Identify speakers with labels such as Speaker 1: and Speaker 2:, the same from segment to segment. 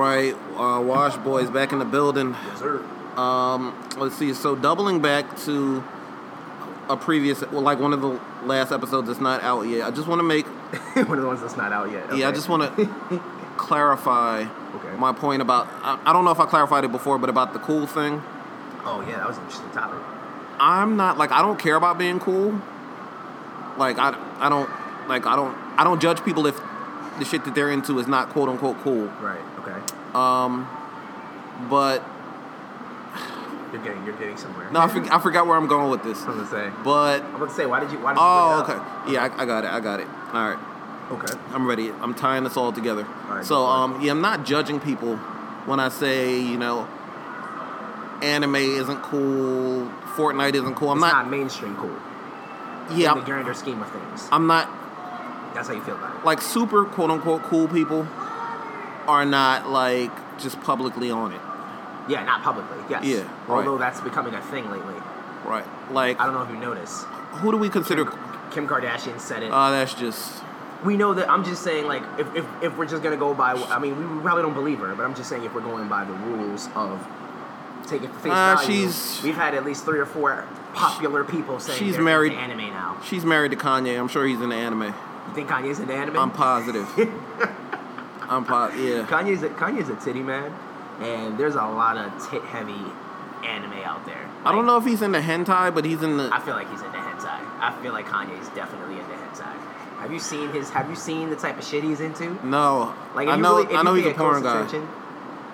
Speaker 1: uh, Wash Boys back in the building.
Speaker 2: Yes, sir.
Speaker 1: Um, let's see. So doubling back to a previous, well, like one of the last episodes that's not out yet. I just want to make,
Speaker 2: One of the ones that's not out yet.
Speaker 1: yeah, I
Speaker 2: Okay.
Speaker 1: just want to clarify
Speaker 2: Okay.
Speaker 1: my point about. I, I don't know if I clarified it before, but about the cool thing.
Speaker 2: Oh yeah, that was an interesting topic.
Speaker 1: I'm not like I don't care about being cool. Like I, I don't like I don't I don't judge people if the shit that they're into is not quote unquote cool.
Speaker 2: Right. Okay.
Speaker 1: Um, but
Speaker 2: You're getting you're getting somewhere.
Speaker 1: no, I, forg I forgot where I'm going with this.
Speaker 2: I'm gonna say.
Speaker 1: But
Speaker 2: I'm gonna say why did you why did
Speaker 1: oh,
Speaker 2: you bring it up?
Speaker 1: okay, yeah, I, I got it, I got it. All right,
Speaker 2: Okay.
Speaker 1: I'm ready. I'm tying this all together.
Speaker 2: right,
Speaker 1: so
Speaker 2: go for
Speaker 1: um, yeah, I'm not judging people when I say you know anime isn't cool, Fortnite isn't cool. I'm
Speaker 2: It's not,
Speaker 1: not,
Speaker 2: mainstream cool.
Speaker 1: yeah,
Speaker 2: In the
Speaker 1: I'm,
Speaker 2: grander scheme of things.
Speaker 1: I'm not
Speaker 2: that's how you feel about it.
Speaker 1: like super quote unquote cool people are not like just publicly on it,
Speaker 2: Yeah, not publicly. Yes.
Speaker 1: Yeah, right.
Speaker 2: Although that's becoming a thing lately.
Speaker 1: right? Like,
Speaker 2: I don't know if you noticed.
Speaker 1: who do we consider?
Speaker 2: Kim Kardashian said it.
Speaker 1: Uh, that's just
Speaker 2: we know that. I'm just saying, like, if, if, if we're just gonna go by, I mean, we probably don't believe her, but I'm just saying, if we're going by the rules of taking for face
Speaker 1: Uh,
Speaker 2: value,
Speaker 1: she's-
Speaker 2: we've had at least three or four popular people saying
Speaker 1: she's
Speaker 2: they're
Speaker 1: married-
Speaker 2: into anime now.
Speaker 1: she's married to Kanye. I'm sure he's in the anime.
Speaker 2: You think Kanye's into anime?
Speaker 1: I'm positive. I'm po- yeah.
Speaker 2: Kanye's a, Kanye's a titty man, and there's a lot of tit heavy anime out there.
Speaker 1: I don't know if he's in the hentai, but he's in
Speaker 2: I
Speaker 1: the.
Speaker 2: feel like he's into hentai. I feel like Kanye's definitely into hentai. Have you seen his? Have you seen the type of shit he's into?
Speaker 1: No,
Speaker 2: Like,
Speaker 1: Mm.
Speaker 2: if
Speaker 1: I
Speaker 2: you
Speaker 1: know.
Speaker 2: really- if
Speaker 1: I
Speaker 2: you
Speaker 1: know he's
Speaker 2: pay
Speaker 1: a porn
Speaker 2: close
Speaker 1: guy.
Speaker 2: attention,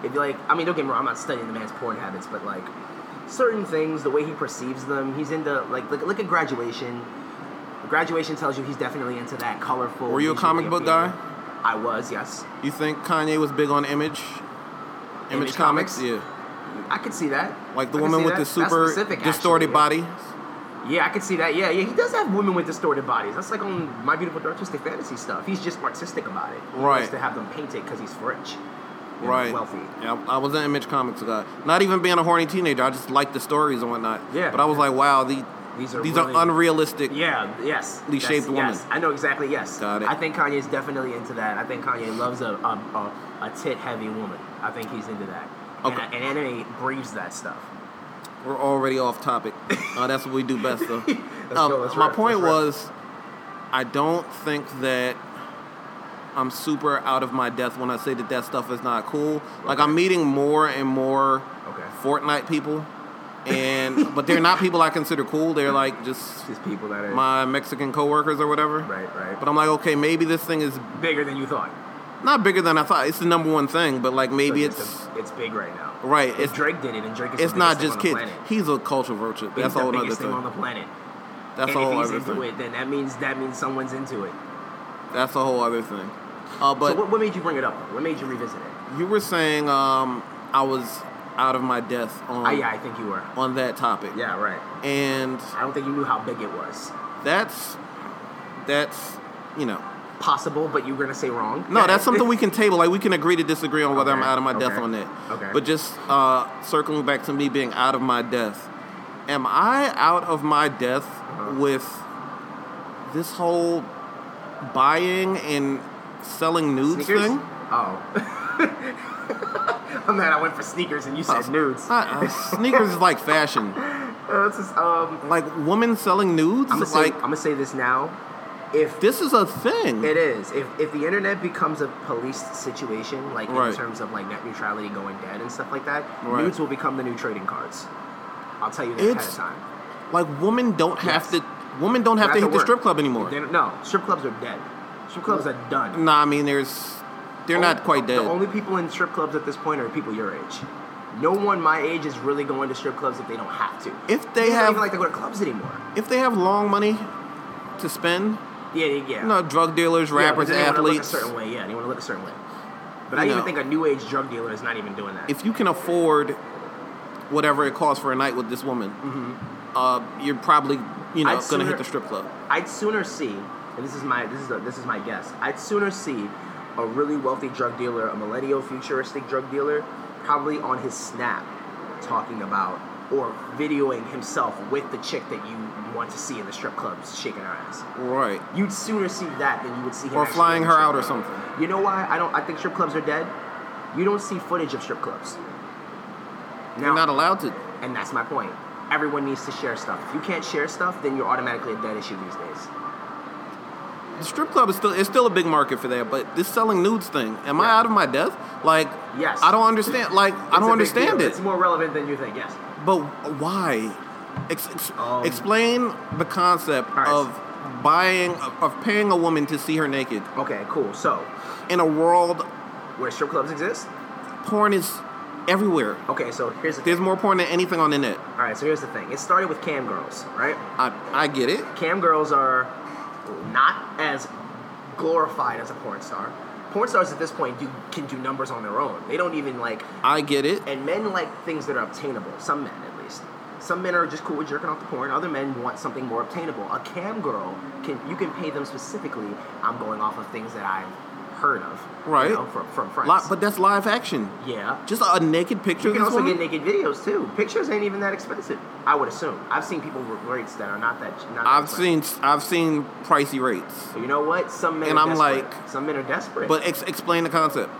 Speaker 2: If you like, I mean, don't get me wrong. I'm not studying the man's porn habits, but like certain things, the way he perceives them, he's into like look, look at graduation. Graduation tells you he's definitely into that colorful.
Speaker 1: Were you a
Speaker 2: visually
Speaker 1: comic book
Speaker 2: appealing-
Speaker 1: guy?
Speaker 2: I was, yes.
Speaker 1: You think Kanye was big on Image? Image,
Speaker 2: Image
Speaker 1: comics?
Speaker 2: Comics?
Speaker 1: yeah.
Speaker 2: I could see that.
Speaker 1: Like the
Speaker 2: I could
Speaker 1: woman
Speaker 2: see
Speaker 1: with
Speaker 2: that.
Speaker 1: the
Speaker 2: That's
Speaker 1: super
Speaker 2: specific, actually,
Speaker 1: distorted
Speaker 2: yeah.
Speaker 1: body.
Speaker 2: Yeah, I could see that. Yeah, yeah, he does have women with distorted bodies. That's like on My Beautiful Dark Twisted Fantasy stuff. He's just artistic about it. He
Speaker 1: Right.
Speaker 2: Likes to have them painted because he's French. and
Speaker 1: Right.
Speaker 2: Wealthy.
Speaker 1: Yeah, I I was an Image Comics guy. Not even being a horny teenager, I just liked the stories and whatnot.
Speaker 2: Yeah.
Speaker 1: But I was like, wow, the,
Speaker 2: These are really-
Speaker 1: unrealistic.
Speaker 2: Yeah. Yes.
Speaker 1: These
Speaker 2: Yes,
Speaker 1: shaped women.
Speaker 2: Yes. I know exactly. Yes.
Speaker 1: Got it.
Speaker 2: I think Kanye's definitely into that. I think Kanye loves a a, a, a tit heavy woman. I think he's into that.
Speaker 1: Okay.
Speaker 2: And, and anime breathes that stuff.
Speaker 1: We're already off topic. Uh, that's what we do best, though. Um,
Speaker 2: go, let's
Speaker 1: my
Speaker 2: rip,
Speaker 1: point
Speaker 2: let's rip.
Speaker 1: was, I don't think that I'm super out of my depth when I say that that stuff is not cool. Like I'm meeting more and more
Speaker 2: Okay.
Speaker 1: Fortnite people, and but they're not people I consider cool. They're like just
Speaker 2: Just people that are
Speaker 1: my Mexican coworkers or whatever.
Speaker 2: right, right.
Speaker 1: But I'm like, okay, maybe this thing is
Speaker 2: bigger than you thought.
Speaker 1: not bigger than I thought. It's the number one thing, but like maybe
Speaker 2: Like,
Speaker 1: it's
Speaker 2: a- it's big right now.
Speaker 1: right.
Speaker 2: If
Speaker 1: It's
Speaker 2: Drake did it, and Drake is
Speaker 1: it's
Speaker 2: the
Speaker 1: not
Speaker 2: biggest
Speaker 1: just
Speaker 2: thing on
Speaker 1: kids.
Speaker 2: the planet.
Speaker 1: He's a culture vulture.
Speaker 2: He's
Speaker 1: That's
Speaker 2: the
Speaker 1: all another
Speaker 2: biggest thing on
Speaker 1: thing.
Speaker 2: the planet.
Speaker 1: That's a
Speaker 2: and
Speaker 1: whole
Speaker 2: if he's
Speaker 1: other
Speaker 2: into
Speaker 1: thing.
Speaker 2: it, then that means that means someone's into it.
Speaker 1: That's a whole other thing. Uh, but
Speaker 2: so what, what made you bring it up? though? What made you revisit it?
Speaker 1: you were saying um, I was out of my depth on
Speaker 2: I, yeah, I think you were.
Speaker 1: on that topic.
Speaker 2: Yeah, right.
Speaker 1: And
Speaker 2: I don't think you knew how big it was.
Speaker 1: that's that's you know
Speaker 2: Possible, but you were gonna say wrong.
Speaker 1: no that's something we can table. Like we can agree to disagree on whether I'm
Speaker 2: Okay,
Speaker 1: out of my depth
Speaker 2: okay,
Speaker 1: on that.
Speaker 2: okay.
Speaker 1: But just uh, circling back to me being out of my depth. Am I out of my depth
Speaker 2: Uh-huh.
Speaker 1: with this whole buying and selling nudes
Speaker 2: sneakers.
Speaker 1: thing?
Speaker 2: Oh. I'm mad. I went for sneakers and you said nudes.
Speaker 1: Uh, uh, sneakers is like fashion.
Speaker 2: Uh, this is, um,
Speaker 1: Like women selling nudes.
Speaker 2: I'm gonna, say,
Speaker 1: like
Speaker 2: I'm gonna say this now. If
Speaker 1: this is a thing.
Speaker 2: It is. If, if the internet becomes a policed situation, like
Speaker 1: Right.
Speaker 2: in terms of like net neutrality going dead and stuff like that,
Speaker 1: Right.
Speaker 2: nudes will become the new trading cards. I'll tell you that ahead
Speaker 1: It's-
Speaker 2: of time.
Speaker 1: Like women don't have to. Women don't have to
Speaker 2: That's
Speaker 1: hit the
Speaker 2: word.
Speaker 1: strip club anymore.
Speaker 2: They don't- no, strip clubs are dead. Strip clubs are done.
Speaker 1: Nah, I mean there's. They're not quite dead.
Speaker 2: The only people in strip clubs at this point are people your age. No one my age is really going to strip clubs if they don't have to.
Speaker 1: If they
Speaker 2: People don't
Speaker 1: have-
Speaker 2: even like to go to clubs anymore.
Speaker 1: if they have long money to spend,
Speaker 2: Yeah, yeah, yeah.
Speaker 1: you know, drug dealers, rappers,
Speaker 2: yeah, but they wanna
Speaker 1: athletes.
Speaker 2: Look a certain way. Yeah, they want to look a certain way. But I
Speaker 1: You
Speaker 2: even
Speaker 1: know.
Speaker 2: think a new age drug dealer is not even doing that.
Speaker 1: If you can afford whatever it costs for a night with this woman,
Speaker 2: Mm-hmm.
Speaker 1: uh, you're probably you know
Speaker 2: I'd
Speaker 1: gonna
Speaker 2: sooner-
Speaker 1: hit the strip club.
Speaker 2: I'd sooner see, and this is my this is a, this is my guess. I'd sooner see a really wealthy drug dealer, a millennial futuristic drug dealer, probably on his snap talking about or videoing himself with the chick that you want to see in the strip clubs shaking her ass.
Speaker 1: Right.
Speaker 2: You'd sooner see that than you would see him
Speaker 1: Or
Speaker 2: actually
Speaker 1: flying
Speaker 2: in
Speaker 1: her
Speaker 2: the strip
Speaker 1: out or
Speaker 2: club.
Speaker 1: something.
Speaker 2: You know why? I don't. I think strip clubs are dead. You don't see footage of strip clubs.
Speaker 1: You're
Speaker 2: Now,
Speaker 1: not allowed to.
Speaker 2: and that's my point. Everyone needs to share stuff. If you can't share stuff, then you're automatically a dead issue these days.
Speaker 1: The strip club is still it's still a big market for that, but this selling nudes thing. Am I
Speaker 2: Yeah.
Speaker 1: out of my depth? Like,
Speaker 2: Yes.
Speaker 1: I don't understand. Like, I
Speaker 2: It's a
Speaker 1: don't
Speaker 2: big
Speaker 1: understand
Speaker 2: deal.
Speaker 1: it.
Speaker 2: It's more relevant than you think. Yes.
Speaker 1: But why? Ex- ex-
Speaker 2: Um,
Speaker 1: explain the concept
Speaker 2: right.
Speaker 1: of buying of, of paying a woman to see her naked
Speaker 2: Okay. Cool. So,
Speaker 1: in a world
Speaker 2: where strip clubs exist?
Speaker 1: porn is everywhere.
Speaker 2: Okay. So here's the
Speaker 1: There's
Speaker 2: thing.
Speaker 1: more porn than anything on the net.
Speaker 2: All right. So here's the thing. It started with cam girls, right?
Speaker 1: I I get it.
Speaker 2: Cam girls are not as glorified as a porn star. Porn stars at this point do, can do numbers on their own. They don't even like
Speaker 1: I get it.
Speaker 2: and men like things that are obtainable. Some men, at least. Some men are just cool with jerking off the porn. Other men want something more obtainable. A cam girl can you can pay them specifically. I'm going off of things that I've heard of, you
Speaker 1: Right.
Speaker 2: know, from from friends.
Speaker 1: Li- but that's live action.
Speaker 2: yeah,
Speaker 1: Just a naked picture.
Speaker 2: you can
Speaker 1: of this
Speaker 2: also
Speaker 1: woman?
Speaker 2: get naked videos too. Pictures ain't even that expensive. I would assume. I've seen people with rates that are not that. Not that
Speaker 1: I've
Speaker 2: expensive.
Speaker 1: seen I've seen pricey rates.
Speaker 2: But you know what? Some men
Speaker 1: And
Speaker 2: are
Speaker 1: I'm
Speaker 2: desperate.
Speaker 1: like-
Speaker 2: some men are desperate.
Speaker 1: But ex- explain the concept.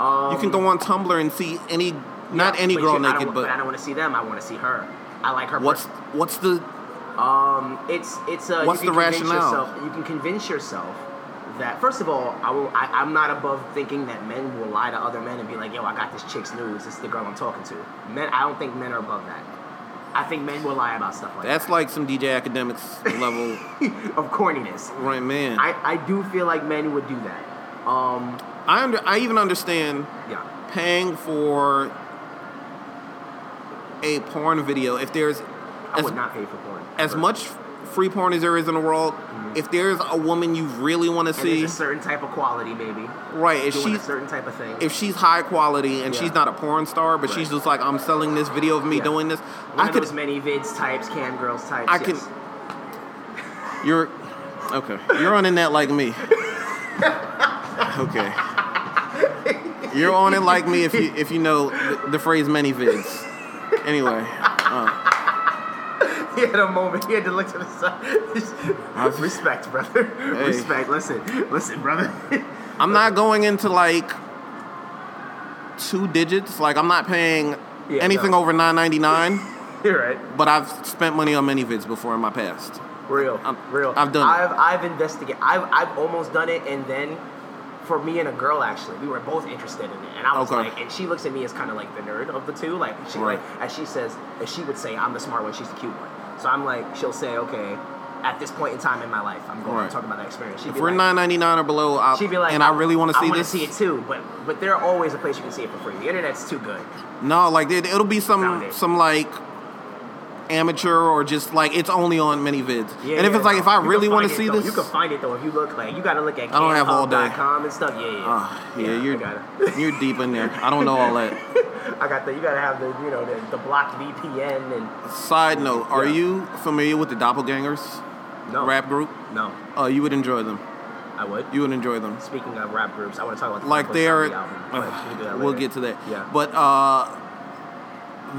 Speaker 2: um,
Speaker 1: You can go on Tumblr and see any not any
Speaker 2: but
Speaker 1: girl
Speaker 2: shit, I don't
Speaker 1: naked,
Speaker 2: wa- I
Speaker 1: but
Speaker 2: don't want to see them. I want to see her. I like her.
Speaker 1: what's
Speaker 2: person.
Speaker 1: what's the
Speaker 2: Um, it's it's uh,
Speaker 1: What's
Speaker 2: you can
Speaker 1: the
Speaker 2: convince
Speaker 1: rationale?
Speaker 2: Yourself, you can convince yourself that first of all, I will. I, I'm not above thinking that men will lie to other men and be like, "Yo, I got this chick's news. It's the girl I'm talking to." Men, I don't think men are above that. I think men will lie about stuff like
Speaker 1: that's like some DJ academics level
Speaker 2: that of corniness.
Speaker 1: right man.
Speaker 2: I, I do feel like men would do that. Um,
Speaker 1: I under I even understand
Speaker 2: yeah,
Speaker 1: paying for a porn video if there's
Speaker 2: I
Speaker 1: as,
Speaker 2: would not pay for porn.
Speaker 1: as
Speaker 2: ever. Mm-hmm.
Speaker 1: much free porn as there is in the world if there's a woman you really want to
Speaker 2: And there's
Speaker 1: see
Speaker 2: a certain type of quality, maybe.
Speaker 1: right if
Speaker 2: Doing a
Speaker 1: she's
Speaker 2: certain type of thing.
Speaker 1: if she's high quality and
Speaker 2: Yeah.
Speaker 1: she's not a porn star but she's
Speaker 2: Right.
Speaker 1: just like I'm selling this video of me
Speaker 2: Yeah.
Speaker 1: doing this
Speaker 2: One
Speaker 1: I
Speaker 2: of
Speaker 1: could
Speaker 2: those many vids types, cam girls types.
Speaker 1: I
Speaker 2: yes.
Speaker 1: can you're okay you're on the net like me okay you're on it like me if you if you know the, the phrase many vids anyway uh,
Speaker 2: He had a moment. He had to look to the side.
Speaker 1: I've-
Speaker 2: Respect, brother. Respect. Listen, listen, brother.
Speaker 1: I'm not going into like two digits. Like I'm not paying
Speaker 2: Yeah,
Speaker 1: anything
Speaker 2: no.
Speaker 1: over 9.99.
Speaker 2: You're right.
Speaker 1: but I've spent money on many vids before in my past.
Speaker 2: Real.
Speaker 1: I'm-
Speaker 2: real.
Speaker 1: I've done it.
Speaker 2: I've I've investigated. I've I've almost done it, and then for me and a girl actually, we were both interested in it, and I was
Speaker 1: Okay.
Speaker 2: like, and she looks at me as kind of like the nerd of the two. Like she
Speaker 1: Right.
Speaker 2: like as she says, as she would say, I'm the smart one. She's the cute one. So I'm like, she'll say, okay. At this point in time in my life, I'm going
Speaker 1: Right.
Speaker 2: to talk about that experience. She'd
Speaker 1: If
Speaker 2: be
Speaker 1: we're
Speaker 2: like,
Speaker 1: 9.99 or below, I'll,
Speaker 2: She'd be like,
Speaker 1: and I really want to see
Speaker 2: I wanna
Speaker 1: this.
Speaker 2: see it too, but but there are always a place you can see it for free. The internet's too good.
Speaker 1: No, like it, it'll be some
Speaker 2: Found it.
Speaker 1: some like amateur or just like it's only on many vids.
Speaker 2: Yeah,
Speaker 1: and if
Speaker 2: yeah,
Speaker 1: it's like
Speaker 2: no.
Speaker 1: if I
Speaker 2: You can
Speaker 1: really want
Speaker 2: find
Speaker 1: to
Speaker 2: it,
Speaker 1: see
Speaker 2: though.
Speaker 1: this,
Speaker 2: you can find it though. If you look like you gotta look at
Speaker 1: I don't have all day.
Speaker 2: campub.com and stuff. Yeah, yeah.
Speaker 1: Ah, yeah,
Speaker 2: I
Speaker 1: you're
Speaker 2: got
Speaker 1: you're deep in there. I don't know all that.
Speaker 2: it. I got the. You gotta have the you know the, the blocked VPN and
Speaker 1: Side note: Are
Speaker 2: Yeah.
Speaker 1: you familiar with the Doppelgangers
Speaker 2: no
Speaker 1: rap group?
Speaker 2: No,
Speaker 1: Uh, you would enjoy them.
Speaker 2: I would.
Speaker 1: You would enjoy them.
Speaker 2: Speaking of rap groups, I want to talk about the
Speaker 1: like
Speaker 2: Flatbush
Speaker 1: they're
Speaker 2: Zombie album, but we can do that
Speaker 1: we'll
Speaker 2: later.
Speaker 1: get to that
Speaker 2: Yeah.
Speaker 1: but uh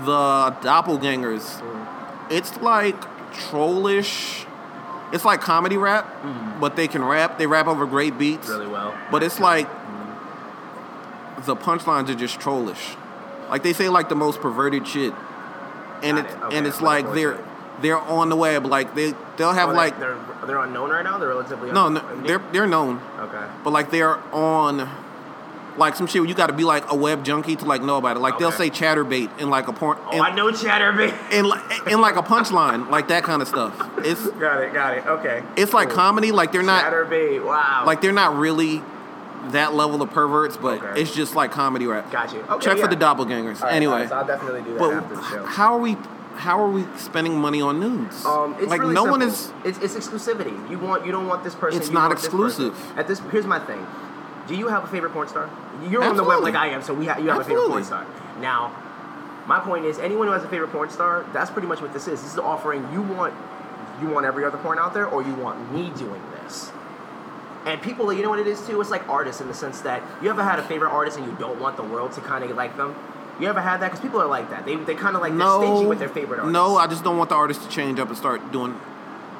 Speaker 1: the doppelgangers
Speaker 2: Mm-hmm.
Speaker 1: it's like trollish it's like comedy rap but they can rap they rap over great beats
Speaker 2: Mm-hmm. really well. Mm-hmm.
Speaker 1: but it's like the punchlines are just trollish like they say like the most perverted shit and
Speaker 2: Got
Speaker 1: it's
Speaker 2: it. Okay,
Speaker 1: and it's
Speaker 2: I'm
Speaker 1: like
Speaker 2: looking
Speaker 1: they're
Speaker 2: forward
Speaker 1: they're on the web like they they'll have
Speaker 2: Oh,
Speaker 1: like
Speaker 2: they're, they're they're unknown right now. They're relatively
Speaker 1: no,
Speaker 2: unknown.
Speaker 1: no they're they're known
Speaker 2: okay.
Speaker 1: but like they're on like some shit where you got to be like a web junkie to like know about it. Like they'll say
Speaker 2: Okay.
Speaker 1: chatterbait in like a porn
Speaker 2: Oh,
Speaker 1: in,
Speaker 2: I know Chatterbait.
Speaker 1: in, li- in like a punchline, like that kind of stuff. It's
Speaker 2: got it. Got it. Okay.
Speaker 1: it's like
Speaker 2: Cool.
Speaker 1: comedy, like they're not
Speaker 2: Chatterbait. Wow.
Speaker 1: like they're not really that level of perverts, but
Speaker 2: Okay.
Speaker 1: it's just like comedy rap.
Speaker 2: Got you. Okay,
Speaker 1: Check
Speaker 2: yeah.
Speaker 1: for the doppelgangers.
Speaker 2: All right,
Speaker 1: anyway,
Speaker 2: guys, I'll definitely do that
Speaker 1: but
Speaker 2: after the show.
Speaker 1: how are we how are we spending money on nudes?
Speaker 2: Um, it's
Speaker 1: like
Speaker 2: really
Speaker 1: no
Speaker 2: simple.
Speaker 1: one is
Speaker 2: It's, it's exclusivity. You want you don't want this person.
Speaker 1: It's
Speaker 2: you don't
Speaker 1: not
Speaker 2: want this person.
Speaker 1: exclusive.
Speaker 2: At this, here's my thing. Do you have a favorite porn star? You're on the web
Speaker 1: Absolutely.
Speaker 2: like I am, so we ha- you have a
Speaker 1: Absolutely.
Speaker 2: favorite porn star. Now, my point is, anyone who has a favorite porn star, that's pretty much what this is. This is offering you want you want every other porn out there, or you want me doing this. And people, you know what it is too? It's like artists in the sense that you ever had a favorite artist and you don't want the world to kind of like them. You ever had that? Because people are like that. They, they kind of like
Speaker 1: no
Speaker 2: they're stingy with their favorite artists.
Speaker 1: no. I just don't want the artist to change up and start doing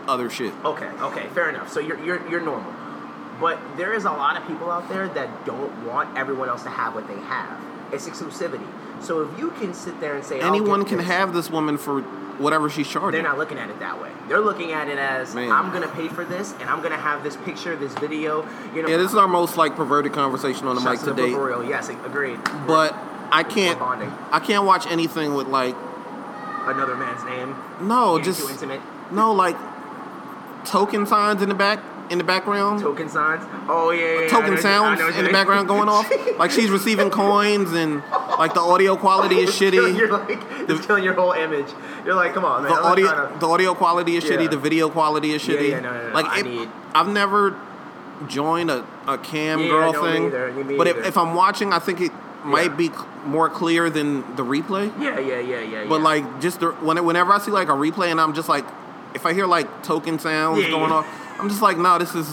Speaker 1: other shit.
Speaker 2: Okay, okay, fair enough. So you're you're, you're normal. But there is a lot of people out there that don't want everyone else to have what they have. It's exclusivity. So if you can sit there and say "I'll
Speaker 1: Anyone
Speaker 2: get
Speaker 1: can
Speaker 2: this,"
Speaker 1: have this woman for whatever she's charging.
Speaker 2: They're not looking at it that way. They're looking at it as
Speaker 1: Man.
Speaker 2: I'm gonna pay for this, and I'm gonna have this picture, this video. You know,
Speaker 1: yeah, this is our most like perverted conversation on the
Speaker 2: Shouts
Speaker 1: mic
Speaker 2: to
Speaker 1: today.
Speaker 2: Memorial. Yes, agreed.
Speaker 1: But I can't.
Speaker 2: bonding.
Speaker 1: I can't watch anything with like
Speaker 2: Another man's name.
Speaker 1: no,
Speaker 2: Getting too
Speaker 1: Oh, just
Speaker 2: intimate.
Speaker 1: no like token signs in the back in the background.
Speaker 2: Token signs. Oh yeah. yeah, yeah, I know what
Speaker 1: token
Speaker 2: you- I
Speaker 1: sounds
Speaker 2: know what you
Speaker 1: in the
Speaker 2: mean.
Speaker 1: background going off. Like she's receiving coins and like the audio quality is
Speaker 2: It's killing- You're
Speaker 1: shitty.
Speaker 2: like it's killing your whole image. You're like, come on, man.
Speaker 1: The
Speaker 2: I'm not
Speaker 1: audio
Speaker 2: trying to-
Speaker 1: the audio quality is shitty.
Speaker 2: Yeah.
Speaker 1: The video quality is
Speaker 2: Yeah,
Speaker 1: shitty.
Speaker 2: yeah, no, no, no,
Speaker 1: Like
Speaker 2: I
Speaker 1: it,
Speaker 2: need-
Speaker 1: I've never joined a, a cam
Speaker 2: Yeah,
Speaker 1: girl
Speaker 2: no, me
Speaker 1: thing.
Speaker 2: either, me
Speaker 1: but if,
Speaker 2: either.
Speaker 1: if I'm watching, I think it
Speaker 2: Yeah.
Speaker 1: might be c- more clear than the replay.
Speaker 2: Yeah, yeah, yeah, yeah.
Speaker 1: But
Speaker 2: yeah.
Speaker 1: like just the, when, whenever I see like a replay and I'm just like, if I hear like token sounds
Speaker 2: Yeah,
Speaker 1: going
Speaker 2: yeah.
Speaker 1: off, I'm just like, no, this is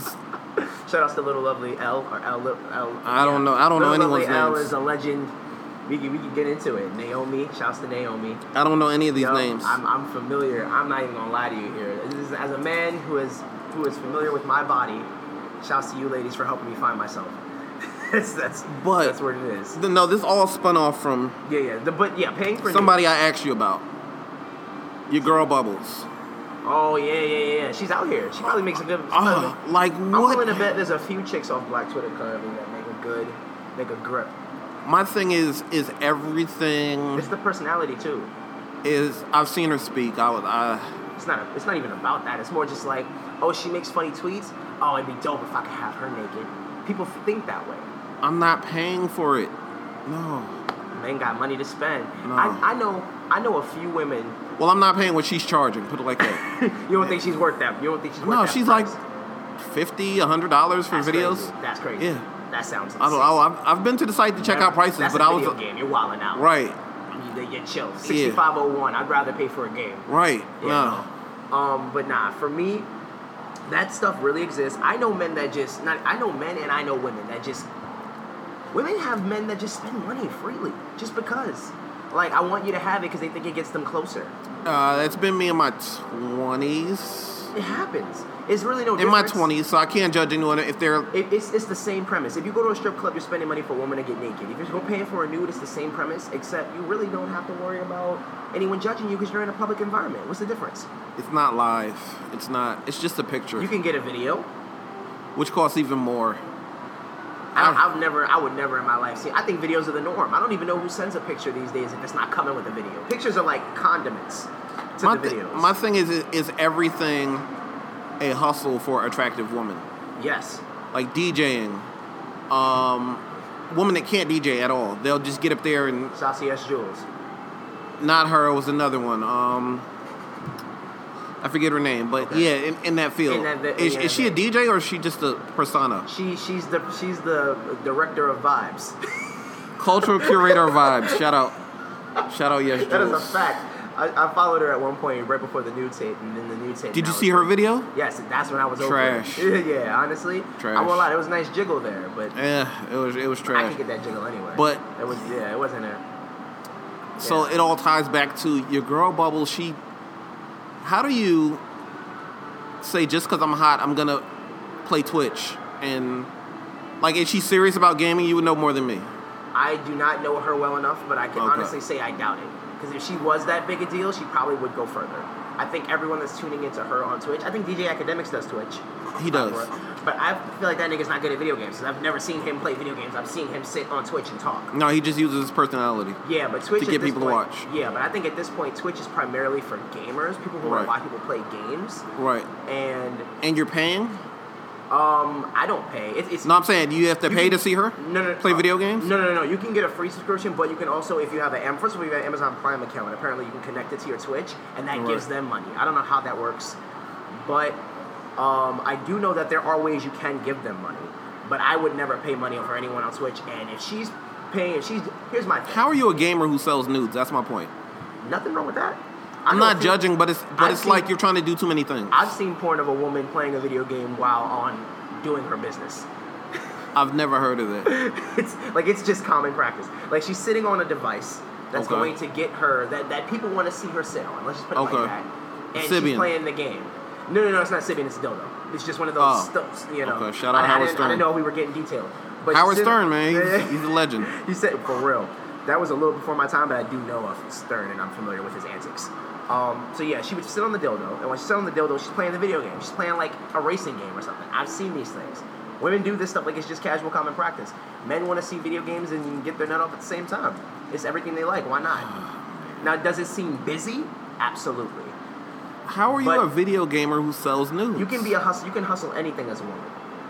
Speaker 2: shout outs to Little Lovely L or L. L, L
Speaker 1: I don't know- I don't know
Speaker 2: Little
Speaker 1: anyone's
Speaker 2: Lovely L
Speaker 1: names.
Speaker 2: is a legend. We can, we can get into it. Naomi, shouts to Naomi.
Speaker 1: I don't know any of these
Speaker 2: Yo,
Speaker 1: names.
Speaker 2: I'm, I'm familiar. I'm not even gonna lie to you here. This is, as a man who is who is familiar with my body, shouts to you ladies for helping me find myself. that's that's
Speaker 1: But-
Speaker 2: that's what it is.
Speaker 1: no, this all spun off from
Speaker 2: Yeah, yeah. The, but yeah, paying for
Speaker 1: somebody I asked you about. Your girl bubbles.
Speaker 2: Oh yeah, yeah, yeah. She's out here. She probably makes a good. she's probably-
Speaker 1: Oh, like
Speaker 2: I'm willing to
Speaker 1: what?
Speaker 2: bet there's a few chicks off Black Twitter currently that make a good, make a grip.
Speaker 1: My thing is, is everything
Speaker 2: It's the personality too.
Speaker 1: is. I've seen her speak. I was. I,
Speaker 2: It's not. A, it's not even about that. It's more just like, oh, she makes funny tweets. Oh, it'd be dope if I could have her naked. People think that way.
Speaker 1: I'm not paying for it. No.
Speaker 2: Men got money to spend.
Speaker 1: No.
Speaker 2: I, I know. I know a few women.
Speaker 1: Well, I'm not paying what she's charging. Put it like that.
Speaker 2: You don't think she's worth that? You don't think she's worth
Speaker 1: no,
Speaker 2: that
Speaker 1: she's like
Speaker 2: price?
Speaker 1: fifty, a hundred dollars for
Speaker 2: That's
Speaker 1: videos.
Speaker 2: Crazy. That's crazy.
Speaker 1: Yeah.
Speaker 2: That sounds.
Speaker 1: I don't.
Speaker 2: insane.
Speaker 1: know. I've, I've been to the site to check out prices,
Speaker 2: That's
Speaker 1: but
Speaker 2: a
Speaker 1: I was
Speaker 2: video game. You're wilding out.
Speaker 1: right,
Speaker 2: You, you get chill.
Speaker 1: Yeah.
Speaker 2: 6501. I'd rather pay for a game.
Speaker 1: right.
Speaker 2: Yeah.
Speaker 1: No.
Speaker 2: Um, but nah, for me, that stuff really exists. I know men that just not. I know men and I know women that just. Women have men that just spend money freely just because. Like I want you to have it because they think it gets them closer.
Speaker 1: Uh, it's been me in my twenties.
Speaker 2: It happens. It's really no.
Speaker 1: In my
Speaker 2: difference.
Speaker 1: twenties, so I can't judge anyone if they're
Speaker 2: It, it's, it's the same premise. If you go to a strip club, you're spending money for a woman to get naked. If you're paying for a nude, it's the same premise, except you really don't have to worry about anyone judging you because you're in a public environment. What's the difference?
Speaker 1: It's not live. It's not. It's just a picture,
Speaker 2: You can get a video.
Speaker 1: which costs even more.
Speaker 2: I, I've never, I would never in my life see. I think videos are the norm. I don't even know who sends a picture these days if it's not coming with a video. Pictures are like condiments to
Speaker 1: My,
Speaker 2: the
Speaker 1: thi-
Speaker 2: videos.
Speaker 1: my thing is, is everything a hustle for attractive women,
Speaker 2: yes,
Speaker 1: like DJing. Um, woman that can't DJ at all, they'll just get up there and
Speaker 2: Saucy S Jules.
Speaker 1: not her it was another one. Um, I forget her name, but
Speaker 2: Okay.
Speaker 1: yeah, in, in that field,
Speaker 2: In that vi-
Speaker 1: is,
Speaker 2: yeah,
Speaker 1: is she a DJ or is she just a persona?
Speaker 2: She, she's the, she's the director of vibes.
Speaker 1: Cultural curator vibes. Shout out, shout out. Yes,
Speaker 2: That is a
Speaker 1: Jules.
Speaker 2: fact. I, I followed her at one point right before the new tape, and then the new tape.
Speaker 1: Did
Speaker 2: now
Speaker 1: you
Speaker 2: is
Speaker 1: see her
Speaker 2: like-
Speaker 1: video?
Speaker 2: Yes, that's when I was over
Speaker 1: Trash.
Speaker 2: it. yeah, honestly,
Speaker 1: Trash.
Speaker 2: I won't lie, there was a nice jiggle there, but
Speaker 1: Yeah, it was it was trash.
Speaker 2: I could get that jiggle anyway.
Speaker 1: But-
Speaker 2: it was yeah, it wasn't a
Speaker 1: So
Speaker 2: Yeah.
Speaker 1: it all ties back to your girl bubble. She, how do you say just because I'm hot, I'm gonna play Twitch and like is she serious about gaming? You would know more than me.
Speaker 2: I do not know her well enough, but I can
Speaker 1: Okay.
Speaker 2: honestly say I doubt it. Because if she was that big a deal, she probably would go further. I think everyone that's tuning into her on Twitch, I think DJ Academics does Twitch.
Speaker 1: He does.
Speaker 2: But I feel like that nigga's not good at video games. 'cause I've never seen him play video games. I've seen him sit on Twitch and talk.
Speaker 1: No, he just uses his personality.
Speaker 2: Yeah, but Twitch
Speaker 1: To
Speaker 2: at
Speaker 1: get
Speaker 2: this
Speaker 1: people to
Speaker 2: point-
Speaker 1: watch.
Speaker 2: Yeah, but I think at this point, Twitch is primarily for gamers, people who
Speaker 1: Right.
Speaker 2: want to watch people play games.
Speaker 1: Right.
Speaker 2: And
Speaker 1: And you're paying?
Speaker 2: um, I don't pay. It, it's
Speaker 1: No, I'm saying you have to pay to see her.
Speaker 2: No, no, no.
Speaker 1: Play video games?
Speaker 2: No, no, no. You can get a free subscription, but you can also, if you have an Am- first of all, you have an Amazon Prime account. Apparently, you can connect it to your Twitch, and that
Speaker 1: Right.
Speaker 2: gives them money. I don't know how that works, but um, I do know that there are ways you can give them money. But I would never pay money for anyone on Twitch. And if she's paying, if she's here's my thing.
Speaker 1: How are you a gamer who sells nudes? That's my point.
Speaker 2: Nothing wrong with that. I
Speaker 1: I'm
Speaker 2: know
Speaker 1: not
Speaker 2: if you-
Speaker 1: judging, but it's but
Speaker 2: I've
Speaker 1: it's
Speaker 2: seen-
Speaker 1: like you're trying to do too many things.
Speaker 2: I've seen porn of a woman playing a video game while on doing her business.
Speaker 1: I've never heard of that.
Speaker 2: it's like it's just common practice. Like she's sitting on a device that's
Speaker 1: Okay.
Speaker 2: going to get her that, that people want to see her sit on. Let's just put it
Speaker 1: Okay.
Speaker 2: like that. And
Speaker 1: Sibian.
Speaker 2: she's playing the game. No, no, no, it's not Sibian. It's dildo. It's just one of those,
Speaker 1: Oh.
Speaker 2: stu- you know.
Speaker 1: Okay, shout out
Speaker 2: I, I
Speaker 1: Howard
Speaker 2: didn't, I
Speaker 1: Stern.
Speaker 2: didn't know we were getting detailed. But
Speaker 1: Howard
Speaker 2: still-
Speaker 1: Stern, man, he's, he's a legend.
Speaker 2: He said, for real. That was a little before my time, but I do know of Stern and I'm familiar with his antics. Um, so yeah, she would sit on the dildo, and when she's on the dildo, she's playing the video game. She's playing like a racing game or something. I've seen these things. Women do this stuff like it's just casual common practice. Men want to see video games and get their nut off at the same time. It's everything they like. Why not? Now, does it seem busy? Absolutely.
Speaker 1: How are you
Speaker 2: But-
Speaker 1: a video gamer who sells news?
Speaker 2: You can be a hustle. You can hustle anything as a woman.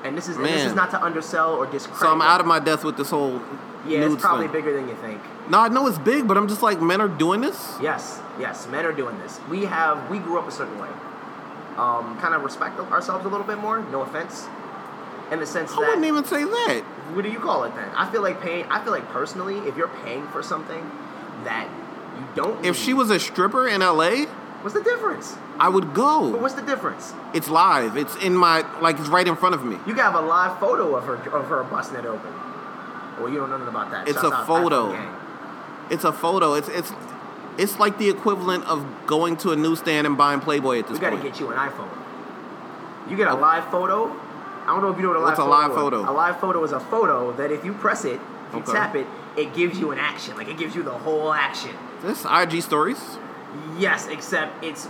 Speaker 2: And this is and this
Speaker 1: Man.
Speaker 2: is not to undersell or discredit.
Speaker 1: So I'm out of my depth with this whole
Speaker 2: Yeah,
Speaker 1: nudes
Speaker 2: it's probably
Speaker 1: thing.
Speaker 2: bigger than you think.
Speaker 1: No, I know it's big, but I'm just like, men are doing this.
Speaker 2: Yes, yes, men are doing this. We have we grew up a certain way. Um, kind of respect ourselves a little bit more. No offense, in the sense
Speaker 1: I wouldn't
Speaker 2: that
Speaker 1: even say that.
Speaker 2: what do you call it then? I feel like paying. I feel like personally, if you're paying for something that you don't,
Speaker 1: If she
Speaker 2: need,
Speaker 1: was a stripper in LA,
Speaker 2: what's the difference?
Speaker 1: I would
Speaker 2: But
Speaker 1: go.
Speaker 2: what's the difference?
Speaker 1: It's live. It's in my like it's right in front of me.
Speaker 2: You got a live photo of her of her busting it open. Well, you don't know nothing about that.
Speaker 1: It's
Speaker 2: Shouts
Speaker 1: a
Speaker 2: out
Speaker 1: photo.
Speaker 2: iPhone gang.
Speaker 1: It's a photo. It's it's it's like the equivalent of going to a newsstand and buying Playboy at this
Speaker 2: We gotta
Speaker 1: point.
Speaker 2: get you an iPhone. You get a live photo. I don't know if you know what a
Speaker 1: What's
Speaker 2: live
Speaker 1: a
Speaker 2: photo
Speaker 1: live
Speaker 2: is.
Speaker 1: photo?
Speaker 2: A live photo is a photo that if you press it, if you
Speaker 1: Okay.
Speaker 2: tap it, it gives you an action. Like it gives you the whole action.
Speaker 1: this IG stories.
Speaker 2: Yes, except it's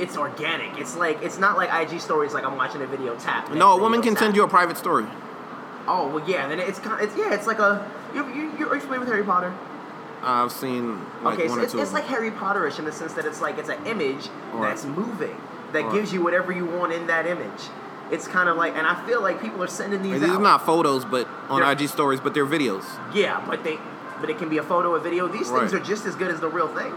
Speaker 2: it's organic. It's like it's not like IG stories. Like I'm watching a video tap. next
Speaker 1: No, a
Speaker 2: video
Speaker 1: woman can
Speaker 2: tap.
Speaker 1: send you a private story.
Speaker 2: Oh well, yeah. Then it's kind. It's yeah. It's like a. You you you're familiar with Harry Potter?
Speaker 1: I've seen like
Speaker 2: okay,
Speaker 1: one
Speaker 2: so
Speaker 1: or
Speaker 2: it's,
Speaker 1: two.
Speaker 2: it's
Speaker 1: of them.
Speaker 2: like Harry Potterish in the sense that it's like it's an image
Speaker 1: Alright.
Speaker 2: that's moving that
Speaker 1: Alright.
Speaker 2: gives you whatever you want in that image. It's kind of like, and I feel like people are sending these
Speaker 1: these
Speaker 2: out.
Speaker 1: are not photos, but on
Speaker 2: They're-
Speaker 1: IG stories, but they're videos.
Speaker 2: Yeah, but they, but it can be a photo, a video. These things
Speaker 1: Right.
Speaker 2: are just as good as the real thing.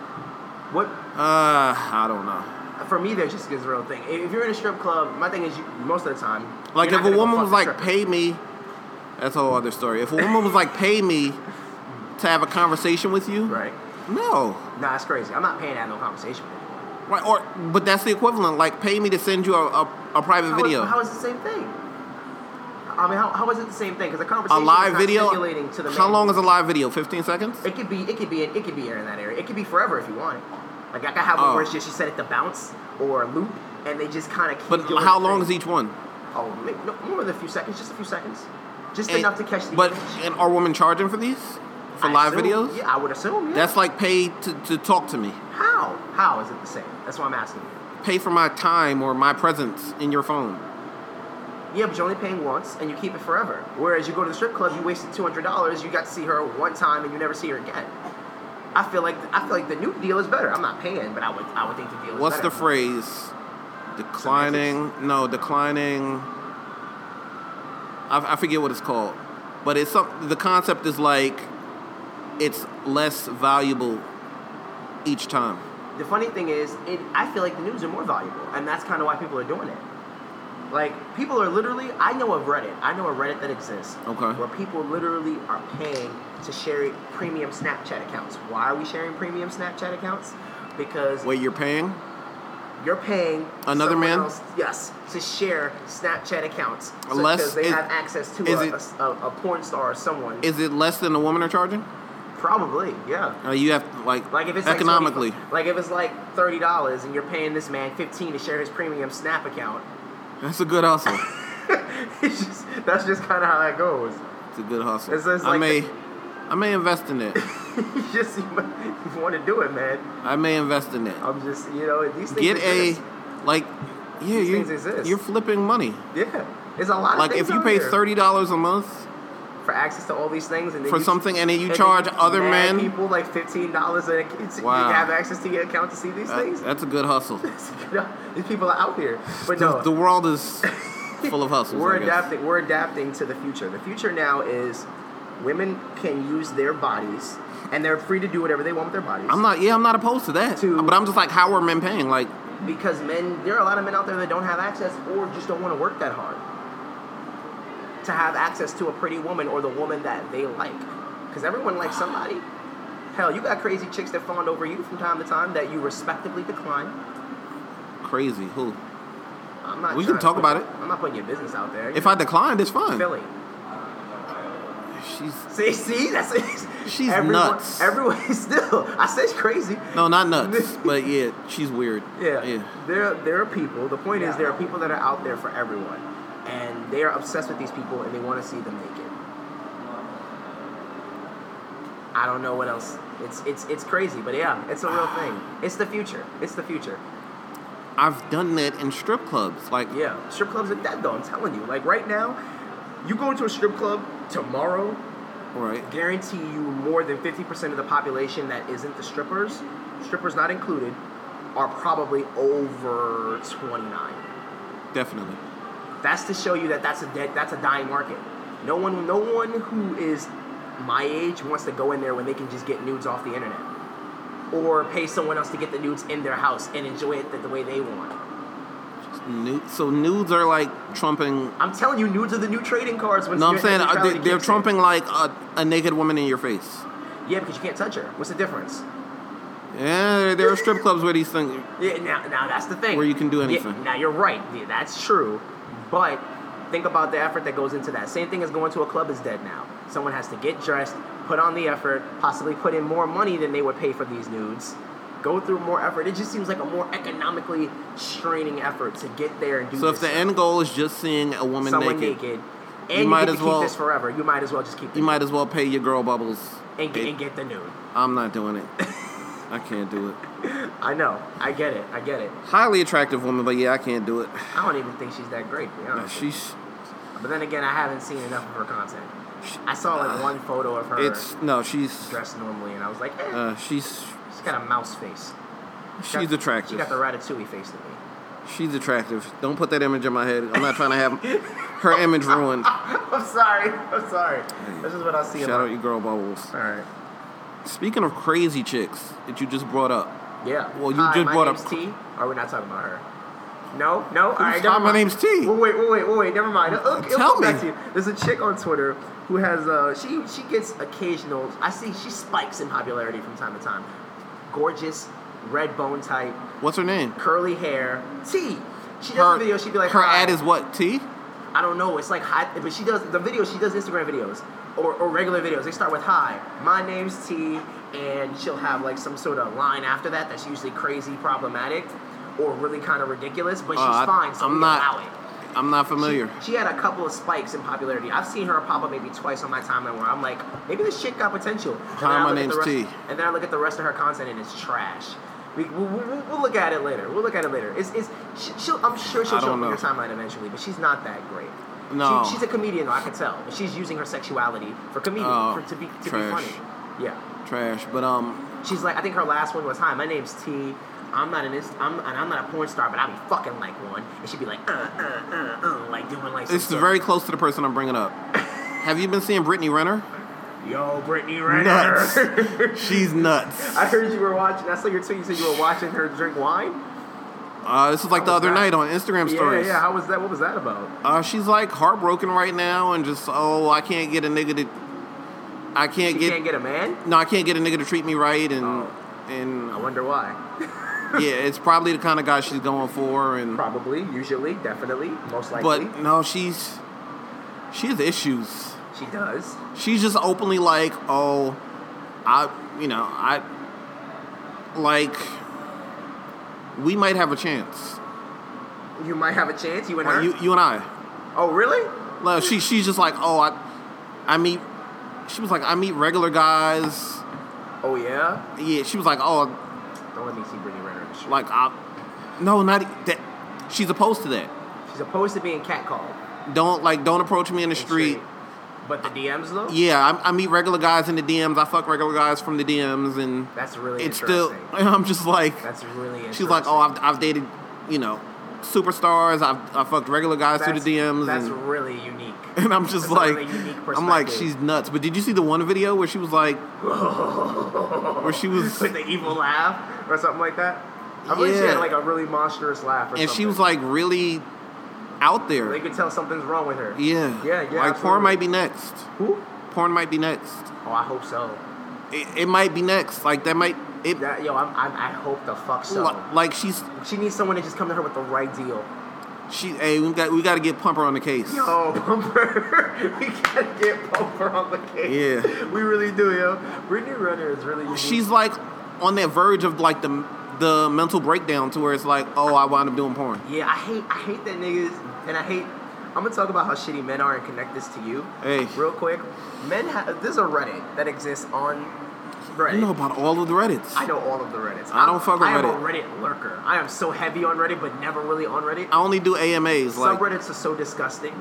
Speaker 2: What
Speaker 1: Uh, I don't know.
Speaker 2: for me, they're just as good as the real thing. If you're in a strip club, my thing is you, most of the time,
Speaker 1: Like
Speaker 2: you're
Speaker 1: if
Speaker 2: not
Speaker 1: a
Speaker 2: gonna go
Speaker 1: woman
Speaker 2: fuck
Speaker 1: was
Speaker 2: the
Speaker 1: like,
Speaker 2: stripper.
Speaker 1: pay me. That's a whole other story. If a woman was like, pay me to have a conversation with you,
Speaker 2: right?
Speaker 1: No.
Speaker 2: Nah, it's crazy. I'm not paying to have no conversation. with you.
Speaker 1: Right, or but that's the equivalent. Like, pay me to send you a, a, a private
Speaker 2: How is-
Speaker 1: video.
Speaker 2: how is the same thing? I mean, how, how is it the same thing? Because a
Speaker 1: a
Speaker 2: conversation is
Speaker 1: live
Speaker 2: not
Speaker 1: video.
Speaker 2: stimulating to the
Speaker 1: How
Speaker 2: man.
Speaker 1: long is a live video? Fifteen seconds.
Speaker 2: It could be, it could be, it could be air in that area. It could be forever if you want it. Like I could have one
Speaker 1: Oh.
Speaker 2: where it's just you set it to bounce or loop, and they just kind of keep.
Speaker 1: But
Speaker 2: doing
Speaker 1: how
Speaker 2: the
Speaker 1: long is
Speaker 2: thing.
Speaker 1: each one?
Speaker 2: Oh, maybe, no, more than a few seconds, just a few seconds, just
Speaker 1: And-
Speaker 2: enough to catch the.
Speaker 1: But
Speaker 2: image.
Speaker 1: and are women charging for these for
Speaker 2: I
Speaker 1: live
Speaker 2: assume-
Speaker 1: videos?
Speaker 2: Yeah, I would assume. Yeah.
Speaker 1: That's like pay to, to talk to me.
Speaker 2: how. How is it the same? That's what I'm asking. you.
Speaker 1: Pay for my time or my presence in your phone.
Speaker 2: Yeah, but you're only paying once, and you keep it forever. Whereas you go to the strip club, you wasted two hundred dollars. You got to see her one time, and you never see her again. I feel like I feel like the new deal is better. I'm not paying, but I would I would think the deal is
Speaker 1: What's
Speaker 2: better.
Speaker 1: the phrase? Declining. No, declining. I, I forget what it's called, but it's some. The concept is like it's less valuable each time.
Speaker 2: The funny thing is, it, I feel like the news are more valuable, and that's kind of why people are doing it. Like people are literally, I know of Reddit. I know a Reddit that exists.
Speaker 1: Okay.
Speaker 2: Where people literally are paying to share premium Snapchat accounts. Why are we sharing premium Snapchat accounts? Because
Speaker 1: Wait, you're paying?
Speaker 2: you're paying
Speaker 1: Another
Speaker 2: someone
Speaker 1: man?
Speaker 2: else- yes, to share Snapchat accounts So-
Speaker 1: Unless
Speaker 2: because they
Speaker 1: it-
Speaker 2: have access to
Speaker 1: is
Speaker 2: a,
Speaker 1: it-
Speaker 2: a, a porn star or someone.
Speaker 1: Is it less than the women are charging?
Speaker 2: probably, yeah.
Speaker 1: Uh, you have like,
Speaker 2: Like if it's like
Speaker 1: economically.
Speaker 2: 20 like if it's like thirty dollars and you're paying this man fifteen to share his premium Snap account.
Speaker 1: that's a good hustle.
Speaker 2: it's just that's just kind of how that goes.
Speaker 1: It's a good hustle.
Speaker 2: It's- it's
Speaker 1: I
Speaker 2: like
Speaker 1: may,
Speaker 2: the-
Speaker 1: I may invest in it.
Speaker 2: you just you, want to do it, man.
Speaker 1: I may invest in it.
Speaker 2: I'm just you know Oh, these things.
Speaker 1: Get a,
Speaker 2: exist.
Speaker 1: like, yeah,
Speaker 2: These things
Speaker 1: you,
Speaker 2: exist.
Speaker 1: you're flipping money.
Speaker 2: yeah. There's a lot.
Speaker 1: Like
Speaker 2: of
Speaker 1: if
Speaker 2: things
Speaker 1: you
Speaker 2: out
Speaker 1: pay
Speaker 2: here
Speaker 1: thirty dollars a month
Speaker 2: for access to all these things and then
Speaker 1: for
Speaker 2: you,
Speaker 1: something, and then you
Speaker 2: and then
Speaker 1: charge other
Speaker 2: mad
Speaker 1: men,
Speaker 2: people like fifteen dollars and it's-
Speaker 1: Wow. Uh,
Speaker 2: you have access to your account to see these
Speaker 1: that-
Speaker 2: things.
Speaker 1: that's a good hustle.
Speaker 2: You know, these people are out here, but
Speaker 1: The,
Speaker 2: no,
Speaker 1: the world is full of hustles.
Speaker 2: We're
Speaker 1: I guess.
Speaker 2: adapting. We're adapting to the future. The future now is women can use their bodies, and they're free to do whatever they want with their bodies.
Speaker 1: I'm not. Yeah, I'm not opposed to that.
Speaker 2: To-
Speaker 1: but I'm just like, how are men paying? Like,
Speaker 2: because men. There are a lot of men out there that don't have access, or just don't want to work that hard to have access to a pretty woman or the woman that they like. Because everyone likes somebody. Hell, you got crazy chicks that fawned over you from time to time that you respectably decline.
Speaker 1: crazy. Who?
Speaker 2: I'm not.
Speaker 1: We can
Speaker 2: trying to
Speaker 1: talk
Speaker 2: put-
Speaker 1: about it.
Speaker 2: I'm not putting your business out there.
Speaker 1: If I declined, it's fine.
Speaker 2: Philly,
Speaker 1: She's
Speaker 2: See, see, that's it.
Speaker 1: She's
Speaker 2: everyone,
Speaker 1: nuts.
Speaker 2: Everyone is still. I said it's crazy.
Speaker 1: no, not nuts, but yeah, she's weird.
Speaker 2: Yeah.
Speaker 1: yeah.
Speaker 2: There, there are people. The point is,
Speaker 3: Yeah.
Speaker 2: there are people that are out there for everyone, and they are obsessed with these people, and they want to see them naked. I don't know what else. It's it's it's crazy, but yeah, it's a real thing. It's the future. It's the future.
Speaker 1: I've done that in strip clubs. Like,
Speaker 2: Yeah, strip clubs are dead though. I'm telling you. Like right now, you go into a strip club tomorrow,
Speaker 1: right?
Speaker 2: guarantee you more than 50% of the population that isn't the strippers, strippers not included, are probably over 29.
Speaker 1: Definitely.
Speaker 2: That's to show you that that's a dead, that's a dying market. No one no one who is my age wants to go in there when they can just get nudes off the internet or pay someone else to get the nudes in their house and enjoy it the, the way they want.
Speaker 1: Nude, so nudes are like trumping.
Speaker 2: I'm telling you, nudes are the new trading cards. When
Speaker 1: No, I'm
Speaker 2: your
Speaker 1: saying uh,
Speaker 2: neutrality
Speaker 1: they, they're
Speaker 2: kicks in.
Speaker 1: trumping like a, a naked woman in your face.
Speaker 2: Yeah, because you can't touch her. What's the difference?
Speaker 1: Yeah, there- there are strip clubs where these things.
Speaker 2: Yeah, now, now that's the thing.
Speaker 1: Where you can do
Speaker 2: Yeah,
Speaker 1: anything.
Speaker 2: now you're right. Yeah, that's true. But think about the effort that goes into that. Same thing as going to a club is dead now. Someone has to get dressed, put on the effort, possibly put in more money than they would pay for these nudes, go through more effort. It just seems like a more economically straining effort to get there and do
Speaker 1: So
Speaker 2: this.
Speaker 1: if the end goal is just seeing a woman
Speaker 2: someone
Speaker 1: naked,
Speaker 2: naked, and you,
Speaker 1: might
Speaker 2: get
Speaker 1: as
Speaker 2: to
Speaker 1: well-
Speaker 2: keep this forever, you might as well just keep the
Speaker 1: you might as well pay your girl bubbles.
Speaker 2: and, get,
Speaker 1: It-
Speaker 2: and get the nude.
Speaker 1: I'm not doing it. I can't do it.
Speaker 2: I know. I get it. I get it.
Speaker 1: Highly attractive woman, but yeah, I can't do it.
Speaker 2: I don't even think she's that great, to be honest.
Speaker 1: She's
Speaker 2: But then again, I haven't seen enough of her content. I saw like one photo of her
Speaker 1: it's no, she's
Speaker 2: dressed normally, and I was like, eh,
Speaker 1: uh, she's
Speaker 2: she's got a mouse face. She
Speaker 1: she's
Speaker 2: got- She
Speaker 1: attractive.
Speaker 2: got the ratatouille face to me.
Speaker 1: She's attractive. Don't put that image in my head. I'm not trying to have her image ruined.
Speaker 2: I'm sorry. I'm sorry. This is what I see.
Speaker 1: Shout
Speaker 2: about-
Speaker 1: out your girl bubbles.
Speaker 2: All right.
Speaker 1: Speaking of crazy chicks that you just brought up,
Speaker 2: Yeah.
Speaker 1: Well, you
Speaker 2: Hi,
Speaker 1: just
Speaker 2: my
Speaker 1: brought
Speaker 2: name's
Speaker 1: up-
Speaker 2: T. Are we not talking about her? No, no. All right,
Speaker 1: Who's-
Speaker 2: never
Speaker 1: Hi, my
Speaker 2: mind.
Speaker 1: name's T.
Speaker 2: Well, wait, wait, wait, wait, wait. Never mind. It'll- it'll
Speaker 1: Tell
Speaker 2: come back
Speaker 1: me.
Speaker 2: to you. There's a chick on Twitter who has uh, she she gets occasional. I see she spikes in popularity from time to time. Gorgeous, red bone type.
Speaker 1: what's her name?
Speaker 2: curly hair, T. She does
Speaker 1: Her
Speaker 2: a video. She'd be like,
Speaker 1: her
Speaker 2: "Hi."
Speaker 1: ad is what T?
Speaker 2: I don't know. It's like hi, but she does the video. She does Instagram videos or, or regular videos. They start with hi, my name's T, and she'll have like some sort of line after that that's usually crazy, problematic, or really kind of ridiculous. But she's
Speaker 1: Uh, I-
Speaker 2: fine, so
Speaker 1: I'm
Speaker 2: we
Speaker 1: not
Speaker 2: allow it.
Speaker 1: I'm not familiar.
Speaker 2: She had a couple of spikes in popularity. I've seen her pop up maybe twice on my timeline where I'm like, maybe this shit got potential. And then
Speaker 1: Hi,
Speaker 2: I
Speaker 1: my
Speaker 2: look at the
Speaker 1: name's T.
Speaker 2: rest- And then I look at the rest of her content and it's trash. We, we'll, we'll, we'll look at it later. We'll look at it later. It's, it's, she, she'll, I'm sure
Speaker 1: I
Speaker 2: she'll show up
Speaker 1: don't
Speaker 2: on your
Speaker 1: know.
Speaker 2: timeline eventually, but she's not that great.
Speaker 1: No.
Speaker 2: She, she's a comedian, though, I could tell. But she's using her sexuality for comedian,
Speaker 1: Oh,
Speaker 2: for, to, be, to be
Speaker 1: trash.
Speaker 2: funny. Yeah.
Speaker 1: Trash, but um,
Speaker 2: She's like, I think her last one was, "Hi, my name's T. I'm not an inst- I'm and I'm not a porn star, but I be fucking like one." And she'd be like, "Uh, uh, uh, uh," like doing like. some
Speaker 1: it's
Speaker 2: sort-
Speaker 1: very close to the person I'm bringing up. Have you been seeing Brittany Renner?
Speaker 2: Yo, Brittany Renner.
Speaker 1: Nuts. She's nuts.
Speaker 2: I heard you were watching. I saw your tweet. You said you were watching her drink wine.
Speaker 1: Uh, this was like the
Speaker 2: was
Speaker 1: other
Speaker 2: that?
Speaker 1: night on Instagram stories.
Speaker 2: Yeah, yeah. How was that? What was that about?
Speaker 1: Uh, she's like heartbroken right now, and just oh, I can't get a nigga to, I can't
Speaker 2: She
Speaker 1: get,
Speaker 2: can't get a man.
Speaker 1: no, I can't get a nigga to treat me right, and
Speaker 2: Oh.
Speaker 1: and
Speaker 2: I wonder why.
Speaker 1: yeah, it's probably the kind of guy she's going for, and
Speaker 2: Probably, usually, definitely, most likely.
Speaker 1: but no, she's she has issues.
Speaker 2: she does.
Speaker 1: She's just openly like, oh, I, you know, I like we might have a chance.
Speaker 2: You might have a chance. You and her.
Speaker 1: Like, you, you and I,
Speaker 2: oh, really?
Speaker 1: No, she she's just like, oh, I, I meet. She was like, I meet regular guys.
Speaker 2: Oh yeah.
Speaker 1: Yeah, she was like, oh,
Speaker 2: Don't let me see Brittany Renner. in the street.
Speaker 1: like I, no, not e- that. She's opposed to that.
Speaker 2: She's opposed to being catcalled.
Speaker 1: Don't like, don't approach me in the street.
Speaker 2: But the DMs though.
Speaker 1: Yeah, I, I meet regular guys in the DMs. I fuck regular guys from the DMs, and
Speaker 2: That's really
Speaker 1: it's still.
Speaker 2: interesting.
Speaker 1: I'm just like,
Speaker 2: That's really interesting.
Speaker 1: she's like, oh, I've, I've dated, you know, superstars. I've I fucked regular guys through the DMs.
Speaker 2: That's
Speaker 1: and,
Speaker 2: really unique.
Speaker 1: and I'm just
Speaker 2: that's a
Speaker 1: like,
Speaker 2: really unique
Speaker 1: I'm like,
Speaker 2: perspective.
Speaker 1: she's nuts. But did you see the one video where she was like, where she was
Speaker 2: with the evil laugh or something like that. I believe she
Speaker 1: Yeah.
Speaker 2: had like a really monstrous laugh, or
Speaker 1: and
Speaker 2: something.
Speaker 1: she was like really out there.
Speaker 2: they could tell something's wrong with her.
Speaker 1: yeah,
Speaker 2: yeah, yeah.
Speaker 1: Like
Speaker 2: absolutely.
Speaker 1: porn might be next.
Speaker 2: Who?
Speaker 1: Porn might be next.
Speaker 2: Oh, I hope so.
Speaker 1: It, it might be next. Like that might it.
Speaker 2: That yo, I'm, I'm, I hope the fuck so.
Speaker 1: li- like she's
Speaker 2: she needs someone to just come to her with the right deal.
Speaker 1: She, hey, we got we got to get Pumper on the case.
Speaker 2: Yo, Pumper. we gotta get Pumper on the case.
Speaker 1: Yeah. Oh,
Speaker 2: We really do, yo. Brittany Runner is really unique.
Speaker 1: She's like on that verge of like the the mental breakdown to where it's like, oh, I wound up doing porn.
Speaker 2: Yeah, I hate I hate that niggas and I hate I'm gonna talk about how shitty men are and connect this to you.
Speaker 1: Hey.
Speaker 2: Real quick. Men have there's a Reddit that exists on Reddit.
Speaker 1: You know about all of the Reddits.
Speaker 2: I know all of the Reddits.
Speaker 1: I don't fuck with
Speaker 2: I am a Reddit lurker. I am so heavy on Reddit, but never really on Reddit.
Speaker 1: I only do AMAs. Like,
Speaker 2: Subreddits are so disgusting.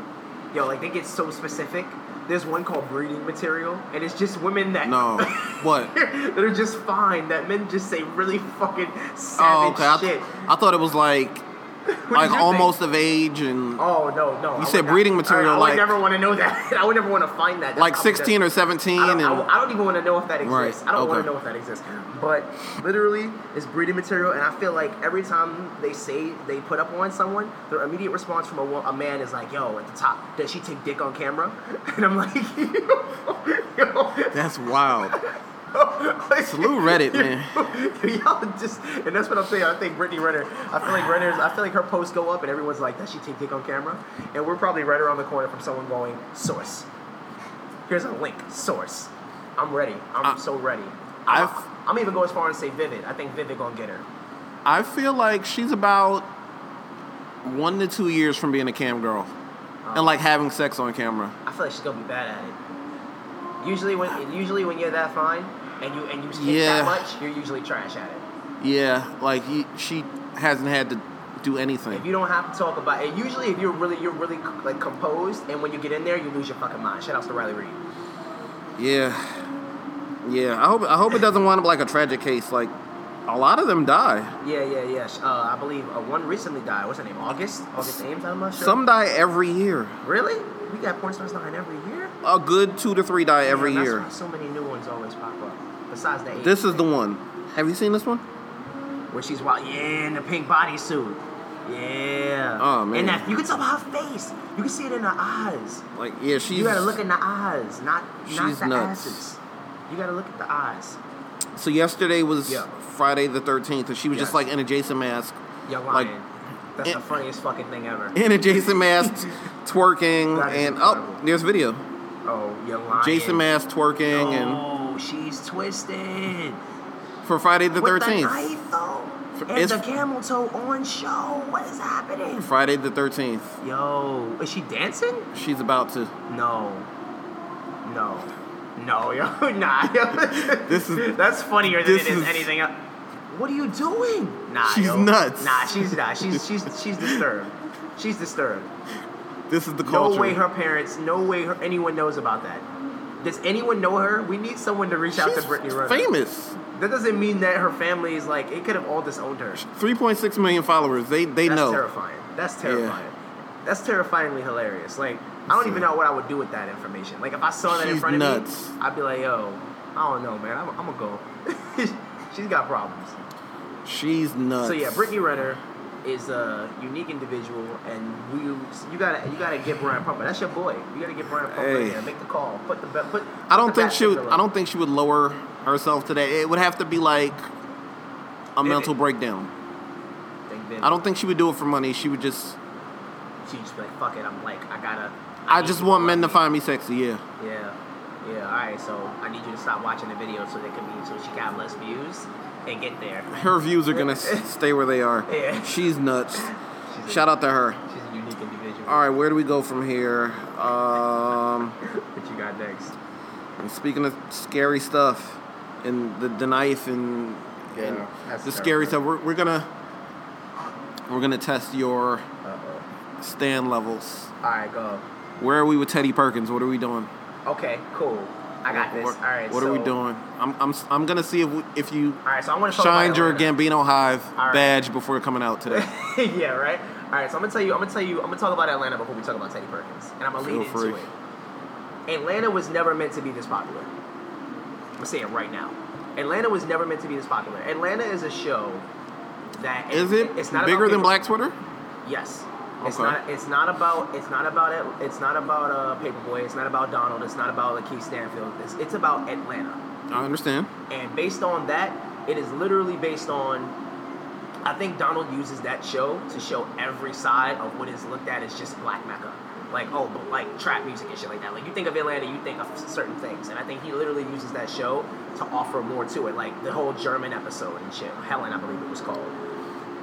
Speaker 2: Yo, like they get so specific. There's one called breeding material, and it's just women that
Speaker 1: no, what?
Speaker 2: that are just fine. That men just say really fucking savage
Speaker 1: Oh, okay. I,
Speaker 2: shit.
Speaker 1: th- I thought it was like like
Speaker 2: you
Speaker 1: almost of age and
Speaker 2: Oh no, no. You
Speaker 1: said breeding material,
Speaker 2: I,
Speaker 1: like-
Speaker 2: would never want to know that. I would never want to find that. That's
Speaker 1: like
Speaker 2: probably
Speaker 1: 16 or
Speaker 2: just-
Speaker 1: 17
Speaker 2: I don't,
Speaker 1: and
Speaker 2: I don't- I don't even want to know if that
Speaker 1: Right,
Speaker 2: exists. I don't want
Speaker 1: okay.
Speaker 2: to know if that exists. But literally, it's breeding material, and I feel like every time they say they put up on someone, their immediate response from a, wo- a man is like, "Yo, at the top, does she take dick on camera?" And I'm like, "Yo,
Speaker 1: that's wild.
Speaker 2: like,
Speaker 1: Salute Reddit, man.
Speaker 2: Y'all just, and that's what I'm saying. I think Brittany Renner. I feel like Renner's. I feel like her posts go up, and everyone's like, "Does she take dick on camera?" And we're probably right around the corner from someone going, "Source. Here's a link. Source. I'm ready. I'm
Speaker 1: I-
Speaker 2: so ready.
Speaker 1: Uh, I've-
Speaker 2: I'm, I'm even go as far as say Vivid. I think Vivid gonna get her.
Speaker 1: I feel like she's about one to two years from being a cam girl and
Speaker 2: Oh.
Speaker 1: like having sex on camera.
Speaker 2: I feel like she's gonna be bad at it. Usually when, usually when you're that fine and you and you take
Speaker 1: Yeah.
Speaker 2: that much, you're usually trash at it.
Speaker 1: Yeah, like y she hasn't had to do
Speaker 2: If
Speaker 1: anything.
Speaker 2: you don't have to talk about it, usually if you're really you're really like composed, and when you get in there, you lose your fucking mind. Shout out to Riley Reed.
Speaker 1: Yeah, yeah. I hope I hope it doesn't wind up like a tragic case. Like a lot of them die.
Speaker 2: Yeah, yeah, yeah. sh- Uh, I believe uh, one recently died. What's her name? August. August Ames. I'm not sure.
Speaker 1: Some die every year.
Speaker 2: really? We got porn stars dying every year.
Speaker 1: A good two to three die every
Speaker 2: Damn,
Speaker 1: year.
Speaker 2: That's why so many new ones always pop up. Besides the Ames
Speaker 1: This is the
Speaker 2: thing,
Speaker 1: one. Have you seen this one?
Speaker 2: where she's wild. Yeah, in the pink bodysuit. Yeah.
Speaker 1: Oh, man.
Speaker 2: And that you can tell by her face. You can see it in her eyes.
Speaker 1: Like, yeah, she's.
Speaker 2: You gotta look in the eyes, not not
Speaker 1: She's
Speaker 2: the
Speaker 1: nuts.
Speaker 2: asses. You gotta look at the eyes.
Speaker 1: So yesterday was
Speaker 2: Yeah.
Speaker 1: Friday the thirteenth, and she was just
Speaker 2: Yes.
Speaker 1: like in a Jason mask,
Speaker 2: You're
Speaker 1: Like-
Speaker 2: lying. That's
Speaker 1: it-
Speaker 2: the funniest fucking thing ever.
Speaker 1: in a Jason mask, twerking,
Speaker 2: That is
Speaker 1: and oh,
Speaker 2: incredible.
Speaker 1: there's video.
Speaker 2: oh, you're lying.
Speaker 1: Jason mask twerking,
Speaker 2: Oh, she's twisted.
Speaker 1: and for Friday the
Speaker 2: With the
Speaker 1: thirteenth,
Speaker 2: knife though,
Speaker 1: F-
Speaker 2: and
Speaker 1: it's-
Speaker 2: the camel toe on show. What is happening?
Speaker 1: Friday the thirteenth,
Speaker 2: Yo, is she dancing?
Speaker 1: she's about to.
Speaker 2: No, no, no, yo, nah. Yo.
Speaker 1: This is-
Speaker 2: that's funnier than
Speaker 1: this
Speaker 2: it is,
Speaker 1: is-
Speaker 2: anything else. What are you doing? Nah,
Speaker 1: She's
Speaker 2: yo.
Speaker 1: nuts.
Speaker 2: Nah, she's not. She's she's she's disturbed. She's disturbed.
Speaker 1: This is the culture.
Speaker 2: No way her parents, no way her, anyone knows about that. Does anyone know her? We need someone to reach out
Speaker 1: She's
Speaker 2: to Brittany Renner.
Speaker 1: famous.
Speaker 2: That doesn't mean that her family is like, it could have all disowned her.
Speaker 1: Three point six million followers. They they
Speaker 2: That's
Speaker 1: know.
Speaker 2: terrifying. That's terrifying. That's terrifyingly hilarious. Like, I don't even know what I would do with that information. Like, if I saw that in
Speaker 1: She's
Speaker 2: front of
Speaker 1: nuts.
Speaker 2: me, I'd be like, yo, I don't know, man. I'm, I'm going to go. She's got problems.
Speaker 1: She's nuts.
Speaker 2: So yeah, Brittany Renner is a unique individual, and we you gotta you gotta get Brian Pumper. That's your boy. You gotta get Brian Pumper
Speaker 1: Hey.
Speaker 2: in there. Make the call. Put the be- put.
Speaker 1: I don't
Speaker 2: put the
Speaker 1: think
Speaker 2: bat
Speaker 1: she would.
Speaker 2: signal
Speaker 1: I
Speaker 2: up.
Speaker 1: don't think she would lower herself today. It would have to be like a mental breakdown.
Speaker 2: Think that
Speaker 1: I don't think she would do it for money. She would just.
Speaker 2: She just be like, fuck it. I'm like, I gotta.
Speaker 1: I
Speaker 2: need
Speaker 1: just
Speaker 2: you to
Speaker 1: want
Speaker 2: love
Speaker 1: men to
Speaker 2: me.
Speaker 1: find me sexy. Yeah.
Speaker 2: Yeah, yeah. All right, so I need you to stop watching the video so they can be so she can have less views and get there.
Speaker 1: her views are gonna s- stay where they are.
Speaker 2: Yeah.
Speaker 1: She's nuts.
Speaker 2: She's a-
Speaker 1: Shout out to her.
Speaker 2: She's a unique individual.
Speaker 1: All right, where do we go from here? Um,
Speaker 2: What you got next?
Speaker 1: and speaking of scary stuff and the, the knife and, and
Speaker 2: Yeah, that's
Speaker 1: the scary
Speaker 2: terrifying.
Speaker 1: stuff, we're, we're gonna we're gonna test your
Speaker 2: Uh oh.
Speaker 1: stand levels.
Speaker 2: All right, go.
Speaker 1: Where are we with Teddy Perkins? What are we doing?
Speaker 2: Okay, cool. I got this.
Speaker 1: What,
Speaker 2: All right.
Speaker 1: what are we
Speaker 2: so-
Speaker 1: doing? I'm, I'm, s- I'm gonna see if, we, if you
Speaker 2: All right, so I want to
Speaker 1: shined your Gambino Hive
Speaker 2: All right.
Speaker 1: badge before coming out today.
Speaker 2: yeah, right. All right, so I'm gonna tell you, I'm gonna tell you, I'm gonna talk about Atlanta before we talk about Teddy Perkins, and I'm gonna
Speaker 1: Feel
Speaker 2: lead
Speaker 1: free.
Speaker 2: into it. Atlanta was never meant to be this popular. I'm gonna say it right now. Atlanta was never meant to be this popular. Atlanta is a show that
Speaker 1: Is it
Speaker 2: It's not
Speaker 1: bigger
Speaker 2: about
Speaker 1: than
Speaker 2: people-
Speaker 1: Black Twitter?
Speaker 2: Yes. It's
Speaker 1: Okay.
Speaker 2: not. It's not about. It's not about. it. It's not about uh, Paperboy. It's not about Donald. It's not about Lakeith Stanfield. It's, it's about Atlanta.
Speaker 1: I understand.
Speaker 2: And based on that, it is literally based on I think Donald uses that show to show every side of what is looked at as just black mecca. Like, oh, but like trap music and shit like that. Like, you think of Atlanta, you think of certain things. And I think he literally uses that show to offer more to it. Like, the whole German episode and shit. Helen, I believe it was called.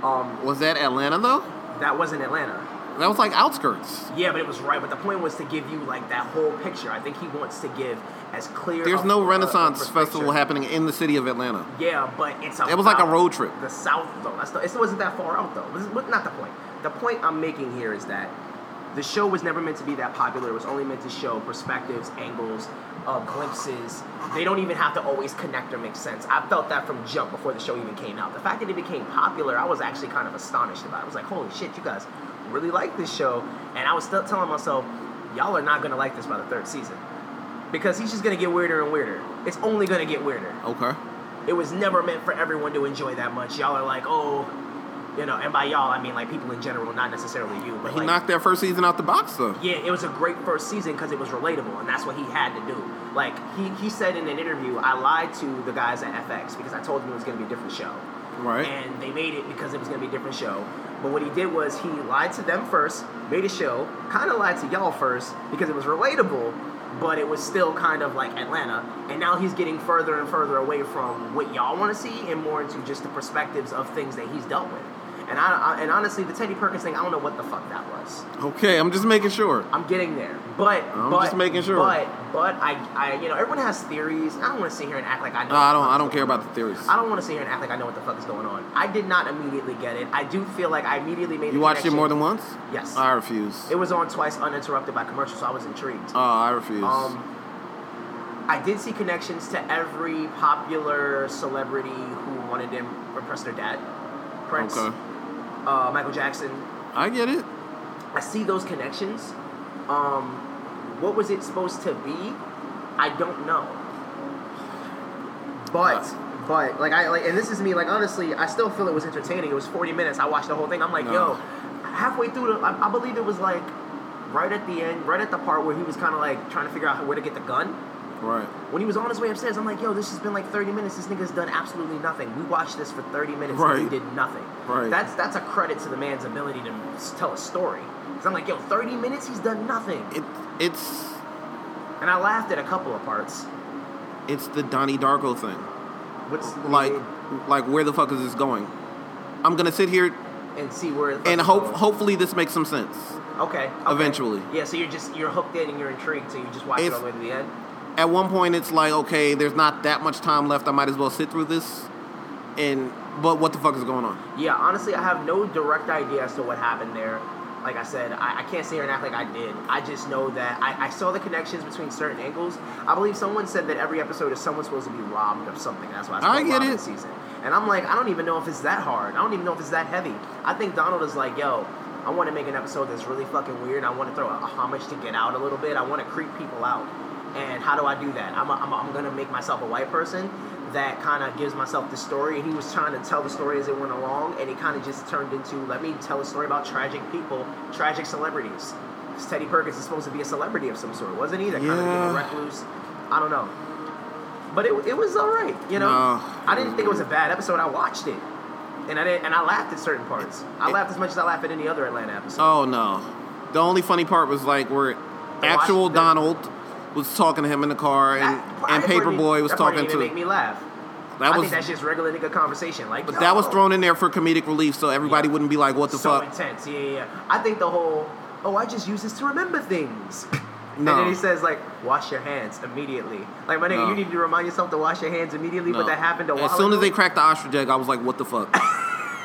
Speaker 2: Um,
Speaker 1: Was that Atlanta though?
Speaker 2: that was in Atlanta.
Speaker 1: That was like outskirts.
Speaker 2: Yeah, but it was right. But the point was to give you, like, that whole picture. I think he wants to give as clear
Speaker 1: There's
Speaker 2: of
Speaker 1: no
Speaker 2: a- a
Speaker 1: Renaissance festival
Speaker 2: picture.
Speaker 1: happening in the city of Atlanta.
Speaker 2: Yeah, but it's
Speaker 1: It was like a
Speaker 2: about
Speaker 1: road trip.
Speaker 2: The South, though. That's the, it wasn't that far out, though. This is- but not the point. The point I'm making here is that the show was never meant to be that popular. It was only meant to show perspectives, angles, uh, glimpses. They don't even have to always connect or make sense. I felt that from jump before the show even came out. The fact that it became popular, I was actually kind of astonished about. I was like, holy shit, you guys really like this show. And I was still telling myself, y'all are not going to like this by the third season. Because he's just going to get weirder and weirder. It's only going to get weirder
Speaker 1: Okay.
Speaker 2: it was never meant for everyone to enjoy that much. Y'all are like, oh, you know, and by y'all I mean like people in general, not necessarily you. But
Speaker 1: He
Speaker 2: like,
Speaker 1: knocked that first season out the box though.
Speaker 2: yeah, it was a great first season because it was relatable, and that's what he had to do. Like he, he said in an interview, I lied to the guys at FX because I told them it was going to be a different show
Speaker 1: Right.
Speaker 2: and they made it because it was going to be a different show. But what he did was he lied to them first, made a show, kind of lied to y'all first because it was relatable, but it was still kind of like Atlanta. And now he's getting further and further away from what y'all want to see and more into just the perspectives of things that he's dealt with. And I, I and honestly, the Teddy Perkins thing, I don't know what the fuck that was.
Speaker 1: okay, I'm just making sure.
Speaker 2: I'm getting there, but
Speaker 1: I'm
Speaker 2: but,
Speaker 1: just making sure.
Speaker 2: But but I, I you know everyone has theories. I don't want to sit here and act like I know.
Speaker 1: No, I don't
Speaker 2: what
Speaker 1: I
Speaker 2: the fuck's
Speaker 1: don't care
Speaker 2: going on.
Speaker 1: about the theories.
Speaker 2: I don't want to sit here and act like I know what the fuck is going on. I did not immediately get it. I do feel like I immediately made.
Speaker 1: You
Speaker 2: the
Speaker 1: watched it
Speaker 2: connection.
Speaker 1: more than once? Uh,
Speaker 2: Yes.
Speaker 1: I refuse.
Speaker 2: It was on twice, uninterrupted by commercials, so I was intrigued.
Speaker 1: Oh, I refuse.
Speaker 2: Um, I did see connections to every popular celebrity who wanted to impress their dad, Prince,
Speaker 1: okay.
Speaker 2: uh, Michael Jackson,
Speaker 1: I get it.
Speaker 2: I see those connections. Um, what was it supposed to be? I don't know. But but like I like, and this is me. Like honestly, I still feel it was entertaining. It was forty minutes. I watched the whole thing. I'm like,
Speaker 1: No.
Speaker 2: yo, halfway through, the, I, I believe it was like right at the end, right at the part where he was kind of like trying to figure out where to get the gun
Speaker 1: Right.
Speaker 2: when he was on his way upstairs, I'm like, yo, this has been like 30 minutes. This nigga's done absolutely nothing. We watched this for 30 minutes and
Speaker 1: Right.
Speaker 2: he did nothing.
Speaker 1: Right.
Speaker 2: That's that's a credit to the man's ability to s- tell a story. Because I'm like, yo, 30 minutes, he's done nothing.
Speaker 1: It it's
Speaker 2: And I laughed at a couple of parts.
Speaker 1: it's the Donnie Darko thing.
Speaker 2: What's
Speaker 1: Like like where the fuck is this going? I'm gonna sit here
Speaker 2: and see where it
Speaker 1: and
Speaker 2: fucking
Speaker 1: hope
Speaker 2: goes.
Speaker 1: hopefully this makes some sense.
Speaker 2: okay, okay.
Speaker 1: eventually.
Speaker 2: Yeah, so you're just you're hooked in and you're intrigued, so you just watch it
Speaker 1: If-
Speaker 2: all the way to the end.
Speaker 1: At one point it's like, okay, there's not that much time left, I might as well sit through this and but what the fuck is going on?
Speaker 2: Yeah, honestly, I have no direct idea as to what happened there. Like I said, I, I can't sit here and act like I did. I just know that I, I saw the connections between certain angles. I believe someone said that every episode is someone supposed to be robbed of something. That's why
Speaker 1: I
Speaker 2: I,
Speaker 1: get
Speaker 2: get
Speaker 1: it.
Speaker 2: it. Season. And I'm like, I don't even know if it's that hard. I don't even know if it's that heavy. I think Donald is like, yo, I want to make an episode that's really fucking weird. I want to throw a, a homage to Get Out a little bit. I want to creep people out. And how do I do that? I'm, a, I'm, a, I'm gonna make myself a white person that kind of gives myself the story. And he was trying to tell the story as it went along, and it kind of just turned into let me tell a story about tragic people, tragic celebrities. 'Cause Teddy Perkins is supposed to be a celebrity of some sort, wasn't he? That kind of
Speaker 1: Yeah.
Speaker 2: a recluse. I don't know. But it, it was all right, you know.
Speaker 1: No.
Speaker 2: I didn't think it was a bad episode. I watched it, and I didn't, and I laughed at certain parts. I
Speaker 1: It-
Speaker 2: laughed as much as I laughed at any other Atlanta episode.
Speaker 1: Oh no. The only funny part was like where actual
Speaker 2: the-
Speaker 1: Donald was talking to him in the car and,
Speaker 2: That part-
Speaker 1: and
Speaker 2: that part
Speaker 1: Paperboy
Speaker 2: didn't-
Speaker 1: was
Speaker 2: that part
Speaker 1: talking
Speaker 2: didn't
Speaker 1: to
Speaker 2: even make me laugh.
Speaker 1: that
Speaker 2: I
Speaker 1: was
Speaker 2: think that's just regular nigga conversation. Like,
Speaker 1: but that was
Speaker 2: yo.
Speaker 1: thrown in there for comedic relief so everybody
Speaker 2: Yeah.
Speaker 1: wouldn't be like what the
Speaker 2: so
Speaker 1: fuck
Speaker 2: intense. Yeah, yeah, yeah. I think the whole oh, I just use this to remember things.
Speaker 1: No.
Speaker 2: And then he says like, wash your hands immediately. Like my nigga,
Speaker 1: No.
Speaker 2: you need to remind yourself to wash your hands immediately. But
Speaker 1: No.
Speaker 2: that happened a while
Speaker 1: As soon as
Speaker 2: ago.
Speaker 1: they cracked the ostrich egg, I was like, what the fuck?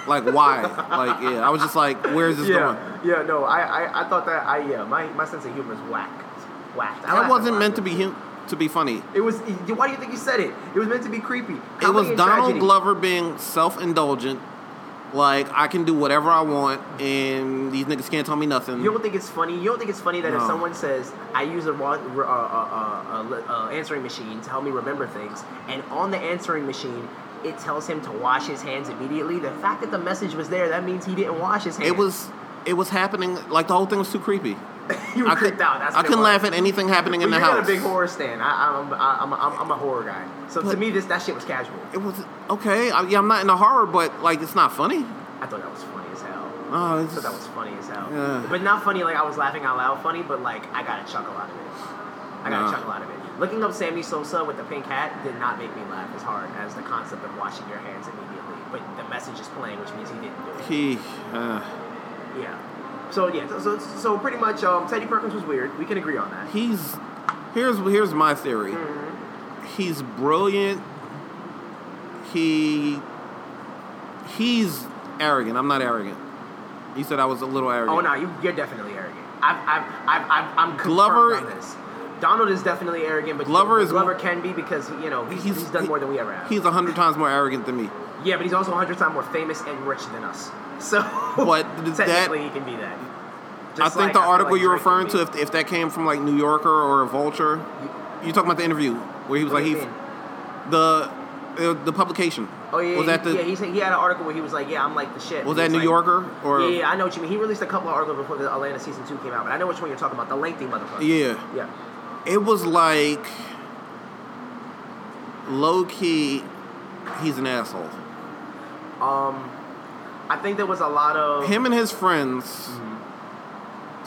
Speaker 1: like, why? Like, yeah, I was just like, where is this going?
Speaker 2: yeah, yeah, no, I, I, I thought that I yeah, my, my sense of humor is whacked, whacked. I
Speaker 1: That
Speaker 2: laughed
Speaker 1: wasn't
Speaker 2: a lot
Speaker 1: meant to
Speaker 2: at
Speaker 1: be
Speaker 2: it.
Speaker 1: him to be funny.
Speaker 2: It was. Why do you think he said it? It was meant to be creepy.
Speaker 1: It was
Speaker 2: Comedy and
Speaker 1: Donald
Speaker 2: tragedy.
Speaker 1: Glover being self-indulgent. Like, I can do whatever I want, and these niggas can't tell me nothing.
Speaker 2: You don't think it's funny? You don't think it's funny that if
Speaker 1: No.
Speaker 2: someone says, "I use a, wa- uh, uh, uh, uh, li- uh, answering machine to help me remember things," and on the answering machine it tells him to wash his hands immediately. The fact that the message was there, that means he didn't wash his hands.
Speaker 1: It was, it was happening. Like the whole thing was too creepy.
Speaker 2: you were
Speaker 1: I
Speaker 2: creeped
Speaker 1: could,
Speaker 2: out. That's
Speaker 1: I
Speaker 2: what it
Speaker 1: couldn't
Speaker 2: was.
Speaker 1: laugh at anything happening in
Speaker 2: Well,
Speaker 1: the
Speaker 2: you got
Speaker 1: house.
Speaker 2: a big horror stand. I, I'm, I, I'm, I'm, I'm a horror guy. So to
Speaker 1: But-
Speaker 2: me, this that shit was casual.
Speaker 1: It was okay. I, yeah, I'm not in a horror, but like, it's not funny.
Speaker 2: I thought that was funny as hell.
Speaker 1: Oh,
Speaker 2: I
Speaker 1: it's
Speaker 2: thought that was funny as hell.
Speaker 1: Yeah.
Speaker 2: But not funny like I was laughing out loud funny, but like I got a chuckle out of it. I got
Speaker 1: Nah.
Speaker 2: a chuckle out of it. Looking up Sammy Sosa with the pink hat did not make me laugh as hard as the concept of washing your hands immediately. But the message is playing, which means he didn't do it.
Speaker 1: he. Uh,
Speaker 2: Yeah. So yeah, so so, so pretty much um, Teddy Perkins was weird. We can agree on that.
Speaker 1: he's here's here's my theory.
Speaker 2: Mm-hmm.
Speaker 1: He's brilliant. He he's arrogant. I'm not arrogant. You said I was a little arrogant.
Speaker 2: Oh no, you, you're definitely arrogant. I've, I've, I've, I've, I'm confirmed
Speaker 1: Glover-
Speaker 2: on this. Donald is definitely arrogant, but
Speaker 1: Glover is-
Speaker 2: Glover can be because you know he's, he's, done more than we ever have.
Speaker 1: He's a hundred times more arrogant than me.
Speaker 2: yeah, but he's also 100 times more famous and rich than us. So
Speaker 1: But th- that-
Speaker 2: technically he can be that.
Speaker 1: I
Speaker 2: Just
Speaker 1: think
Speaker 2: like
Speaker 1: the
Speaker 2: feel
Speaker 1: article
Speaker 2: like
Speaker 1: you're
Speaker 2: Drake can
Speaker 1: referring
Speaker 2: be.
Speaker 1: to, if, if that came from like New Yorker or a Vulture, you talking about the interview where he was
Speaker 2: What
Speaker 1: like
Speaker 2: do
Speaker 1: he
Speaker 2: you mean?
Speaker 1: the uh, the publication.
Speaker 2: Oh yeah,
Speaker 1: was
Speaker 2: yeah,
Speaker 1: that the
Speaker 2: yeah. He, said- he had an article where he was like, "Yeah, I'm like the shit."
Speaker 1: was
Speaker 2: He
Speaker 1: that New
Speaker 2: like-
Speaker 1: Yorker or
Speaker 2: Yeah, yeah, I know what you mean. He released a couple of articles before the Atlanta season two came out, but I know which one you're talking about. The lengthy motherfucker.
Speaker 1: yeah?
Speaker 2: Yeah.
Speaker 1: It was like low key. He's an asshole.
Speaker 2: Um, I think there was a lot of
Speaker 1: Him and his friends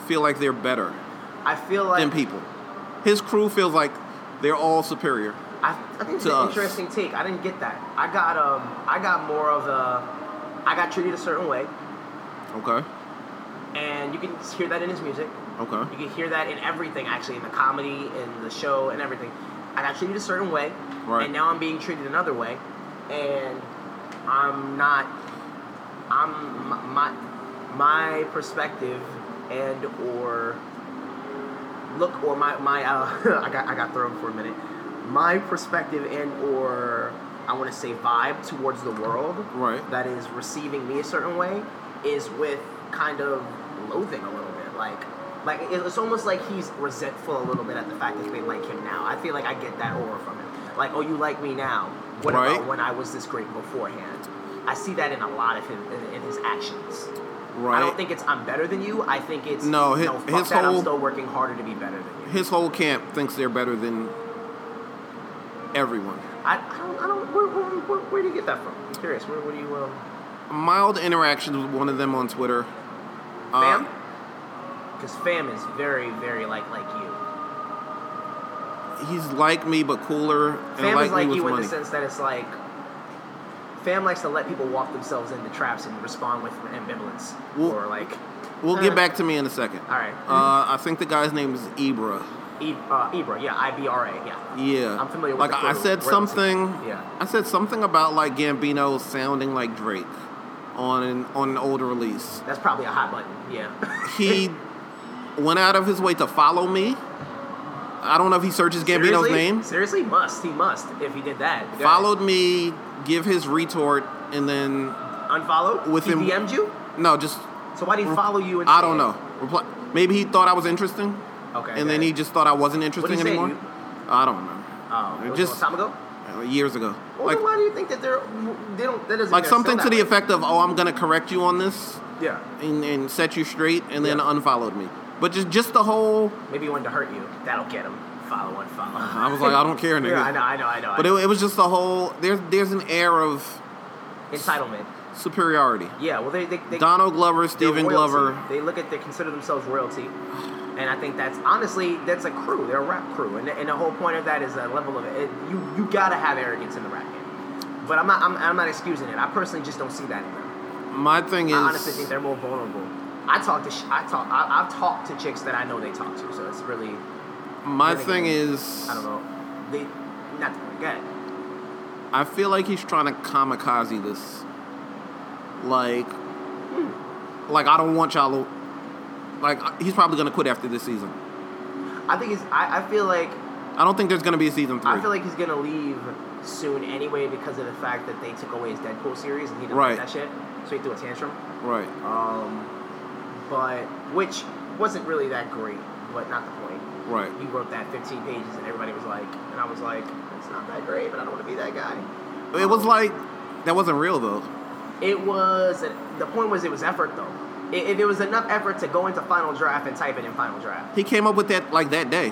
Speaker 1: feel like they're better
Speaker 2: I feel Mm-hmm. like
Speaker 1: than people. His crew feels like they're all superior.
Speaker 2: I, I think it's
Speaker 1: To
Speaker 2: an
Speaker 1: us.
Speaker 2: interesting take. I didn't get that. I got um, I got more of a, I got treated a certain way,
Speaker 1: Okay.
Speaker 2: and you can hear that in his music.
Speaker 1: Okay.
Speaker 2: You can hear that in everything, actually, in the comedy, in the show, and everything. I got treated a certain way,
Speaker 1: Right.
Speaker 2: and now I'm being treated another way, and I'm not. I'm m- my my perspective and or look or my my uh, I got I got thrown for a minute. My perspective and or I want to say vibe towards the world
Speaker 1: Right.
Speaker 2: that is receiving me a certain way is with kind of loathing a little bit like like it- it's almost like he's resentful a little bit at the fact that they like him now. I feel like I get that aura from him. Like oh you like me now. What
Speaker 1: Right.
Speaker 2: about when I was this great beforehand? I see that in a lot of him in, in his actions.
Speaker 1: Right.
Speaker 2: I don't think it's I'm better than you. I think it's
Speaker 1: No, hi-
Speaker 2: fuck
Speaker 1: his
Speaker 2: that,
Speaker 1: whole-
Speaker 2: I'm still working harder to be better than you.
Speaker 1: his whole camp thinks they're better than everyone.
Speaker 2: I, I don't, I don't where, where, where, where do you get that from? I'm curious. Where, where do you um?
Speaker 1: Mild interactions with one of them on Twitter. Uh,
Speaker 2: Fam? Because fam is very very like like you.
Speaker 1: he's like me but cooler and
Speaker 2: Fam
Speaker 1: like
Speaker 2: is like
Speaker 1: me
Speaker 2: you
Speaker 1: with
Speaker 2: in
Speaker 1: money.
Speaker 2: the sense that it's like. Fam likes to let people walk themselves into traps and respond with ambivalence
Speaker 1: Well-
Speaker 2: or like.
Speaker 1: We'll get
Speaker 2: Uh.
Speaker 1: back to me in a second.
Speaker 2: All right.
Speaker 1: Uh, I think the guy's name is Ibra.
Speaker 2: E- uh, Ibra, yeah, I B R A, yeah.
Speaker 1: Yeah.
Speaker 2: I'm familiar with
Speaker 1: Like
Speaker 2: the
Speaker 1: I
Speaker 2: crew.
Speaker 1: said
Speaker 2: We're-
Speaker 1: something.
Speaker 2: Yeah.
Speaker 1: I said something about like Gambino sounding like Drake on an, on an older release.
Speaker 2: That's probably a hot button, yeah.
Speaker 1: He went out of his way to follow me. I don't know if he searches Gambino's
Speaker 2: Seriously?
Speaker 1: name.
Speaker 2: Seriously, must he must if he did that.
Speaker 1: Followed me, give his retort, and then
Speaker 2: unfollowed
Speaker 1: with
Speaker 2: he
Speaker 1: him-
Speaker 2: DM'd you.
Speaker 1: no, just
Speaker 2: So why did he follow you? Instead?
Speaker 1: I don't know. Reply, maybe he thought I was interesting.
Speaker 2: Okay,
Speaker 1: And then
Speaker 2: yeah.
Speaker 1: he just thought I wasn't interesting
Speaker 2: he say,
Speaker 1: anymore.
Speaker 2: dude?
Speaker 1: I don't remember.
Speaker 2: Oh, it was
Speaker 1: just
Speaker 2: just time ago.
Speaker 1: uh, years ago.
Speaker 2: Well,
Speaker 1: like
Speaker 2: then why do you think that they're they don't that doesn't
Speaker 1: like
Speaker 2: they're
Speaker 1: something
Speaker 2: still
Speaker 1: to the
Speaker 2: that way.
Speaker 1: effect of, "Oh, I'm gonna correct you on this
Speaker 2: Yeah,
Speaker 1: and, and set you straight," and then
Speaker 2: Yeah. Uh-huh.
Speaker 1: unfollowed me. But just just the whole,
Speaker 2: maybe he wanted to hurt you. That'll get him. Follow unfollow.
Speaker 1: I was like, I don't care, nigga.
Speaker 2: yeah, I know, I know, I know.
Speaker 1: But it, it was just the whole. There's there's an air of
Speaker 2: entitlement.
Speaker 1: superiority.
Speaker 2: Yeah, well, they they, they
Speaker 1: Donald Glover,
Speaker 2: they're
Speaker 1: Stephen
Speaker 2: royalty.
Speaker 1: Glover.
Speaker 2: They look at they consider themselves royalty, and I think that's honestly that's a crew. They're a rap crew, and, and the whole point of that is a level of it, you you gotta have arrogance in the rap game. But I'm not I'm, I'm not excusing it. I personally just don't see that in them.
Speaker 1: My thing is,
Speaker 2: I honestly think they're more vulnerable. I talk to sh- I talk I, I've talked to chicks that I know they talk to, so it's really
Speaker 1: my
Speaker 2: then
Speaker 1: thing
Speaker 2: again,
Speaker 1: is,
Speaker 2: I don't know they not the point. Go ahead.
Speaker 1: I feel like he's trying to kamikaze this. Like, like I don't want y'all. To, like I- he's probably gonna quit after this season.
Speaker 2: I think it's I, I feel like
Speaker 1: I don't think there's gonna be a season three.
Speaker 2: I feel like he's gonna leave soon anyway because of the fact that they took away his Deadpool series and he didn't
Speaker 1: Right.
Speaker 2: like that shit, so he threw a tantrum.
Speaker 1: right.
Speaker 2: Um, but which wasn't really that great, but not the point.
Speaker 1: Right.
Speaker 2: He wrote that 15 pages, and everybody was like, and I was like, it's not that great, but I don't want to be that guy.
Speaker 1: It was like that wasn't real though.
Speaker 2: It was the point was it was effort though. I- If it was enough effort to go into Final Draft and type it in Final Draft,
Speaker 1: He came up with that like that day.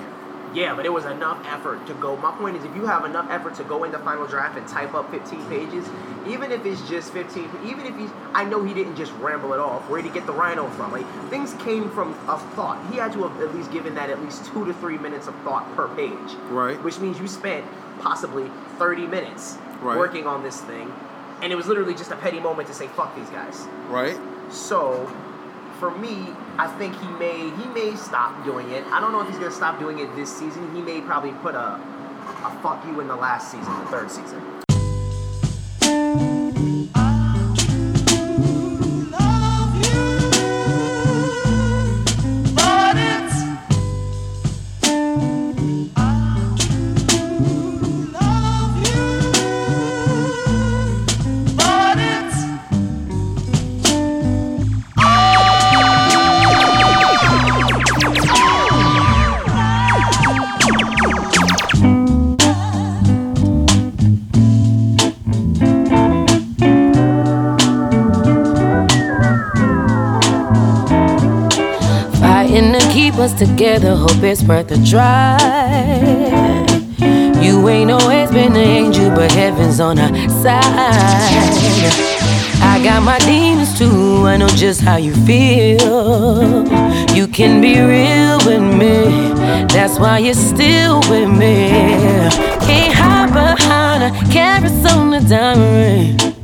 Speaker 2: Yeah, but it was enough effort to go. My point is, if you have enough effort to go into Final Draft and type up 15 pages, even if it's just 15, even if he's, I know he didn't just ramble it off. Where did he get the rhino from? Like things came from a thought. He had to have at least given that at least two to three minutes of thought per page.
Speaker 1: Right.
Speaker 2: Which means you spent possibly 30 minutes
Speaker 1: Right.
Speaker 2: working on this thing, and it was literally just a petty moment to say fuck these guys.
Speaker 1: right?
Speaker 2: So, for me, I think he may he may stop doing it. I don't know if he's gonna stop doing it this season. He may probably put a a fuck you in the last season, the third season.
Speaker 3: Fighting to keep us together, hope it's worth a try. You ain't always been an angel, but heaven's on our side. I got my demons too, I know just how you feel. You can be real with me, that's why you're still with me. Can't hide behind a Arizona diamond ring.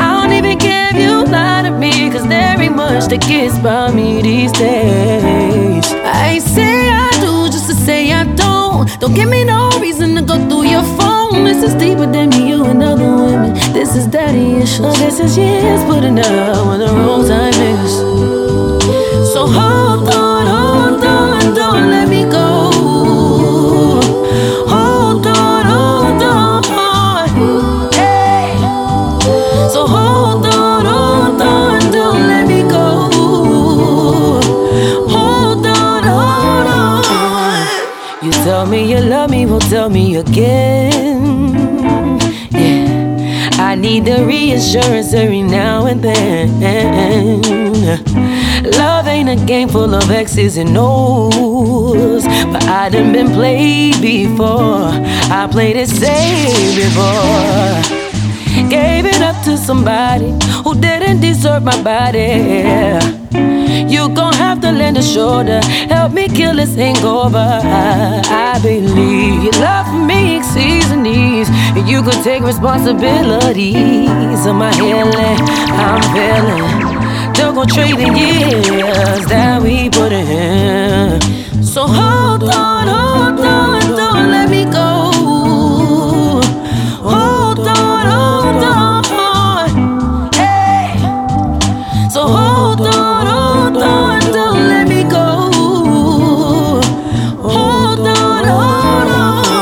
Speaker 3: I don't even care if you lie to me, cause there ain't much that gets by me these days. I ain't say I do just to say I don't. Don't give me no reason to go through your phone. This is deeper than me, you and other women. This is daddy issues. Oh, This is years putting up when the wrongs I miss. So hold on, hold on, don't let me go. Hold on, hold on. Hey. So hold on, hold on, don't let me go. Hold on, hold on. You tell me you love me, well, tell me again. Yeah, I need the reassurance every now and then. Love ain't a game full of X's and O's, but I done been played before. I played it safe before. Gave it up to somebody who didn't deserve my body. You gon' have to lend a shoulder, help me kill this hangover. I believe your love for me exceeds and needs, and you could take responsibilities of my healing. I'm feeling, don't go trading years that we put in. So hold on, hold on, don't let me go. Hold on, hold on. Hey. So hold on, hold on, don't let me go. Hold on, hold on.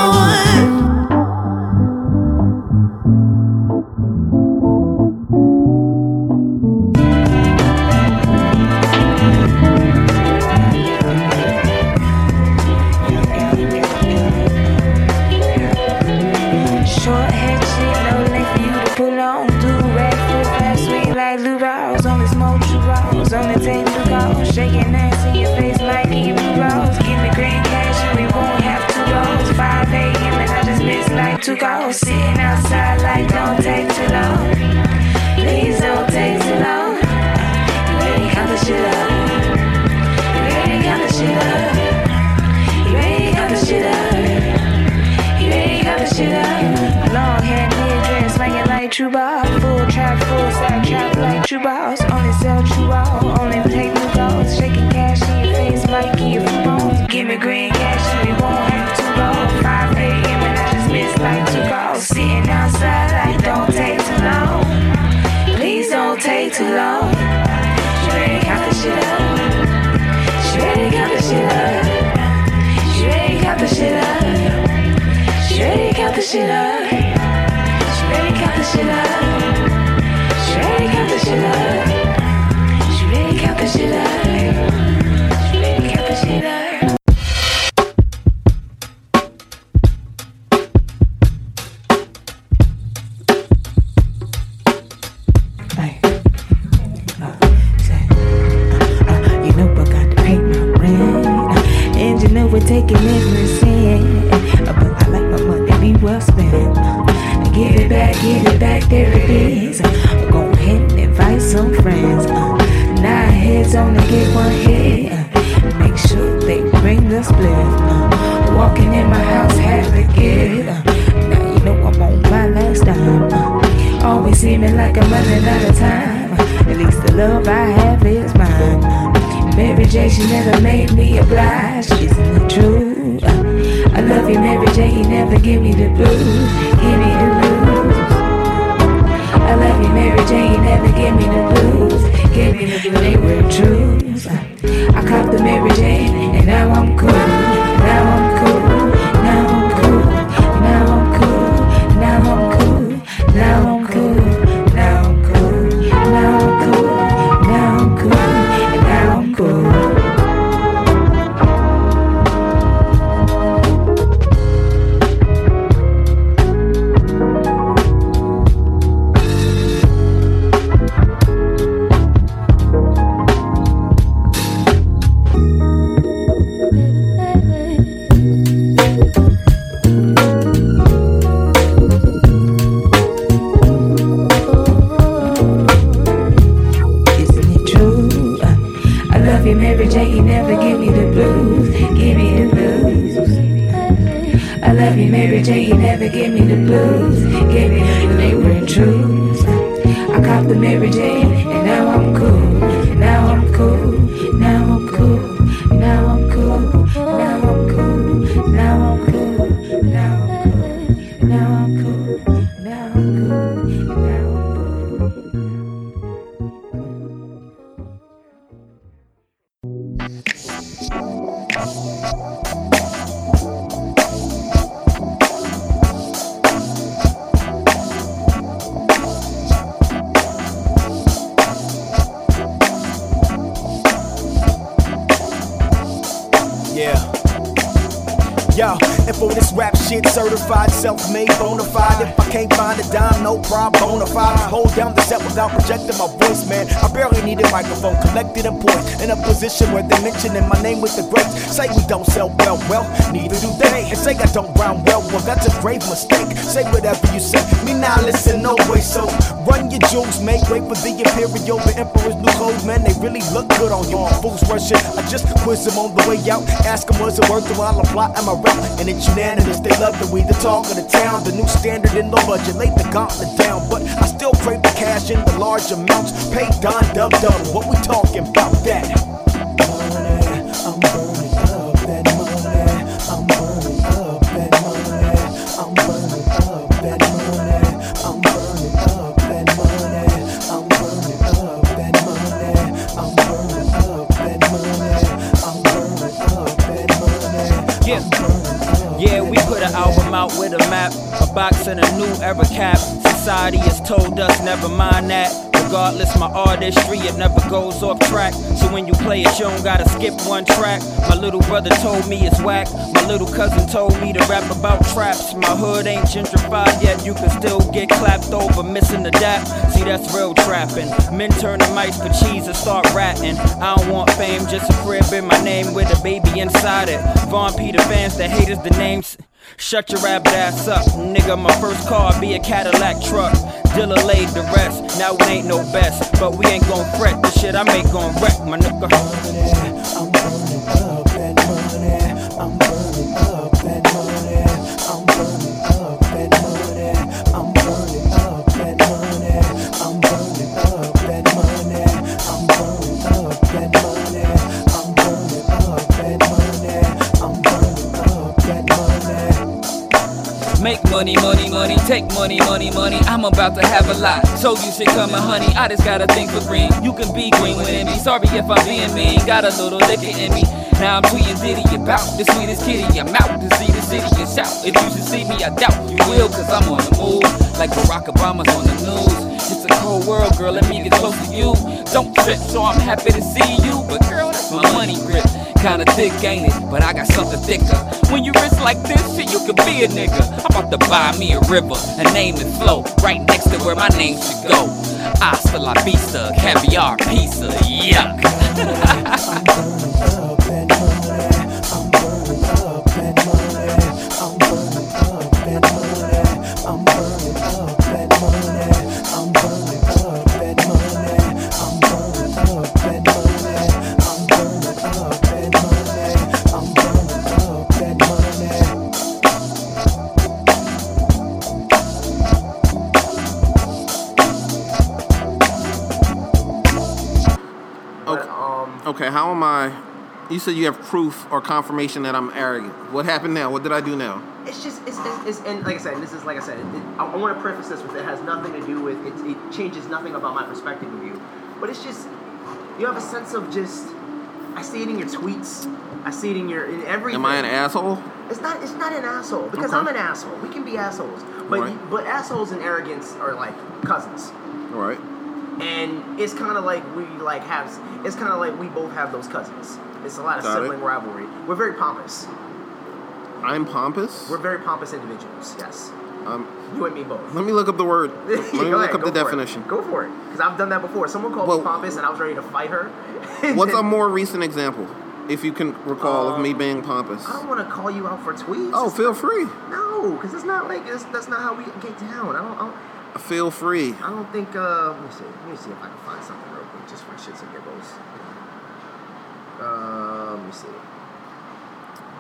Speaker 4: Short head shit, no neck for you to put on. Do rag full fast, sweet like blue balls. Only smoke you rolls on the table calls. Shaking ass in your face like you rolls. Give me green cash and we won't have two rolls. 5 a.m. and I just miss like two calls. Sitting outside like don't take too long. Please don't take too long. You ready to count the shit up? You ready to count the shit up? You ready to count the shit up? You ain't got the shit up. Long hair, knee dress, swinging like true ball. Full trap, full side trap like true balls. Only sell true all, only take new goals. Shaking cash in your face like your bones. Give me green cash, we won't have to roll. 5 a.m. and I just miss like two calls. Sitting outside like don't take too long. Please don't take too long. She ready to count the shit up. She ready to count the shit up. She ready to count the shit up. She ready to count the shit up. She ready to count the shit up. She ready to count the shit up. She ready to count the shit up. She ready to count the shit up.
Speaker 5: Ay. Uh, say, uh, uh, You know I got to pay my rent, and you know we're taking every cent.
Speaker 4: it back, get it back, there it is. I'm gonna hit and invite some friends. Uh, nine heads only get one hit. Uh, make sure they bring the split. Uh, walking in my house, had to get it. Uh, now you know I'm on my last dime. Uh, always seeming like I'm running out of time. Uh, at least the love I have is mine. Uh, Mary J, she never made me obliged. She's the truth. Uh, I love you, Mary J, you never give me the blues. Give me the blues. I love you, Mary Jane. You never give me the blues. Give me the blues. They were trues. I copped the Mary Jane, and now I'm cool. Now I'm cool. Now I'm cool. Now I'm cool. Now I'm cool. Now I'm cool. Now I'm cool. Now I'm cool. Now I'm cool. Now I'm cool. Isn't it true? Uh, I love you, Mary Jane. You never give me the blues. Give me the blues. I love you, Mary Jane. You never give me the blues. Give me the blues. They were true. I caught the Mary Jane, and now I'm cool. Now I'm cool. Now I'm cool. Now I'm cool. Now I'm cool. Now I'm cool. Now I'm cool. Now I'm cool. Now I'm cool. Now I'm cool.
Speaker 1: Yeah. Yo, and for this rap shit, certified, self-made, bona fide. If I can't find a dime, no problem, bona fide. Hold down the set without projecting my voice, man. I barely need a microphone, collected a point in a position where they're mentioning my name with the greats. Say we don't sell well, well, neither do they. And say I don't rhyme well, well, that's a grave mistake. Say whatever you say, me now listen, no way. So run your jewels, make way for the imperial, the emperor's new clothes, man. They really look good on you. Fools rushing, I just quiz them on the way out, ask them was it worth it while I plot and my route. And it's unanimous, they love that we the talk of the town. The new standard in low budget, laid the gauntlet down. But I still crave the cash in the large amounts. Pay Don Dub Dub, what we talking about that? Money, I'm burning up that money. I'm burning up that money. I'm burning up that money. I'm burning up that money. I'm burning up that money. I'm burning up that money. I'm burning up that money.
Speaker 6: Yeah. Yeah, we put an album out with a map, a box and a new era cap. Society has told us, never mind that. Regardless, my artistry, it never goes off track. So when you play it, you don't gotta skip one track. My little brother told me it's whack. My little cousin told me to rap about traps. My hood ain't gentrified yet, you can still get clapped over, missing the dap. See, that's real trapping. Men turn the mice for cheese and start ratting. I don't want fame, just a crib in my name with a baby inside it. Von Peter fans, the haters, the names. Shut your rap ass up, nigga. My first car be a Cadillac truck. Dilla laid the rest. Now it ain't no best, but we ain't gon' fret. The shit I make gon' wreck, my nigga.
Speaker 1: I'm burning up that money. I'm burning up that money. I'm burning up that money. I'm burning up that money. I'm burning up that money. I'm burning up that money. I'm burning up that money. I'm burning up that money.
Speaker 7: Make money, money, money, take money, money, money. I'm about to have a lot, so you should come and honey. I just gotta think for green. You can be green within me. Sorry if I'm being mean. Got a little liquor in me. Now I'm tweeting diddy about the sweetest kitty. I'm out to see the city and shout. If you should see me, I doubt you will, cause I'm on the move. Like Barack Obama's on the news. It's a cold world, girl. Let me get close to you. Don't trip, so I'm happy to see you. But girl, that's my money grip. Kinda thick, ain't it? But I got something thicker. When you rich like this, shit, you could be a nigga. I'm about to buy me a river, a name and flow, right next to where my name should go. Hasta la vista, caviar, pizza, yuck.
Speaker 1: I'm burning up
Speaker 2: um,
Speaker 1: how am I? You said you have proof or confirmation that I'm arrogant. What happened now? What did I do now?
Speaker 2: it's just it's, it's, it's and like I said, this is like I said. It, I, I want to preface this with it has nothing to do with it. It changes nothing about my perspective of you, but it's just you have a sense of just. I see it in your tweets. I see it in your in everything.
Speaker 1: Am I an asshole?
Speaker 2: It's not. It's not an asshole because
Speaker 1: Okay.
Speaker 2: I'm an asshole. We can be assholes, but
Speaker 1: Right.
Speaker 2: but assholes and arrogance are like cousins,
Speaker 1: All right.
Speaker 2: and it's kind of like we like have. It's kind of like we both have those cousins. It's a lot of
Speaker 1: Got it.
Speaker 2: sibling rivalry. We're very pompous.
Speaker 1: I'm pompous.
Speaker 2: We're very pompous individuals. Yes,
Speaker 1: Um,
Speaker 2: you and me both.
Speaker 1: let me look up the word. Let
Speaker 2: Go
Speaker 1: me look
Speaker 2: ahead,
Speaker 1: up the
Speaker 2: go for it.
Speaker 1: definition.
Speaker 2: Go for it, because I've done that before. Someone called
Speaker 1: Well-
Speaker 2: me pompous, and I was ready to fight her.
Speaker 1: What's a more recent example, if you can recall,
Speaker 2: Um,
Speaker 1: of me being pompous?
Speaker 2: I don't want to call you out for tweets.
Speaker 1: Oh, feel free.
Speaker 2: no, because it's not like it's, that's not how we get down. I don't. I don't,
Speaker 1: Feel free.
Speaker 2: I don't think. Uh, let me see. Let me see if I can find something real quick, just for shits and giggles. Uh, let me see.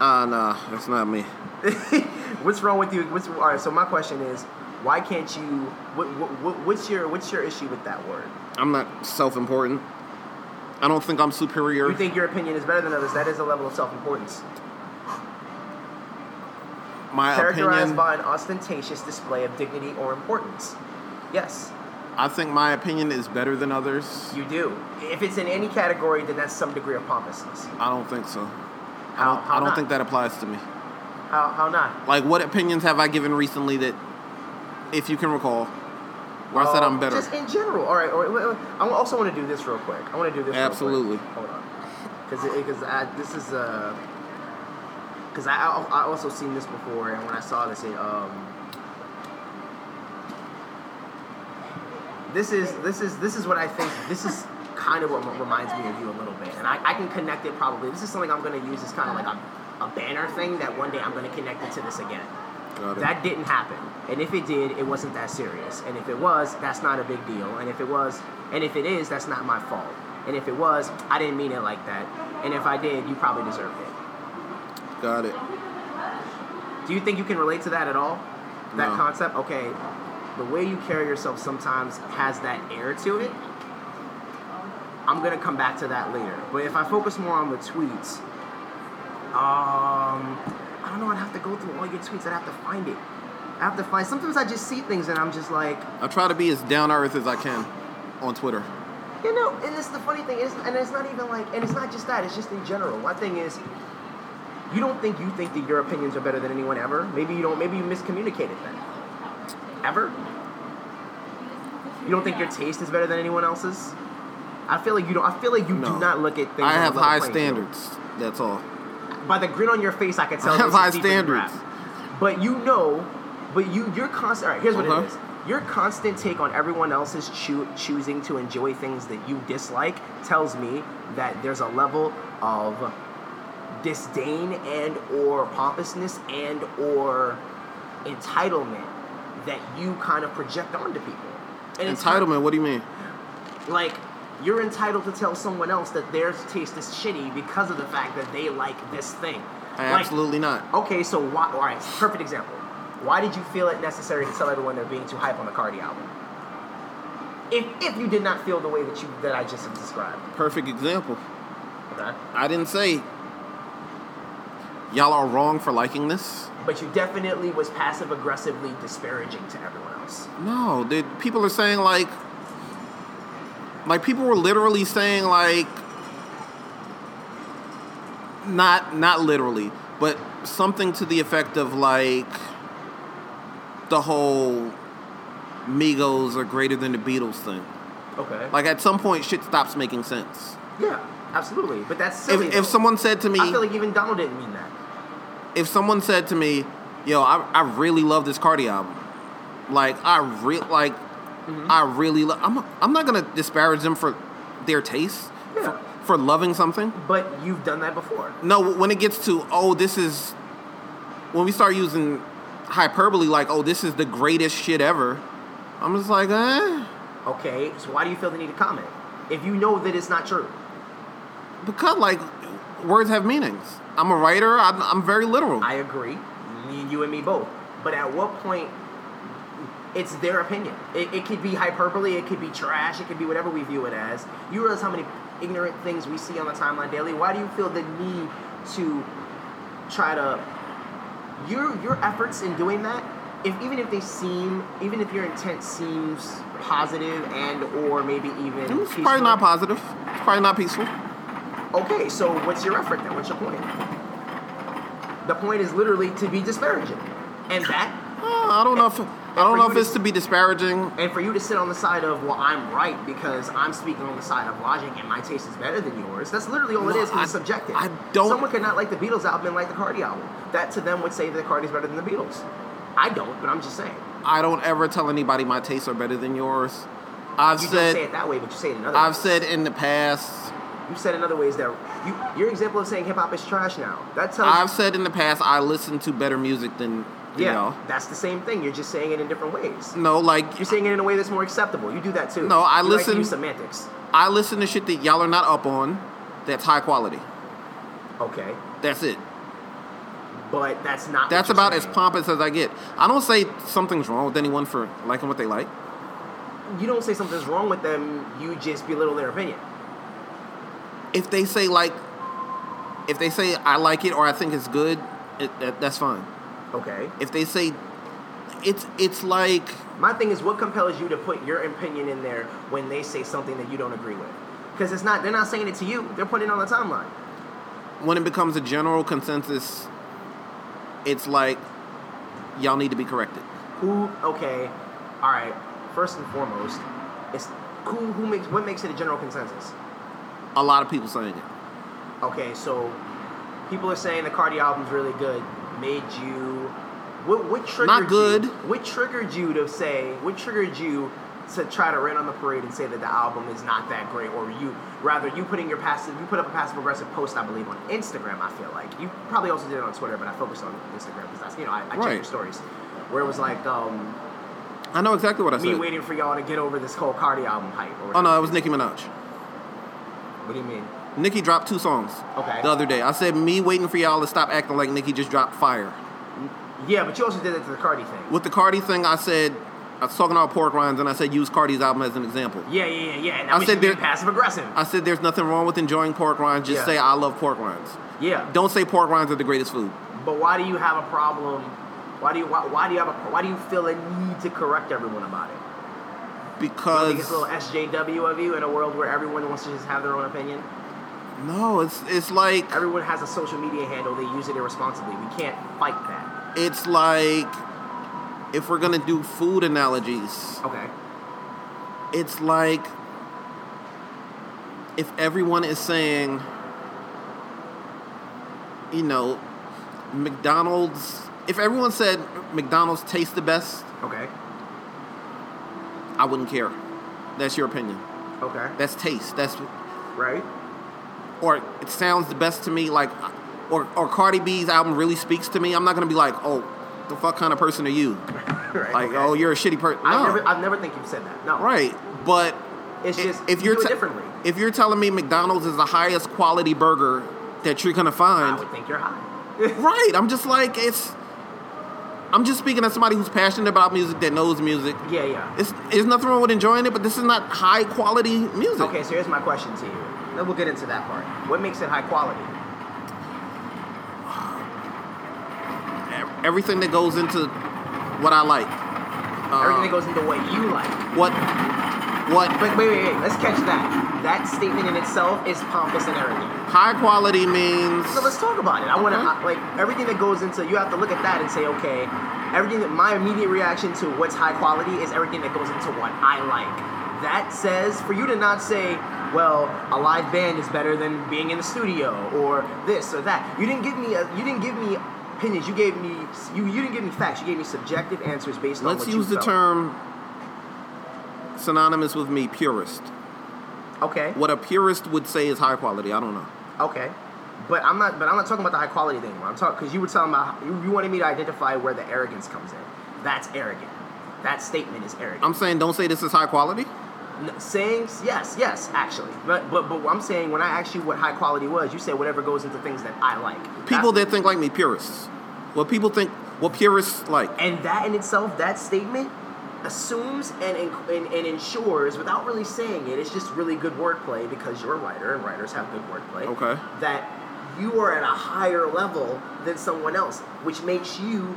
Speaker 1: Ah, nah, that's not me.
Speaker 2: What's wrong with you? What's all right? So my question is, why can't you? What, what, what, what's your What's your issue with that word?
Speaker 1: I'm not self-important. I don't think I'm superior.
Speaker 2: You think your opinion is better than others? That is a level of self-importance.
Speaker 1: My
Speaker 2: characterized
Speaker 1: opinion.
Speaker 2: by an ostentatious display of dignity or importance. Yes,
Speaker 1: I think my opinion is better than others.
Speaker 2: you do. If it's in any category, then that's some degree of pompousness.
Speaker 1: I don't think so.
Speaker 2: How, how
Speaker 1: I don't
Speaker 2: not?
Speaker 1: think that applies to me.
Speaker 2: How, how not?
Speaker 1: Like, what opinions have I given recently that, if you can recall, where I said
Speaker 2: Uh,
Speaker 1: I'm better?
Speaker 2: Just in general. All right. All right wait, wait, I also want to do this real quick. I want to do this. real quick.
Speaker 1: Absolutely.
Speaker 2: Hold on. Because because this is uh because I I- I also seen this before, and when I saw this, it um. This is this is this is what I think. This is kind of what reminds me of you a little bit, and I, I can connect it probably. This is something I'm going to use as kind of like a, a banner thing that one day I'm going to connect it to this again.
Speaker 1: Got it.
Speaker 2: That didn't happen. And if it did, it wasn't that serious. And if it was, that's not a big deal. And if it was, and if it is, that's not my fault. And if it was, I didn't mean it like that. And if I did, you probably deserved it.
Speaker 1: Got it.
Speaker 2: Do you think you can relate to that at all? That
Speaker 1: No.
Speaker 2: concept? Okay. The way you carry yourself sometimes has that air to it. I'm gonna come back to that later. But if I focus more on the tweets, um, I don't know. I'd have to go through all your tweets. I'd have to find it. I have to find. Sometimes I just see things and I'm just like,
Speaker 1: I try to be as down to earth as I can on Twitter.
Speaker 2: you know. And it's the funny thing is, and it's not even like, and it's not just that. It's just in general. My thing is, you don't think you think that your opinions are better than anyone ever. Maybe you don't. Maybe you miscommunicated that. Ever? You don't think your taste is better than anyone else's? I feel like you don't. I feel like you
Speaker 1: No.
Speaker 2: do not look at things.
Speaker 1: I
Speaker 2: on a
Speaker 1: have
Speaker 2: level
Speaker 1: high
Speaker 2: playing field.
Speaker 1: standards. That's all.
Speaker 2: by the grin on your face, I can tell.
Speaker 1: I have
Speaker 2: this is
Speaker 1: high
Speaker 2: deep in the rap.
Speaker 1: standards.
Speaker 2: But you know, but you your constant. All right, here's what it
Speaker 1: Uh-huh.
Speaker 2: is. Your constant take on everyone else's choo- choosing to enjoy things that you dislike tells me that there's a level of disdain and or pompousness and or entitlement that you kind of project onto people. And it's kind of-
Speaker 1: Entitlement. What do you mean?
Speaker 2: like you're entitled to tell someone else that their taste is shitty because of the fact that they like this thing.
Speaker 1: I
Speaker 2: Like,
Speaker 1: absolutely not.
Speaker 2: Okay, so why? All right, perfect example. Why did you feel it necessary to tell everyone they're being too hype on the Cardi album? If, if you did not feel the way that you that I just described,
Speaker 1: Perfect example.
Speaker 2: okay?
Speaker 1: I didn't say y'all are wrong for liking this.
Speaker 2: but you definitely was passive aggressively disparaging to everyone else.
Speaker 1: No, did people are saying like like people were literally saying like not not literally, but something to the effect of like the whole Migos are greater than the Beatles thing.
Speaker 2: Okay.
Speaker 1: Like at some point shit stops making sense.
Speaker 2: yeah, absolutely. But that's
Speaker 1: If,
Speaker 2: silly.
Speaker 1: if
Speaker 2: though.
Speaker 1: someone said to me
Speaker 2: I feel like even Donald didn't mean that.
Speaker 1: if someone said to me, "Yo, I, I really love this Cardi album," like I re- like
Speaker 2: Mm-hmm.
Speaker 1: I really love, I'm I'm not gonna disparage them for their taste
Speaker 2: Yeah.
Speaker 1: for, for loving something.
Speaker 2: But you've done that before.
Speaker 1: No, when it gets to oh, this is when we start using hyperbole, like oh, this is the greatest shit ever. I'm just like, eh,
Speaker 2: Okay, so why do you feel the need to comment if you know that it's not true?
Speaker 1: because like words have meanings. I'm a writer. I'm, I'm very literal.
Speaker 2: I agree. Me, you and me both. But at what point? It's their opinion. It, it could be hyperbole. It could be trash. It could be whatever we view it as. You realize how many ignorant things we see on the timeline daily? Why do you feel the need to try to your your efforts in doing that? If even if they seem, even if your intent seems positive and or maybe even
Speaker 1: It's
Speaker 2: peaceful-
Speaker 1: probably not positive. It's probably not peaceful. Uh,
Speaker 2: Okay, so what's your effort then? What's your point? The point is literally to be disparaging, and that,
Speaker 1: Uh, I don't know if I don't know if it's to be disparaging.
Speaker 2: and for you to sit on the side of well, I'm right because I'm speaking on the side of logic, and my taste is better than yours. That's literally all it
Speaker 1: No,
Speaker 2: is. 'cause it's
Speaker 1: I-
Speaker 2: subjective.
Speaker 1: I don't-
Speaker 2: Someone could not like the Beatles album and like the Cardi album. That to them would say that Cardi's better than the Beatles. I don't, but I'm just saying.
Speaker 1: I don't ever tell anybody my tastes are better than yours. I've
Speaker 2: You
Speaker 1: said
Speaker 2: don't say it that way, but you say it another.
Speaker 1: I've
Speaker 2: way.
Speaker 1: said in the past.
Speaker 2: you said another way is that you your example of saying hip hop is trash now. That tells
Speaker 1: I've said in the past I listen to better music than you
Speaker 2: yeah,
Speaker 1: know.
Speaker 2: that's the same thing. You're just saying it in different ways.
Speaker 1: No, like
Speaker 2: You're saying it in a way that's more acceptable. You do that too.
Speaker 1: No, I
Speaker 2: you Like to
Speaker 1: listen-
Speaker 2: use semantics.
Speaker 1: I listen to shit that y'all are not up on. That's high quality.
Speaker 2: Okay,
Speaker 1: That's it.
Speaker 2: but that's not. what
Speaker 1: That's
Speaker 2: you're
Speaker 1: about as
Speaker 2: saying.
Speaker 1: pompous as I get. I don't say something's wrong with anyone for liking what they like.
Speaker 2: You don't say something's wrong with them. You just belittle their opinion.
Speaker 1: If they say like, if they say I like it or I think it's good, it, that, that's fine.
Speaker 2: Okay.
Speaker 1: If they say, it's it's like
Speaker 2: My thing is, what compels you to put your opinion in there when they say something that you don't agree with? Because it's not. They're not saying it to you. They're putting it on the timeline.
Speaker 1: when it becomes a general consensus, it's like y'all need to be corrected.
Speaker 2: Who? Okay. All right. First and foremost, it's who. Who makes? What makes it a general consensus?
Speaker 1: A lot of people saying it.
Speaker 2: Okay, so people are saying the Cardi album's really good. Made you what? What triggered
Speaker 1: Not good.
Speaker 2: You, what triggered you to say? What triggered you to try to rain on the parade and say that the album is not that great? Or you rather you putting your passive you put up a passive aggressive post, I believe, on Instagram. I feel like you probably also did it on Twitter, but I focused on Instagram because that's you know I, I check
Speaker 1: Right.
Speaker 2: your stories. Where it was like um,
Speaker 1: I know exactly what I
Speaker 2: me
Speaker 1: said.
Speaker 2: waiting for y'all to get over this whole Cardi album hype. Or
Speaker 1: Oh no, it was Nicki Minaj.
Speaker 2: What do you mean?
Speaker 1: Nicki dropped two songs
Speaker 2: Okay.
Speaker 1: the other day. I said me waiting for y'all to stop acting like Nicki just dropped fire.
Speaker 2: Yeah, but you also did it to the Cardi thing.
Speaker 1: With the Cardi thing, I said I was talking about pork rinds, and I said use Cardi's album as an example.
Speaker 2: Yeah, yeah, yeah, yeah. And
Speaker 1: I
Speaker 2: I
Speaker 1: said
Speaker 2: said being
Speaker 1: there-
Speaker 2: passive aggressive.
Speaker 1: I said there's nothing wrong with enjoying pork rinds. Just
Speaker 2: Yeah.
Speaker 1: say I love pork rinds.
Speaker 2: yeah.
Speaker 1: Don't say pork rinds are the greatest food.
Speaker 2: But why do you have a problem? Why do you why, why do you have a why do you feel a need to correct everyone about it? I think it's
Speaker 1: Because
Speaker 2: a little SJW of you in a world where everyone wants to just have their own opinion.
Speaker 1: no, it's it's like
Speaker 2: Everyone has a social media handle; they use it irresponsibly. We can't fight that.
Speaker 1: it's like if we're gonna do food analogies,
Speaker 2: Okay.
Speaker 1: it's like if everyone is saying, you know, McDonald's. If everyone said McDonald's tastes the best,
Speaker 2: Okay.
Speaker 1: I wouldn't care. That's your opinion.
Speaker 2: Okay.
Speaker 1: That's taste. That's
Speaker 2: Right.
Speaker 1: or it sounds the best to me. Like, or or Cardi B's album really speaks to me. I'm not gonna be like, oh, the fuck kind of person are you?
Speaker 2: Right.
Speaker 1: Like,
Speaker 2: okay.
Speaker 1: oh, you're a shitty person.
Speaker 2: I
Speaker 1: No,
Speaker 2: never I never think you've said that. No.
Speaker 1: right? But
Speaker 2: It's
Speaker 1: i-
Speaker 2: just
Speaker 1: if
Speaker 2: you
Speaker 1: you're
Speaker 2: do it
Speaker 1: te-
Speaker 2: differently.
Speaker 1: if you're telling me McDonald's is the highest quality burger that you're gonna
Speaker 2: I
Speaker 1: find,
Speaker 2: would think you're high.
Speaker 1: right? I'm just like it's. I'm just speaking as somebody who's passionate about music that knows music.
Speaker 2: Yeah. Yeah.
Speaker 1: It's, there's nothing wrong with enjoying it, but this is not high quality music.
Speaker 2: Okay, so here's my question to you. Then we'll get into that part. What makes it high quality?
Speaker 1: Everything that goes into what I like, uh,
Speaker 2: Everything that goes into what you like.
Speaker 1: what, what
Speaker 2: But wait, wait, wait. Let's catch that. That statement in itself is pompous and arrogant.
Speaker 1: high quality means.
Speaker 2: So let's talk about it. I want to
Speaker 1: Okay.
Speaker 2: like everything that goes into. You have to look at that and say, okay, everything that my immediate reaction to what's high quality is everything that goes into what I like. That says for you to not say, well, a live band is better than being in the studio or this or that. You didn't give me a. You didn't give me opinions. You gave me. You you didn't give me facts. You gave me subjective answers based on.
Speaker 1: Let's
Speaker 2: what
Speaker 1: use
Speaker 2: you
Speaker 1: the
Speaker 2: felt.
Speaker 1: term synonymous with me, purist.
Speaker 2: Okay.
Speaker 1: What a purist would say is high quality. I don't know.
Speaker 2: Okay, but I'm not. But I'm not talking about the high quality thing. I'm talking because you were talking about you, you wanted me to identify where the arrogance comes in. That's arrogant. That statement is arrogant.
Speaker 1: I'm saying don't say this is high quality.
Speaker 2: N- saying s- yes, yes, actually. But but but I'm saying when I asked you what high quality was, you said whatever goes into things that I like.
Speaker 1: People
Speaker 2: That's-
Speaker 1: that think like me, purists. What people think, what purists like.
Speaker 2: and that in itself, that statement assumes and, and, and ensures without really saying it. It's just really good wordplay because you're a writer and writers have good wordplay.
Speaker 1: Okay.
Speaker 2: That you are at a higher level than someone else, which makes you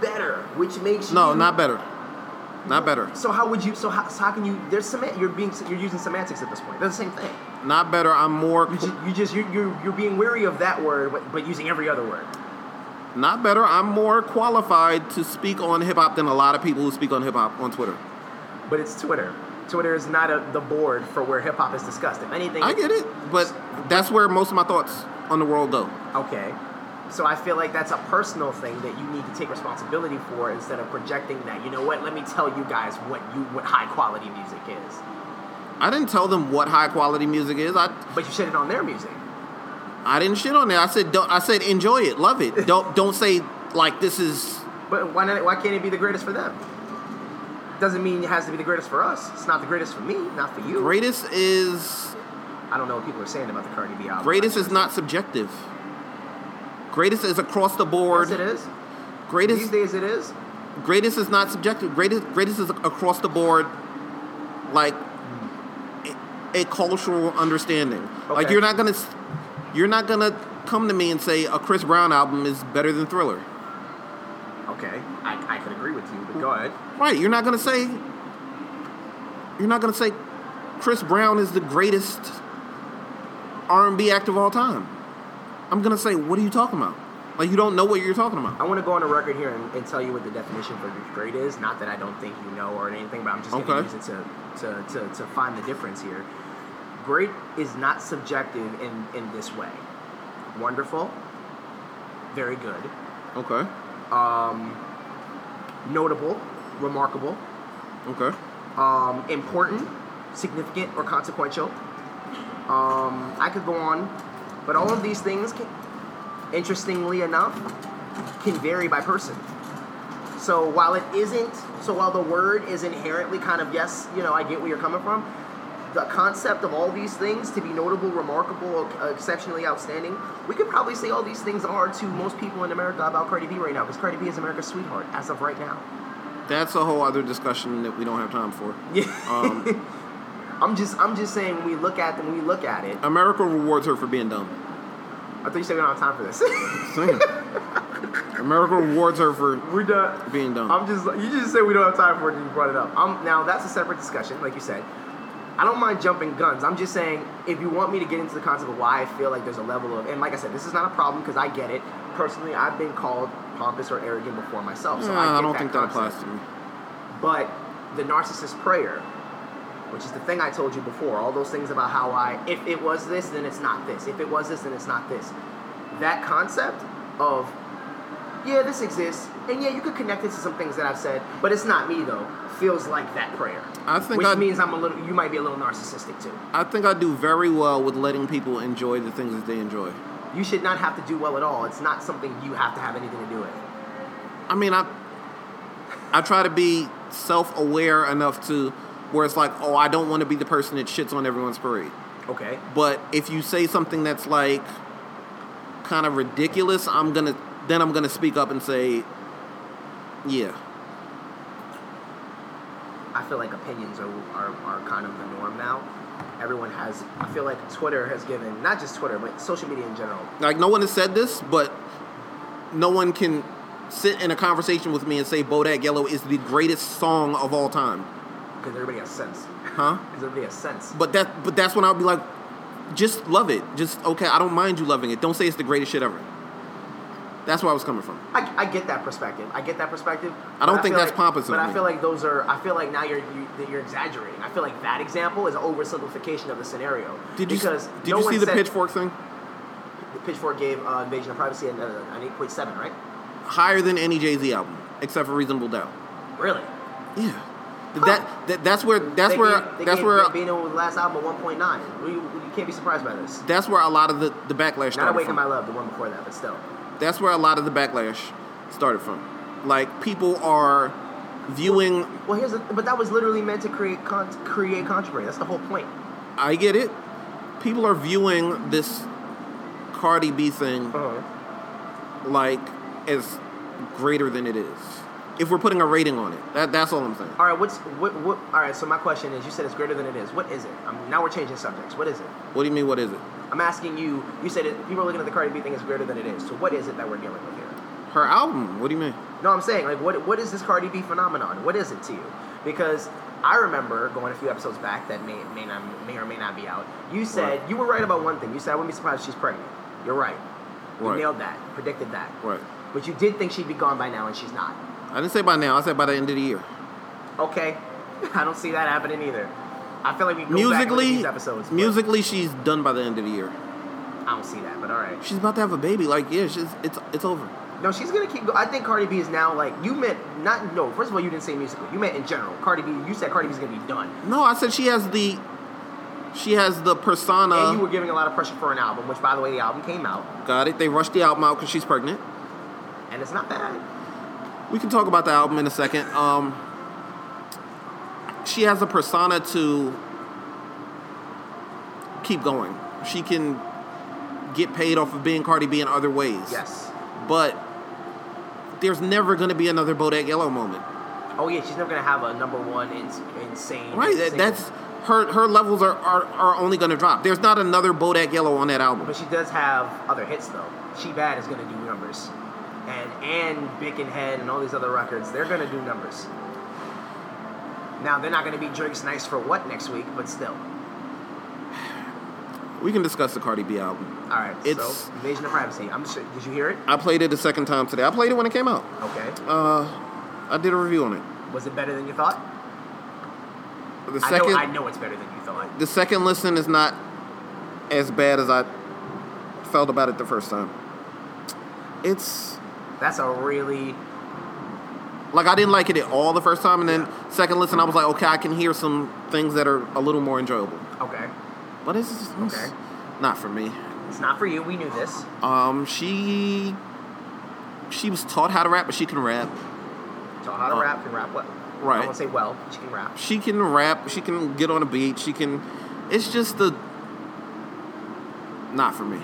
Speaker 2: better. Which makes
Speaker 1: No,
Speaker 2: you,
Speaker 1: not better. Not better.
Speaker 2: So how would you? So how, so how can you? There's semant. You're being. You're using semantics at this point. They're the same thing.
Speaker 1: Not better. I'm more.
Speaker 2: You just, you just you're, you're you're being wary of that word, but, but using every other word.
Speaker 1: Not better. I'm more qualified to speak on hip hop than a lot of people who speak on hip hop on Twitter.
Speaker 2: But it's Twitter. Twitter is not a, the board for where hip hop is discussed. If anything,
Speaker 1: I get it, but that's where most of my thoughts on the world go.
Speaker 2: Okay. So I feel like that's a personal thing that you need to take responsibility for instead of projecting that. You know what? Let me tell you guys what you what high quality music is.
Speaker 1: I didn't tell them what high quality music is. I
Speaker 2: But you said it on their music.
Speaker 1: I didn't shit on it. I said don't, I said enjoy it, love it. Don't don't say like this is
Speaker 2: But why not, why can't it be the greatest for them? Doesn't mean it has to be the greatest for us. It's not the greatest for me, not for you.
Speaker 1: greatest is
Speaker 2: I don't know what people are saying about the Cardi B album.
Speaker 1: greatest is not subjective. Greatest is across the board.
Speaker 2: Yes, it is. These
Speaker 1: Greatest
Speaker 2: days it is.
Speaker 1: greatest is not subjective. Greatest greatest is across the board, like a, a cultural understanding. Like
Speaker 2: Okay.
Speaker 1: you're not gonna s- you're not gonna come to me and say a Chris Brown album is better than Thriller.
Speaker 2: Okay, I, I could agree with you, but go ahead.
Speaker 1: Right, you're not gonna say you're not gonna say Chris Brown is the greatest R and B act of all time. I'm gonna say, what are you talking about? Like you don't know what you're talking about.
Speaker 2: I want to go on a record here and, and tell you what the definition for great is. Not that I don't think you know or anything, but I'm just going to
Speaker 1: Okay.
Speaker 2: use it to, to, to, to find the difference here. Great is not subjective in, in this way. Wonderful, very good, Um,
Speaker 1: Okay.
Speaker 2: notable, remarkable,
Speaker 1: Okay.
Speaker 2: um, important, significant, or consequential. Um, I could go on, but all of these things, can, interestingly enough, can vary by person. So while it isn't, so while the word is inherently kind of yes, you know, I get where you're coming from. The concept of all these things to be notable, remarkable, uh, exceptionally outstanding, we could probably say all these things are to most people in America about Cardi B right now, because Cardi B is America's sweetheart as of right now.
Speaker 1: That's a whole other discussion that we don't have time for. Um,
Speaker 2: I'm just I'm just saying when we look at them, when we look at it. I
Speaker 1: America rewards her for being dumb.
Speaker 2: thought you said we don't have time for this.
Speaker 1: Same. America rewards her for
Speaker 2: We're done.
Speaker 1: being dumb.
Speaker 2: I'm just you just said we don't have time for it. And you brought it up. i now that's a separate discussion, like you said. I don't mind jumping guns. I'm just saying if you want me to get into the concept of why I feel like there's a level of and like I said, this is not a problem because I get it. Personally, I've been called pompous or arrogant before myself. So
Speaker 1: Nah,
Speaker 2: I, get
Speaker 1: Uh, I, don't think that applies
Speaker 2: concept.
Speaker 1: to me.
Speaker 2: But the narcissist prayer, which is the thing I told you before, all those things about how I, if it was this, then it's not this. If it was this, then it's not this. That concept of, yeah, this exists, and yeah, you could connect it to some things that I've said, but it's not me though. Feels like that prayer.
Speaker 1: I think
Speaker 2: which
Speaker 1: I-
Speaker 2: means I'm a little. You might be a little narcissistic too.
Speaker 1: I think I do very well with letting people enjoy the things that they enjoy.
Speaker 2: You should not have to do well at all. It's not something you have to have anything to do with.
Speaker 1: I mean, I I try to be self aware enough to where it's like, oh, I don't want to be the person that shits on everyone's parade.
Speaker 2: Okay.
Speaker 1: But if you say something that's like kind of ridiculous, I'm gonna then I'm gonna speak up and say, yeah,
Speaker 2: I feel like opinions are, are, are kind of the norm now. Everyone has, I feel like Twitter has given, not just Twitter, but social media in general.
Speaker 1: like no one has said this, but no one can sit in a conversation with me and say Bodak Yellow is the greatest song of all time,
Speaker 2: Because everybody has sense.
Speaker 1: huh?
Speaker 2: Because everybody has sense.
Speaker 1: But that but that's when I'll be like, just love it. Just okay, I don't mind you loving it. Don't say it's the greatest shit ever. That's where I was coming from.
Speaker 2: I, I get that perspective. I get that perspective.
Speaker 1: I don't
Speaker 2: but
Speaker 1: think
Speaker 2: feel
Speaker 1: that's
Speaker 2: like,
Speaker 1: pompous of
Speaker 2: But I
Speaker 1: me.
Speaker 2: feel like those are, I feel like now you're, you, that you're exaggerating. I feel like that example is an oversimplification of the scenario.
Speaker 1: Did you
Speaker 2: because
Speaker 1: did
Speaker 2: no
Speaker 1: you
Speaker 2: one
Speaker 1: see the
Speaker 2: said-
Speaker 1: pitchfork thing?
Speaker 2: The pitchfork gave uh, Invasion of Privacy an, uh, an 8.7, right?
Speaker 1: Higher than any Jay Z album, except for Reasonable Doubt.
Speaker 2: Really?
Speaker 1: Yeah, that, that that's where that's
Speaker 2: They
Speaker 1: where
Speaker 2: gave- they
Speaker 1: that's
Speaker 2: gave
Speaker 1: where
Speaker 2: Bambino with the last album a 1.9. You, you can't be surprised by this.
Speaker 1: that's where a lot of the the backlash
Speaker 2: Not
Speaker 1: started
Speaker 2: Awaken
Speaker 1: from.
Speaker 2: My Love, the one before that, but still.
Speaker 1: that's where a lot of the backlash started from. Like people are viewing.
Speaker 2: Well, here's the, but that was literally meant to create con- create controversy. That's the whole point.
Speaker 1: I get it. People are viewing this Cardi B thing
Speaker 2: Uh-huh.
Speaker 1: like as greater than it is. if we're putting a rating on it. That, that's all I'm saying.
Speaker 2: All right, what's what, what? All right, so my question is: you said it's greater than it is. What is it? Um, now we're changing subjects. What is it?
Speaker 1: What do you mean? What is it?
Speaker 2: I'm asking you. You said it, people are looking at the Cardi B thing as greater than it is. So what is it that we're dealing with here?
Speaker 1: Her
Speaker 2: Um,
Speaker 1: album. What do you mean?
Speaker 2: No, I'm saying like what what is this Cardi B phenomenon? What is it to you? Because I remember going a few episodes back that may may not may or may not be out. You said
Speaker 1: Right.
Speaker 2: you were right about one thing. You said I wouldn't be surprised if she's pregnant. You're right. You
Speaker 1: Right.
Speaker 2: nailed that. Predicted that.
Speaker 1: Right.
Speaker 2: But you did think she'd be gone by now, and she's not.
Speaker 1: I didn't say by now. I said by the end of the year.
Speaker 2: Okay. I don't see that happening either. I feel like we go back and look at
Speaker 1: musically,
Speaker 2: these episodes. but
Speaker 1: musically, she's done by the end of the year.
Speaker 2: I don't see that. But all right.
Speaker 1: She's about to have a baby. Like, yeah, she's, it's it's over.
Speaker 2: No, she's gonna keep. Go- I think Cardi B is now like you meant not. No, first of all, you didn't say musically. You meant in general. Cardi B. You said Cardi B's gonna be done,
Speaker 1: No, I said she has the she has the persona.
Speaker 2: and you were giving a lot of pressure for an album. Which, by the way, the album came out,
Speaker 1: Got it. They rushed the album out because she's pregnant.
Speaker 2: and it's not bad.
Speaker 1: We can talk about the album in a second. Um, she has a persona to keep going. She can get paid off of being Cardi B in other ways.
Speaker 2: Yes.
Speaker 1: But there's never going to be another Bodak Yellow moment.
Speaker 2: Oh yeah, she's never gonna have a number one ins- insane.
Speaker 1: Right? That,
Speaker 2: single.
Speaker 1: that's her her levels are, are, are only going to drop. There's not another Bodak Yellow on that album.
Speaker 2: But she does have other hits though. She Bad is gonna do numbers, and and Bick and Head and all these other records, they're gonna do numbers. Now they're not gonna be Drake's Nice for What next week, but still.
Speaker 1: We can discuss the Cardi B album.
Speaker 2: All right.
Speaker 1: It's-
Speaker 2: so, invasion of privacy. I'm sure. Did you hear it?
Speaker 1: I played it the second time today. I played it when it came out.
Speaker 2: Okay.
Speaker 1: Uh, I did a review on it.
Speaker 2: Was it better than you thought?
Speaker 1: The
Speaker 2: I know,
Speaker 1: second
Speaker 2: I know it's better than you thought.
Speaker 1: the second listen is not as bad as I felt about it the first time. It's
Speaker 2: That's a really
Speaker 1: like I didn't like it at all the first time, and then second listen I was like, okay, I can hear some things that are a little more enjoyable.
Speaker 2: okay.
Speaker 1: But it's, it's
Speaker 2: Okay.
Speaker 1: not for me.
Speaker 2: It's not for you. We knew this.
Speaker 1: Um, she she was taught how to rap, but she can rap.
Speaker 2: So how to
Speaker 1: Uh,
Speaker 2: rap can rap what?
Speaker 1: right.
Speaker 2: I won't say well. She can rap.
Speaker 1: She can rap. She can get on a beat. She can. It's just the not for me.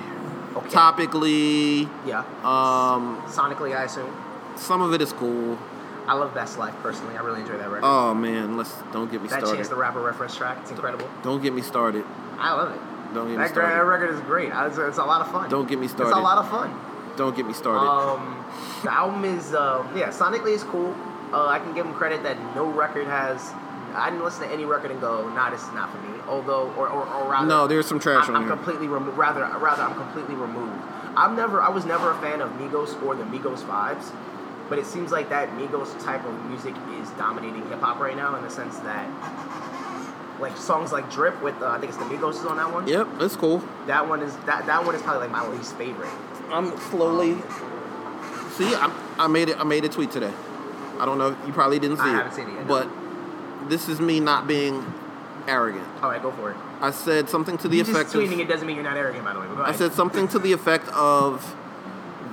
Speaker 2: Okay.
Speaker 1: Topically,
Speaker 2: Yeah.
Speaker 1: um,
Speaker 2: Sonically, I assume.
Speaker 1: some of it is cool.
Speaker 2: I love Best Life personally. I really enjoy that record.
Speaker 1: Oh man, let's don't get me
Speaker 2: that
Speaker 1: started.
Speaker 2: Chance the Rapper reference track. It's incredible.
Speaker 1: Don't get me started.
Speaker 2: I love it.
Speaker 1: Don't get me
Speaker 2: That, gra- that
Speaker 1: started.
Speaker 2: record is great. I- It's, it's a lot of fun.
Speaker 1: Don't get me
Speaker 2: It's
Speaker 1: started.
Speaker 2: a lot of fun.
Speaker 1: Don't get me started.
Speaker 2: Um, the album is uh, yeah, sonically it's cool. Uh, I can give them credit that no record has. I didn't listen to any record and go, nah, this is not for me. Although, or or, or rather,
Speaker 1: No, there's some trash
Speaker 2: I'm,
Speaker 1: on
Speaker 2: I'm
Speaker 1: here.
Speaker 2: completely removed. Rather, rather, I'm completely removed. I'm never. I was never a fan of Migos or the Migos vibes, but it seems like that Migos type of music is dominating hip hop right now in the sense that. Like songs like "Drip" with uh, I think it's the Migos is on that one.
Speaker 1: yep, it's cool.
Speaker 2: That one is that that one is probably like my least favorite.
Speaker 1: I'm slowly. See, I, I made it. I made a tweet today. I don't know. You probably didn't see
Speaker 2: I
Speaker 1: it.
Speaker 2: haven't seen it yet, no.
Speaker 1: But this is me not being arrogant.
Speaker 2: All right, go for it.
Speaker 1: I said something to the
Speaker 2: you
Speaker 1: effect
Speaker 2: just tweeting
Speaker 1: of.
Speaker 2: it doesn't mean you're not arrogant, by the way. but go
Speaker 1: I
Speaker 2: ahead.
Speaker 1: said something to the effect of.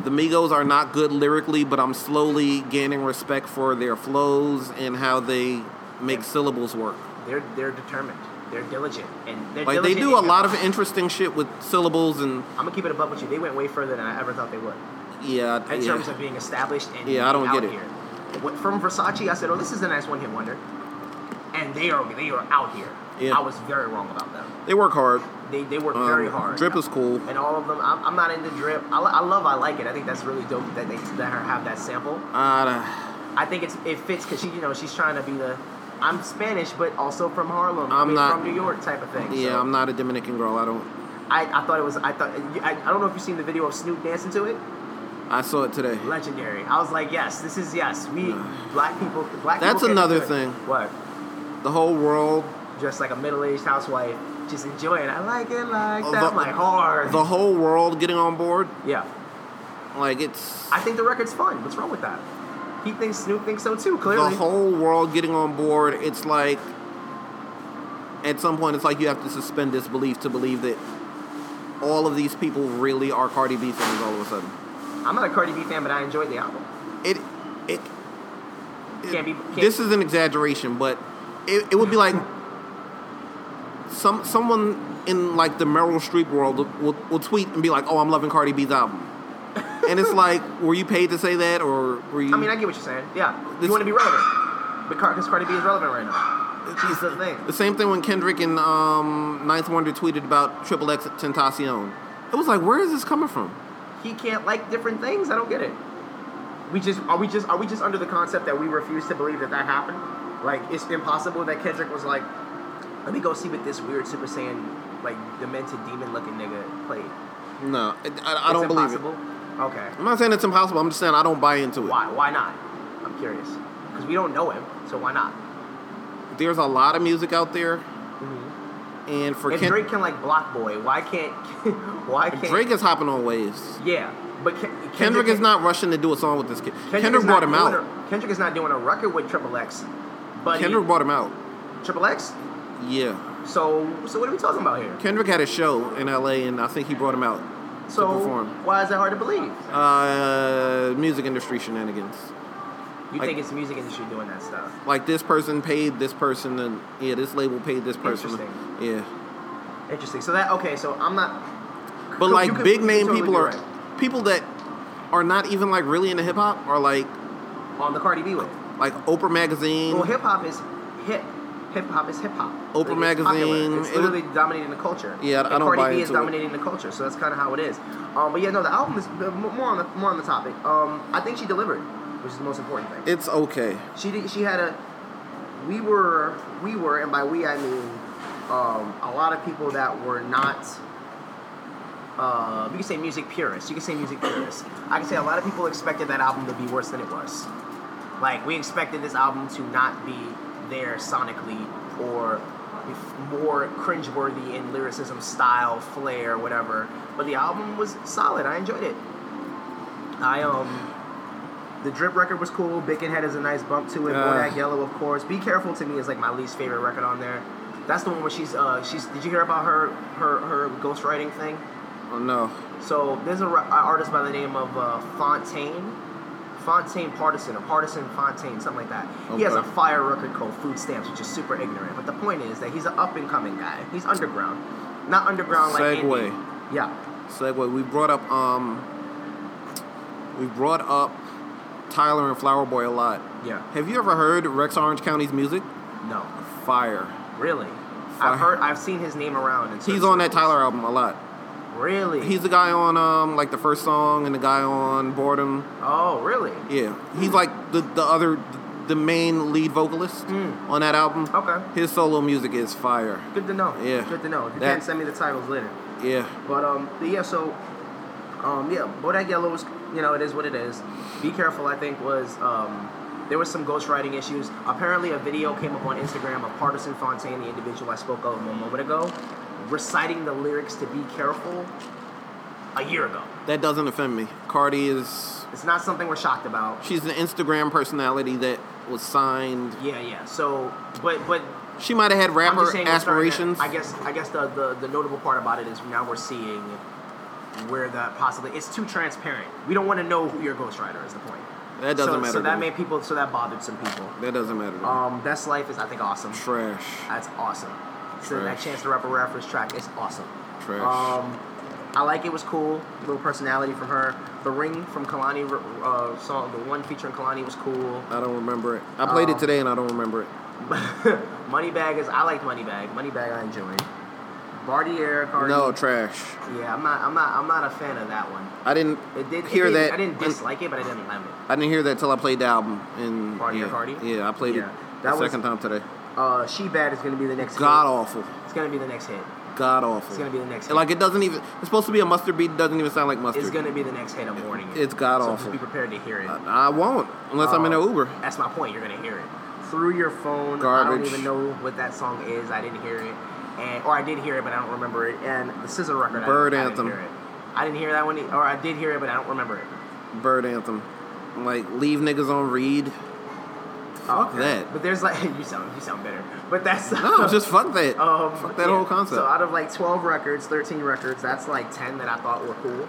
Speaker 1: The Migos are not good lyrically, but I'm slowly gaining respect for their flows and how they make syllables work.
Speaker 2: they're they're determined, they're diligent, and they're
Speaker 1: Like they
Speaker 2: diligent
Speaker 1: do a
Speaker 2: in-
Speaker 1: lot of interesting shit with syllables and
Speaker 2: I'm gonna keep it above with you. They went way further than I ever thought they would
Speaker 1: yeah,
Speaker 2: in terms
Speaker 1: Uh, yeah.
Speaker 2: of being established and
Speaker 1: Yeah, I don't
Speaker 2: out
Speaker 1: get it.
Speaker 2: here. What- From Versace, I said, "Oh, this is a nice one-hit wonder," and they are they are out here.
Speaker 1: Yeah.
Speaker 2: I was very wrong about them.
Speaker 1: they work hard.
Speaker 2: They they work
Speaker 1: Um,
Speaker 2: very hard.
Speaker 1: Drip is cool.
Speaker 2: and all of them. I'm, I'm not into drip. I, li- I love. I like it. I think that's really dope that they that her have that sample.
Speaker 1: Uh,
Speaker 2: I think it's it fits because she you know she's trying to be the. I'm Spanish, but also from Harlem. I
Speaker 1: I'm
Speaker 2: mean,
Speaker 1: not-
Speaker 2: from New York type of thing.
Speaker 1: yeah,
Speaker 2: so.
Speaker 1: I'm not a Dominican girl. I don't.
Speaker 2: I, I thought it was. I thought. I, I don't know if you've seen the video of Snoop dancing to it.
Speaker 1: I saw it today.
Speaker 2: Legendary. I was like, yes, this is yes. We black people. Black.
Speaker 1: That's
Speaker 2: people can
Speaker 1: another
Speaker 2: do it.
Speaker 1: thing. Oh.
Speaker 2: What?
Speaker 1: The whole world,
Speaker 2: Just like a middle-aged housewife, just enjoying. I like it like
Speaker 1: Oh,
Speaker 2: that.
Speaker 1: the-
Speaker 2: like hard.
Speaker 1: the whole world getting on board.
Speaker 2: yeah.
Speaker 1: Like it's
Speaker 2: I think the record's fun. What's wrong with that? He thinks Snoop thinks so too.
Speaker 1: the
Speaker 2: Clearly.
Speaker 1: whole world getting on board. It's like at some point, it's like you have to suspend disbelief to believe that all of these people really are Cardi B fans. All of a sudden,
Speaker 2: I'm not a Cardi B fan, but I enjoyed the album.
Speaker 1: it it
Speaker 2: Can't be. Can't,
Speaker 1: this is an exaggeration, but it, it would be like some someone in like the Meryl Streep world will, will, will tweet and be like, "Oh, I'm loving Cardi B's album," and it's like, were you paid to say that, or were you?
Speaker 2: I mean, I get what you're saying. Yeah,
Speaker 1: This-
Speaker 2: you want to be relevant, because Cardi B is relevant right now. She's the thing.
Speaker 1: the same thing when Kendrick and um, Ninth Wonder tweeted about Triple X Tentacion. It was like, where is this coming from?
Speaker 2: He can't like different things. I don't get it. We just are we just are we just under the concept that we refuse to believe that that happened? Like it's impossible that Kendrick was like, let me go see what this weird Super Saiyan like demented demon looking nigga played.
Speaker 1: No, I, I- I don't
Speaker 2: it's
Speaker 1: believe it.
Speaker 2: impossible. Okay.
Speaker 1: I'm not saying it's impossible. I'm just saying I don't buy into it.
Speaker 2: Why? Why not? I'm curious. Because we don't know him, so why not?
Speaker 1: There's a lot of music out there, and for
Speaker 2: If
Speaker 1: Ken-
Speaker 2: Mm-hmm. Drake can like Block Boy, why can't? why can't?
Speaker 1: Drake is hopping on waves.
Speaker 2: yeah, but Ken- Kendrick,
Speaker 1: Kendrick is not rushing to do a song with this kid. Kendrick,
Speaker 2: is
Speaker 1: brought
Speaker 2: not
Speaker 1: him
Speaker 2: doing
Speaker 1: out.
Speaker 2: a- Kendrick is not doing a record with Triple X, but
Speaker 1: Kendrick brought him out.
Speaker 2: Triple X.
Speaker 1: Yeah.
Speaker 2: So, so what are we talking about here?
Speaker 1: Kendrick had a show in LA, and I think he brought him out.
Speaker 2: So,
Speaker 1: perform.
Speaker 2: why is that hard to believe?
Speaker 1: Uh, music industry shenanigans.
Speaker 2: You
Speaker 1: Like-
Speaker 2: think it's the music industry doing that stuff?
Speaker 1: Like this person paid this person, and yeah, this label paid this person.
Speaker 2: Interesting.
Speaker 1: Yeah.
Speaker 2: Interesting. So that okay. So I'm not.
Speaker 1: But
Speaker 2: You
Speaker 1: like
Speaker 2: could-
Speaker 1: big
Speaker 2: you
Speaker 1: name
Speaker 2: totally
Speaker 1: people
Speaker 2: be
Speaker 1: are
Speaker 2: right.
Speaker 1: people that are not even like really into hip hop are like
Speaker 2: on the Cardi B way.
Speaker 1: like Oprah magazine.
Speaker 2: Well, hip hop is hip. Hip hop is hip hop.
Speaker 1: Oprah
Speaker 2: Like, it's popular.
Speaker 1: Magazine,
Speaker 2: It's
Speaker 1: it-
Speaker 2: literally dominating the culture.
Speaker 1: Yeah, I
Speaker 2: and
Speaker 1: don't
Speaker 2: Cardi
Speaker 1: buy
Speaker 2: B is
Speaker 1: into it.
Speaker 2: dominating the culture, so that's kind of how it is. Um, but yeah, no, the album is uh, m- more on the more on the topic. Um, I think she delivered, which is the most important thing.
Speaker 1: it's okay.
Speaker 2: She did, she had a. We were we were, and by we I mean um, a lot of people that were not. Uh, you can say music purists. You can say music purists. I can say a lot of people expected that album to be worse than it was. Like we expected this album to not be there sonically or if more cringeworthy in lyricism, style, flair, whatever. But the album was solid. I enjoyed it. I um. The Drip record was cool. Bacon Head has a nice bump to it.
Speaker 1: Uh.
Speaker 2: Bodak Yellow, of course. Be Careful to me is like my least favorite record on there. That's the one where she's uh she's. Did you hear about her her her ghostwriting thing?
Speaker 1: Oh no.
Speaker 2: So there's a ra- a artist by the name of uh, Fontaine, Fontaine Partisan, or Partisan Fontaine, something like that. He has a
Speaker 1: Okay.
Speaker 2: fire record called Food Stamps, which is super ignorant. But the point is that he's an up and coming guy. He's underground, not underground like
Speaker 1: Segway.
Speaker 2: indie. Yeah,
Speaker 1: segue. We brought up um, we brought up Tyler and Flower Boy a lot.
Speaker 2: Yeah.
Speaker 1: Have you ever heard Rex Orange County's music?
Speaker 2: no,
Speaker 1: Fire.
Speaker 2: really.
Speaker 1: Fire.
Speaker 2: I've heard, I've seen his name around. in
Speaker 1: He's
Speaker 2: certain
Speaker 1: on that
Speaker 2: circles.
Speaker 1: Tyler album a lot.
Speaker 2: Really?
Speaker 1: He's the guy on um like the first song and the guy on Boredom.
Speaker 2: oh, really?
Speaker 1: Yeah. He's like the the other the main lead vocalist on that album.
Speaker 2: Mm. Okay.
Speaker 1: His solo music is fire.
Speaker 2: Good to know.
Speaker 1: Yeah.
Speaker 2: Good to know. If you
Speaker 1: That-
Speaker 2: can send me the titles later.
Speaker 1: Yeah.
Speaker 2: But um, but yeah. So, um, yeah. Bodak Yellow was, you know, it is what it is. Be careful. I think was um, there was some ghostwriting issues. Apparently, a video came up on Instagram of Partisan Fontaine, the individual I spoke of a moment ago, reciting the lyrics to "Be Careful" a year ago.
Speaker 1: That doesn't offend me. Cardi is
Speaker 2: It's not something we're shocked about.
Speaker 1: she's an Instagram personality that was signed.
Speaker 2: Yeah, yeah. So, but but
Speaker 1: She might have had
Speaker 2: I'm just
Speaker 1: rapper
Speaker 2: saying we're starting to-
Speaker 1: aspirations.
Speaker 2: I guess I guess the, the the notable part about it is now we're seeing where that possibly it's too transparent. We don't want to know who your ghostwriter is. The point.
Speaker 1: That doesn't
Speaker 2: so,
Speaker 1: matter
Speaker 2: So
Speaker 1: to
Speaker 2: that
Speaker 1: me.
Speaker 2: made people. So that bothered some people.
Speaker 1: That doesn't matter. To me.
Speaker 2: Um, Best Life is I think awesome.
Speaker 1: Trash.
Speaker 2: That's awesome. So that
Speaker 1: Trash.
Speaker 2: chance to rap a reference track is awesome.
Speaker 1: Trash.
Speaker 2: Um, I like it was cool. Little personality from her. The Ring from Kalani uh, song, the one featuring Kalani was cool. Um,
Speaker 1: I don't remember it. I
Speaker 2: uh,
Speaker 1: played it today and I don't remember it.
Speaker 2: Moneybag is I like Moneybag. Moneybag I enjoyed. Bartier, Cardi.
Speaker 1: No, trash.
Speaker 2: Yeah, I'm not. I'm not. I'm not a fan of that one.
Speaker 1: I didn't
Speaker 2: It did it
Speaker 1: hear
Speaker 2: did-
Speaker 1: that.
Speaker 2: I didn't dislike it, but I didn't love it.
Speaker 1: I didn't hear that till I played the album. And
Speaker 2: Party
Speaker 1: yeah,
Speaker 2: or Cardi?
Speaker 1: Yeah, I played
Speaker 2: Yeah,
Speaker 1: it the
Speaker 2: that was-
Speaker 1: second time today.
Speaker 2: Uh, she bad is gonna be the next.
Speaker 1: God
Speaker 2: hit.
Speaker 1: awful.
Speaker 2: It's gonna be the next hit.
Speaker 1: God awful.
Speaker 2: It's gonna be the next
Speaker 1: Like it doesn't even. It's supposed to be a mustard beat. It doesn't even sound like mustard.
Speaker 2: It's gonna be the next hit. I'm warning you.
Speaker 1: It's god
Speaker 2: so
Speaker 1: awful.
Speaker 2: Just be prepared to hear it.
Speaker 1: I won't unless I'm in an
Speaker 2: Uh,
Speaker 1: Uber.
Speaker 2: That's my point. You're gonna hear it through your phone. I don't
Speaker 1: Garbage.
Speaker 2: even know what that song is. I didn't hear it, and or I did hear it, but I don't remember it. And the Scissor record.
Speaker 1: Bird
Speaker 2: I didn't,
Speaker 1: Anthem.
Speaker 2: I didn't hear it. I didn't hear that one, e- or I did hear it, but I don't remember it.
Speaker 1: Bird anthem. Like leave niggas on read. Fuck
Speaker 2: Okay.
Speaker 1: that.
Speaker 2: Uh, But there's like you sound you sound bitter. But that's
Speaker 1: No, just fuck that.
Speaker 2: Um,
Speaker 1: fuck that
Speaker 2: yeah.
Speaker 1: whole concept.
Speaker 2: So out of like twelve records, thirteen records, that's like ten that I thought were cool.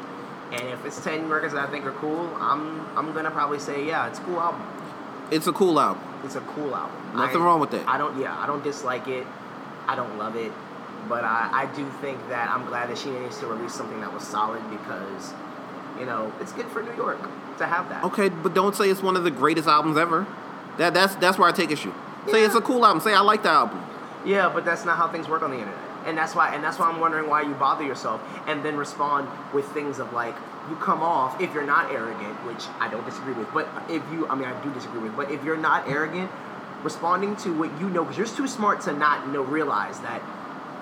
Speaker 2: And if it's ten records that I think are cool, I'm I'm gonna probably say yeah, it's a cool album.
Speaker 1: it's a cool album.
Speaker 2: It's a cool album.
Speaker 1: Nothing
Speaker 2: I-
Speaker 1: wrong with that.
Speaker 2: I don't yeah, I don't dislike it. I don't love it, but I I do think that I'm glad that she managed to release something that was solid because You know, it's good for New York to have that.
Speaker 1: Okay, but don't say it's one of the greatest albums ever. That that's that's where I take issue. Say it's a cool album. Say I like the album.
Speaker 2: Yeah, but that's not how things work on the internet. And that's why and that's why I'm wondering why you bother yourself and then respond with things of like you come off if you're not arrogant, which I don't disagree with, but if you I mean I do disagree with, but if you're not arrogant, responding to what you know because you're too smart to not know realize that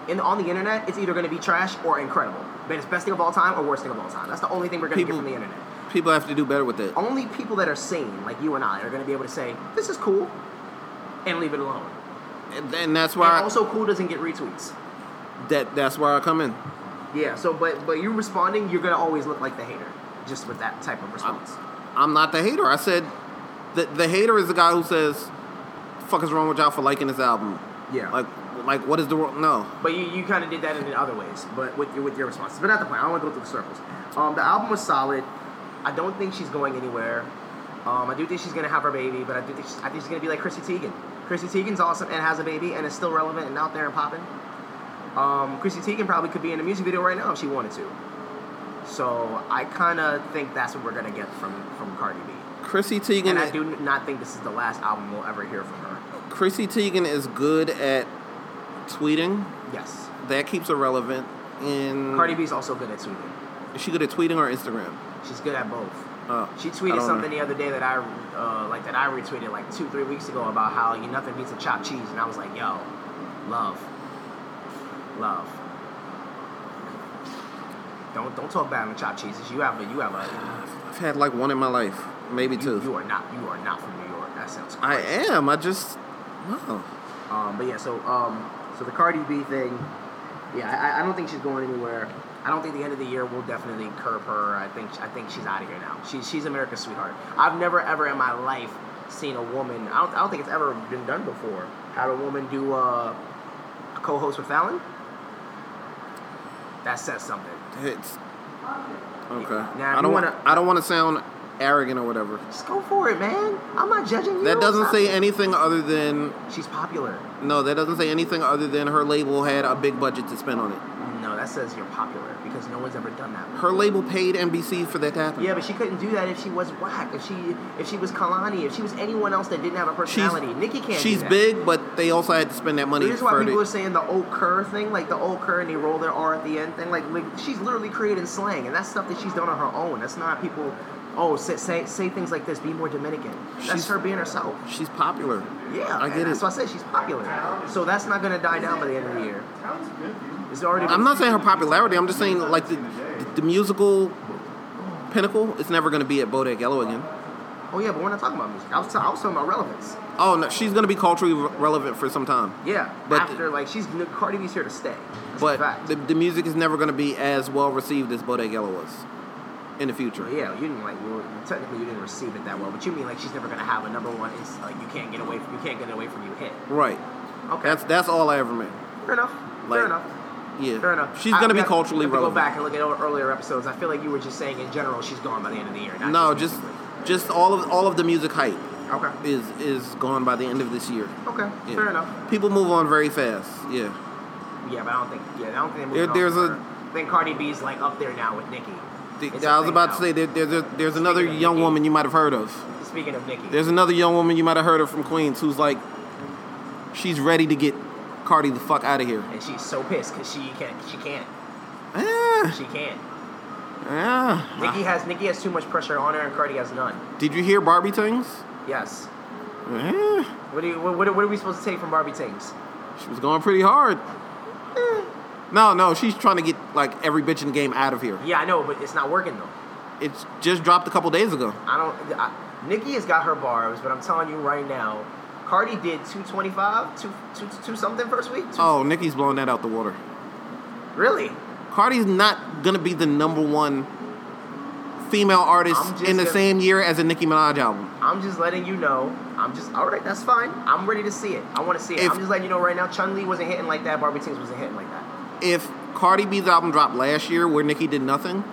Speaker 2: in on the internet it's either going to be trash or incredible. But it's best thing of all time or worst thing of all time. That's the only thing we're going to get
Speaker 1: People-
Speaker 2: from the internet.
Speaker 1: People have to do better with it.
Speaker 2: Only people that are sane, like you and I, are going to be able to say this is cool and leave it alone.
Speaker 1: And, and that's
Speaker 2: And
Speaker 1: why I-
Speaker 2: also, cool doesn't get retweets.
Speaker 1: that that's where I come in.
Speaker 2: Yeah. So, but but you responding, you're gonna always look like the hater, just with that type of response.
Speaker 1: I'm not the hater. I said the the hater is the guy who says, "Fuck is wrong with y'all for liking this album?"
Speaker 2: Yeah.
Speaker 1: Like like what is the world? No.
Speaker 2: But you, you kind of did that in other ways, but with your with your responses. But not the point. I don't want to go through the circles. Um, the album was solid. I don't think she's going anywhere. Um, I do think she's gonna have her baby, but I do think she's, I think she's gonna be like Chrissy Teigen. Chrissy Teigen's awesome and has a baby and is still relevant and out there and popping. Um, Chrissy Teigen probably could be in a music video right now if she wanted to. So I kind of think that's what we're gonna get from from Cardi B.
Speaker 1: Chrissy Teigen.
Speaker 2: And I do not think this is the last album we'll ever hear from her.
Speaker 1: Chrissy Teigen is good at tweeting.
Speaker 2: Yes.
Speaker 1: That keeps her relevant. And
Speaker 2: Cardi B's also good at tweeting.
Speaker 1: is she good at tweeting or Instagram?
Speaker 2: She's good at both.
Speaker 1: Uh,
Speaker 2: She
Speaker 1: I
Speaker 2: tweeted
Speaker 1: don't
Speaker 2: something
Speaker 1: know.
Speaker 2: the other day that I uh, like that I retweeted like two three weeks ago about how you nothing beats a chopped cheese, and I was like, yo, love, love. Don't don't talk bad on chopped cheeses. You have a you have a
Speaker 1: I've had like one in my life, maybe two.
Speaker 2: you, you are not you are not from New York. That sounds.
Speaker 1: I
Speaker 2: Crazy.
Speaker 1: am. I just no.
Speaker 2: Um, but yeah, so um, so the Cardi B thing, yeah, I, I don't think she's going anywhere. I don't think the end of the year will definitely curb her. I think I think she's out of here now. She's she's America's sweetheart. I've never ever in my life seen a woman. I don't, I don't think it's ever been done before. Had a woman do uh, a co-host with Fallon. That says something.
Speaker 1: It's okay.
Speaker 2: Now, if
Speaker 1: I don't
Speaker 2: you
Speaker 1: want.
Speaker 2: wanna-
Speaker 1: to I don't want to sound arrogant or whatever.
Speaker 2: Just go for it, man. I'm not judging you.
Speaker 1: That doesn't
Speaker 2: Stop
Speaker 1: say
Speaker 2: it.
Speaker 1: anything other than
Speaker 2: She's popular.
Speaker 1: no. That doesn't say anything other than her label had a big budget to spend on it.
Speaker 2: No, that says you're popular because no one's ever done that.
Speaker 1: Her label paid NBC for that to happen.
Speaker 2: Yeah, but she couldn't do that if she was whack. If she if she was Kalani, if she was anyone else that didn't have a personality. Nikki can't. do
Speaker 1: She's
Speaker 2: that.
Speaker 1: big, but they also had to spend that money
Speaker 2: This is why
Speaker 1: for
Speaker 2: people are
Speaker 1: it.
Speaker 2: saying the old Kerr thing, like the old Kerr, and they roll their R at the end thing. Like, like she's literally creating slang, and that's stuff that she's done on her own. That's not people. Oh, say say, say things like this. Be more Dominican. That's
Speaker 1: She's-
Speaker 2: her being herself.
Speaker 1: She's popular.
Speaker 2: Yeah,
Speaker 1: I
Speaker 2: and
Speaker 1: get it.
Speaker 2: That's why I said she's popular. So that's not gonna die down by the end of the year. It's already.
Speaker 1: I'm not saying her popularity. I'm just saying like the, the, musical pinnacle is never going to be at Bodak Yellow again.
Speaker 2: Oh yeah, but we're not talking about music. I was, I was talking about relevance.
Speaker 1: Oh no, she's going to be culturally re- relevant for some time.
Speaker 2: Yeah,
Speaker 1: But-
Speaker 2: after like she's Cardi B's here to stay. That's a
Speaker 1: But
Speaker 2: fact.
Speaker 1: the, the music is never going to be as well received as Bodak Yellow was in the future.
Speaker 2: Well, yeah, you didn't like. Well, technically, you didn't receive it that well, but you mean like she's never gonna have a number one? It's like you can't get away. From, you can't get away from you hit.
Speaker 1: Right.
Speaker 2: Okay,
Speaker 1: That's that's all I ever meant.
Speaker 2: fair enough.
Speaker 1: like-
Speaker 2: fair enough.
Speaker 1: Yeah.
Speaker 2: Fair enough.
Speaker 1: She's
Speaker 2: I-
Speaker 1: going to
Speaker 2: we
Speaker 1: be
Speaker 2: have-
Speaker 1: culturally
Speaker 2: we have to
Speaker 1: relevant.
Speaker 2: Go back and look at our earlier episodes. I feel like you were just saying in general she's gone by the end of the year. not
Speaker 1: No, just
Speaker 2: musically.
Speaker 1: just all of all of the music hype
Speaker 2: okay.
Speaker 1: is is gone by the end of this year.
Speaker 2: Okay,
Speaker 1: Yeah.
Speaker 2: fair enough.
Speaker 1: People move on very fast. Yeah.
Speaker 2: Yeah, but I don't think. Yeah, I don't think.
Speaker 1: There- there's a-
Speaker 2: I think Cardi B's like up there now with Nicki.
Speaker 1: The-
Speaker 2: It's
Speaker 1: I
Speaker 2: a
Speaker 1: was
Speaker 2: thing
Speaker 1: about
Speaker 2: now.
Speaker 1: to say there, there, there- there's another
Speaker 2: Speaking of
Speaker 1: young
Speaker 2: Nicki.
Speaker 1: woman you might have heard of.
Speaker 2: Speaking of Nicki,
Speaker 1: There's another young woman you might have heard of from Queens who's like, she's ready to get Cardi the fuck out of here.
Speaker 2: and she's so pissed because she can't. She can't.
Speaker 1: Ah,
Speaker 2: She can't.
Speaker 1: ah.
Speaker 2: Nicki has Nicki has too much pressure on her, and Cardi has none.
Speaker 1: Did you hear Barbie Tings?
Speaker 2: Yes.
Speaker 1: Ah,
Speaker 2: What, do you, what, what are- what are we supposed to take from Barbie Tings?
Speaker 1: she was going pretty hard. No, no, she's trying to get like every bitch in the game out of here.
Speaker 2: Yeah, I know, but it's not working though.
Speaker 1: It's just dropped a couple days ago.
Speaker 2: I don't. I, Nikki has got her barbs, but I'm telling you right now, Cardi did 225, two, two, two something first week. Two,
Speaker 1: Oh, Nicki's blowing that out the water.
Speaker 2: Really?
Speaker 1: Cardi's not gonna be the number one female artist
Speaker 2: I'm just
Speaker 1: in the
Speaker 2: gonna-
Speaker 1: same year as a Nicki Minaj album.
Speaker 2: I'm just letting you know. I'm just all right. That's fine. I'm ready to see it. I want to see it.
Speaker 1: If-
Speaker 2: I'm just letting you know right now. Chun Li wasn't hitting like that. Barbie Tings wasn't hitting like that.
Speaker 1: if Cardi B's album dropped last year where Nicki did nothing,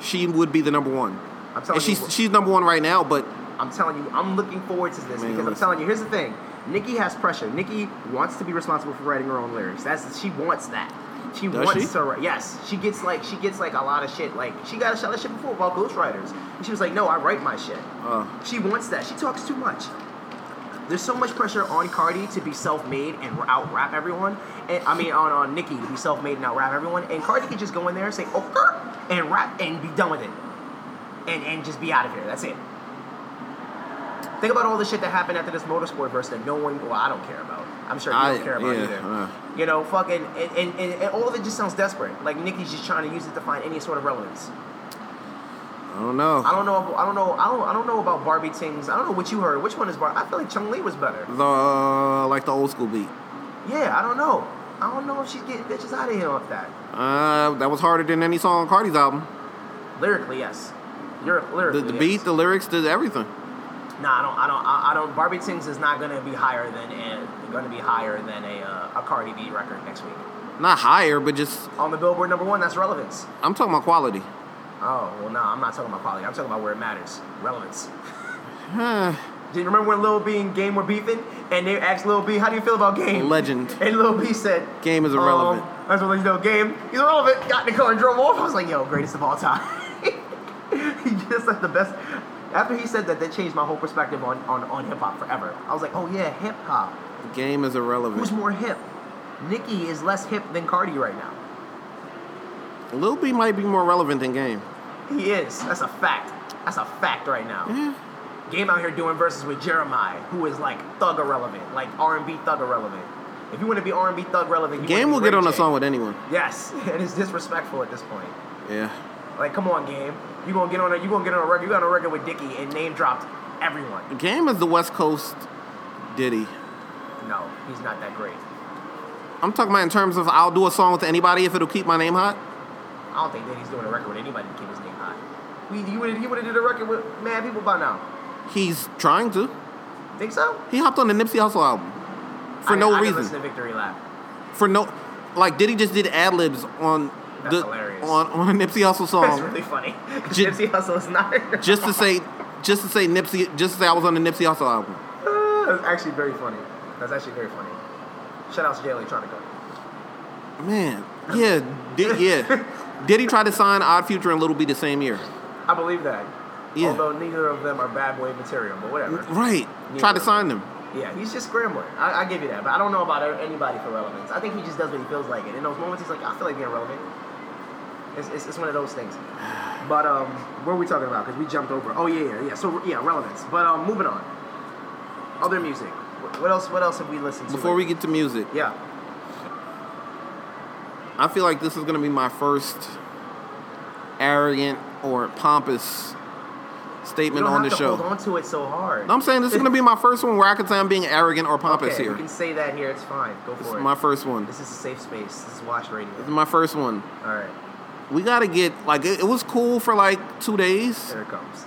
Speaker 1: she would be the number one.
Speaker 2: I'm telling
Speaker 1: And she's
Speaker 2: you.
Speaker 1: she's number one right now, but
Speaker 2: I'm telling you, I'm looking forward to this
Speaker 1: Man,
Speaker 2: because I'm
Speaker 1: listen.
Speaker 2: telling you, here's the thing. Nikki has pressure. Nikki wants to be responsible for writing her own lyrics. That's she wants that. She
Speaker 1: Does
Speaker 2: wants
Speaker 1: she?
Speaker 2: to write. Yes, she gets like she gets like a lot of shit. Like she got a shot of shit before about ghostwriters. And she was like, "No, I write my shit."
Speaker 1: uh,
Speaker 2: She wants that. She talks too much. There's so much pressure on Cardi to be self-made and out rap everyone. And I mean, on on Nicki to be self-made and out rap everyone. And Cardi could just go in there and say, "Oh," grr," and rap and be done with it, and and just be out of here. That's it. Think about all the shit that happened after this motorsport verse that no one, well, I don't care about. I'm sure you
Speaker 1: I-
Speaker 2: don't care about
Speaker 1: yeah,
Speaker 2: either.
Speaker 1: uh.
Speaker 2: you know, fucking, and, and, and, and all of it just sounds desperate. Like Nicki's just trying to use it to find any sort of relevance.
Speaker 1: I don't know.
Speaker 2: I don't know. I don't know. I don't. I don't know about Barbie Tings. I don't know what you heard. Which one is Barbie? I feel like Chung Lee was better.
Speaker 1: The uh, like the old school beat.
Speaker 2: Yeah, I don't know. I don't know if she's getting bitches out of here off that.
Speaker 1: Uh, that was harder than any song on Cardi's album.
Speaker 2: Lyrically, yes. Lyric,
Speaker 1: The,
Speaker 2: lyrically,
Speaker 1: the
Speaker 2: yes.
Speaker 1: beat, the lyrics, the everything.
Speaker 2: Nah, I don't. I don't. I, I don't. Barbie Tings is not gonna be higher than a, gonna be higher than a uh, a Cardi B record next week
Speaker 1: Not higher, but just
Speaker 2: on the Billboard number one. That's relevance.
Speaker 1: I'm talking about quality.
Speaker 2: Oh well, no, I'm not talking about quality. I'm talking about where it matters, relevance.
Speaker 1: Huh.
Speaker 2: Do you remember when Lil B and Game were beefing, and they asked Lil B, "How do you feel about Game?"
Speaker 1: Legend.
Speaker 2: And Lil B said,
Speaker 1: Game is irrelevant.
Speaker 2: Um, I just want to let you know, Game, he's irrelevant. Got in the car and drove off. I was like, yo, greatest of all time. he just like the best. After he said that, that changed my whole perspective on, on, on hip hop forever. I was like, oh yeah, hip hop.
Speaker 1: The game is irrelevant.
Speaker 2: Who's more hip? Nicki is less hip than Cardi right now.
Speaker 1: Lil B might be more relevant than Game.
Speaker 2: He is. That's a fact. That's a fact right now. Game out here doing verses with Jeremiah, who is like thug irrelevant, like R and B thug irrelevant. If you want to be R and B thug relevant, you
Speaker 1: Game will
Speaker 2: wanna be
Speaker 1: get on
Speaker 2: Ray
Speaker 1: a
Speaker 2: J.
Speaker 1: song with anyone.
Speaker 2: Yes, it is disrespectful at this point.
Speaker 1: Yeah.
Speaker 2: Like, come on, game. You gonna get on a you gonna get on a record? You got on a record with Dickie and name dropped everyone.
Speaker 1: Game is the West Coast Diddy.
Speaker 2: No, he's not that great.
Speaker 1: I'm talking about in terms of I'll do a song with anybody if it'll keep my name hot.
Speaker 2: I don't think that he's doing a record with anybody to keep his name hot. We, he would have he would have did a record with mad people by now.
Speaker 1: He's trying to.
Speaker 2: Think so?
Speaker 1: He hopped on the Nipsey Hussle album for
Speaker 2: I-
Speaker 1: no
Speaker 2: I could
Speaker 1: reason.
Speaker 2: Listen to Victory Lap.
Speaker 1: For no, like Diddy just did ad libs on
Speaker 2: That's
Speaker 1: the
Speaker 2: hilarious.
Speaker 1: on on a Nipsey Hussle
Speaker 2: That's
Speaker 1: song
Speaker 2: really funny. 'Cause
Speaker 1: J-
Speaker 2: Nipsey Hussle is not.
Speaker 1: just to say just to say Nipsey just to say I was on the Nipsey Hussle album.
Speaker 2: That's actually very funny. That's actually very funny. Shout out to Jay Electronica.
Speaker 1: Man, yeah, did, yeah. Diddy tried to sign Odd Future and Little B the same year.
Speaker 2: I believe that.
Speaker 1: Yeah.
Speaker 2: Although neither of them are bad boy material, but whatever.
Speaker 1: Right. Tried to sign them.
Speaker 2: Yeah, he's just scrambling. I, I give you that, but I don't know about e-, anybody for relevance. I think he just does what he feels like it. In those moments, he's like, I feel like being relevant. It's, it's, it's one of those things. But um, what are we talking about? Because we jumped over. Oh yeah, yeah, yeah. So yeah, relevance. But um, moving on. Other music. Wh- What else? What else have we listened to?
Speaker 1: Before we get to music,
Speaker 2: Yeah.
Speaker 1: I feel like this is gonna be my first arrogant or pompous
Speaker 2: You
Speaker 1: statement
Speaker 2: don't
Speaker 1: on
Speaker 2: have
Speaker 1: the
Speaker 2: to
Speaker 1: show.
Speaker 2: hold on to it so hard.
Speaker 1: No, I'm saying this is gonna be my first one where I can say I'm being arrogant or pompous
Speaker 2: okay, You
Speaker 1: here.
Speaker 2: can say that here. It's fine. Go for
Speaker 1: This is
Speaker 2: it.
Speaker 1: my first one. This
Speaker 2: This is a safe space. This is watch radio.
Speaker 1: is my first one.
Speaker 2: All right.
Speaker 1: We gotta get like it, it was cool for like two days.
Speaker 2: There it comes.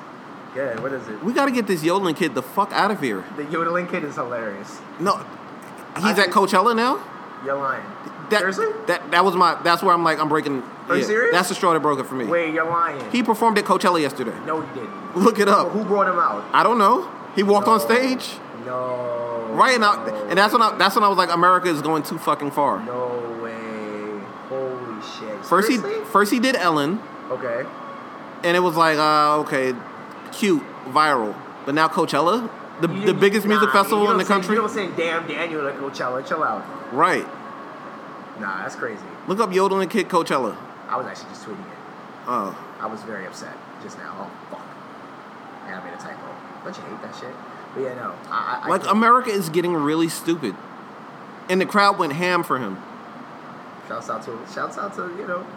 Speaker 2: Yeah. What is it?
Speaker 1: We gotta get this yodeling kid the fuck out of here.
Speaker 2: The yodeling kid is hilarious.
Speaker 1: No,
Speaker 2: I
Speaker 1: he's at
Speaker 2: think-
Speaker 1: Coachella now.
Speaker 2: You're lying.
Speaker 1: That,
Speaker 2: Seriously?
Speaker 1: That that was my. That's where I'm like I'm breaking.
Speaker 2: Are you
Speaker 1: yeah,
Speaker 2: serious?
Speaker 1: That's the straw that broke it for me.
Speaker 2: Wait, you're lying.
Speaker 1: He performed at Coachella yesterday.
Speaker 2: no, he didn't.
Speaker 1: Look it up.
Speaker 2: Who brought him out?
Speaker 1: I don't know. He walked on stage,
Speaker 2: No.
Speaker 1: right? And,
Speaker 2: now,
Speaker 1: I, and that's when I that's when I was like, America is going too fucking far.
Speaker 2: No way. Holy shit.
Speaker 1: first he
Speaker 2: Seriously?
Speaker 1: first he did Ellen,
Speaker 2: Okay.
Speaker 1: and it was like, uh, okay, cute, viral. But now Coachella, the,
Speaker 2: You-
Speaker 1: the biggest
Speaker 2: nah,
Speaker 1: music
Speaker 2: you
Speaker 1: festival in
Speaker 2: don't
Speaker 1: the
Speaker 2: say-
Speaker 1: country,
Speaker 2: You don't say damn Daniel at Coachella. oh, Chill out.
Speaker 1: right?
Speaker 2: Nah, that's crazy.
Speaker 1: Look up yodeling kid Coachella.
Speaker 2: I was actually just tweeting it.
Speaker 1: Uh,
Speaker 2: I was very upset just now. Oh fuck. And I made a typo. Don't you hate that shit? But yeah, no. I, I, I
Speaker 1: like
Speaker 2: can't-
Speaker 1: America is getting really stupid, and the crowd went ham for him.
Speaker 2: Shouts out to shouts out to you know.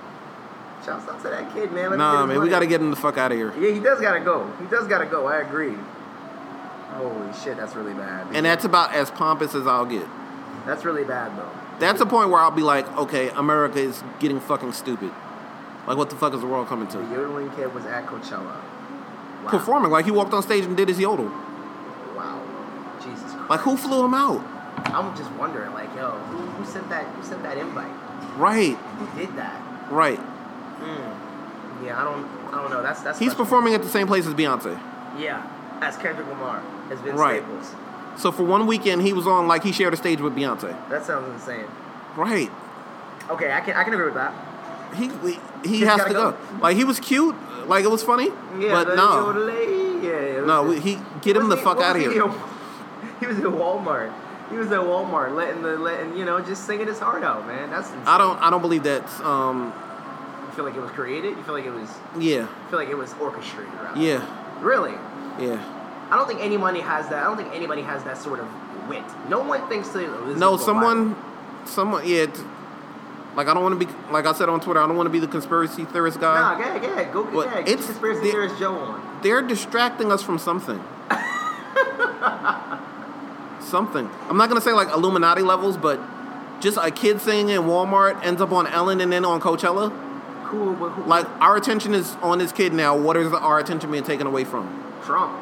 Speaker 2: Shouts out to that kid, man. Let him get
Speaker 1: Nah,
Speaker 2: his
Speaker 1: man, we
Speaker 2: money.
Speaker 1: gotta get him the fuck out of here.
Speaker 2: Yeah, he does gotta go. He does gotta go. I agree. Holy shit, that's really bad.
Speaker 1: And that's about as pompous as I'll get.
Speaker 2: that's really bad though.
Speaker 1: That's a point where I'll be like, okay, America is getting fucking stupid. Like, what the fuck is the world coming
Speaker 2: The
Speaker 1: to?
Speaker 2: yodeling kid was at Coachella. Wow.
Speaker 1: Performing like he walked on stage and did his yodel.
Speaker 2: Wow. Jesus. Christ.
Speaker 1: Like, who flew him out?
Speaker 2: I'm just wondering, like, yo, who, who sent that? Who sent that invite?
Speaker 1: Right,
Speaker 2: Who did that?
Speaker 1: right.
Speaker 2: Yeah, I don't. I don't know. That's that's.
Speaker 1: Hmm. He's
Speaker 2: special.
Speaker 1: performing at the same place as Beyonce.
Speaker 2: Yeah, that's Kendrick Lamar. Has been
Speaker 1: Right.
Speaker 2: Staples.
Speaker 1: So for one weekend, he was on like he shared a stage with Beyonce.
Speaker 2: That sounds insane.
Speaker 1: Right.
Speaker 2: Okay, I can I can agree with that.
Speaker 1: He he, he
Speaker 2: He's
Speaker 1: has
Speaker 2: gotta
Speaker 1: to
Speaker 2: go.
Speaker 1: go. Like he was cute, like it was funny,
Speaker 2: Yeah,
Speaker 1: but
Speaker 2: the-
Speaker 1: no,
Speaker 2: the lady- yeah, yeah,
Speaker 1: no,
Speaker 2: listen.
Speaker 1: we, he get him
Speaker 2: Was
Speaker 1: the
Speaker 2: he-
Speaker 1: fuck
Speaker 2: what
Speaker 1: out of
Speaker 2: was
Speaker 1: here.
Speaker 2: He, at- he was at Walmart. He was at Walmart, letting the letting you know, just singing his heart out, man. That's insane.
Speaker 1: I don't I don't believe that's um
Speaker 2: You feel like it was created. You feel like it was.
Speaker 1: yeah
Speaker 2: You feel like it was orchestrated. Rather.
Speaker 1: yeah
Speaker 2: Really,
Speaker 1: yeah.
Speaker 2: I don't think anybody has that. I don't think anybody has that sort of wit. No one thinks to.
Speaker 1: No, someone someone yeah. It's, like I don't want to be like I said on Twitter. I don't want to be the conspiracy theorist guy.
Speaker 2: Nah, go ahead, go ahead, go
Speaker 1: Well,
Speaker 2: ahead. Get
Speaker 1: it's-
Speaker 2: conspiracy
Speaker 1: the-
Speaker 2: theorist Joe on.
Speaker 1: They're distracting us from something. something. I'm not gonna say like Illuminati levels, but just a kid singing in Walmart ends up on Ellen and then on Coachella.
Speaker 2: Cool, but who?
Speaker 1: Like our attention is on this kid now. What is our attention being taken away from?
Speaker 2: Trump.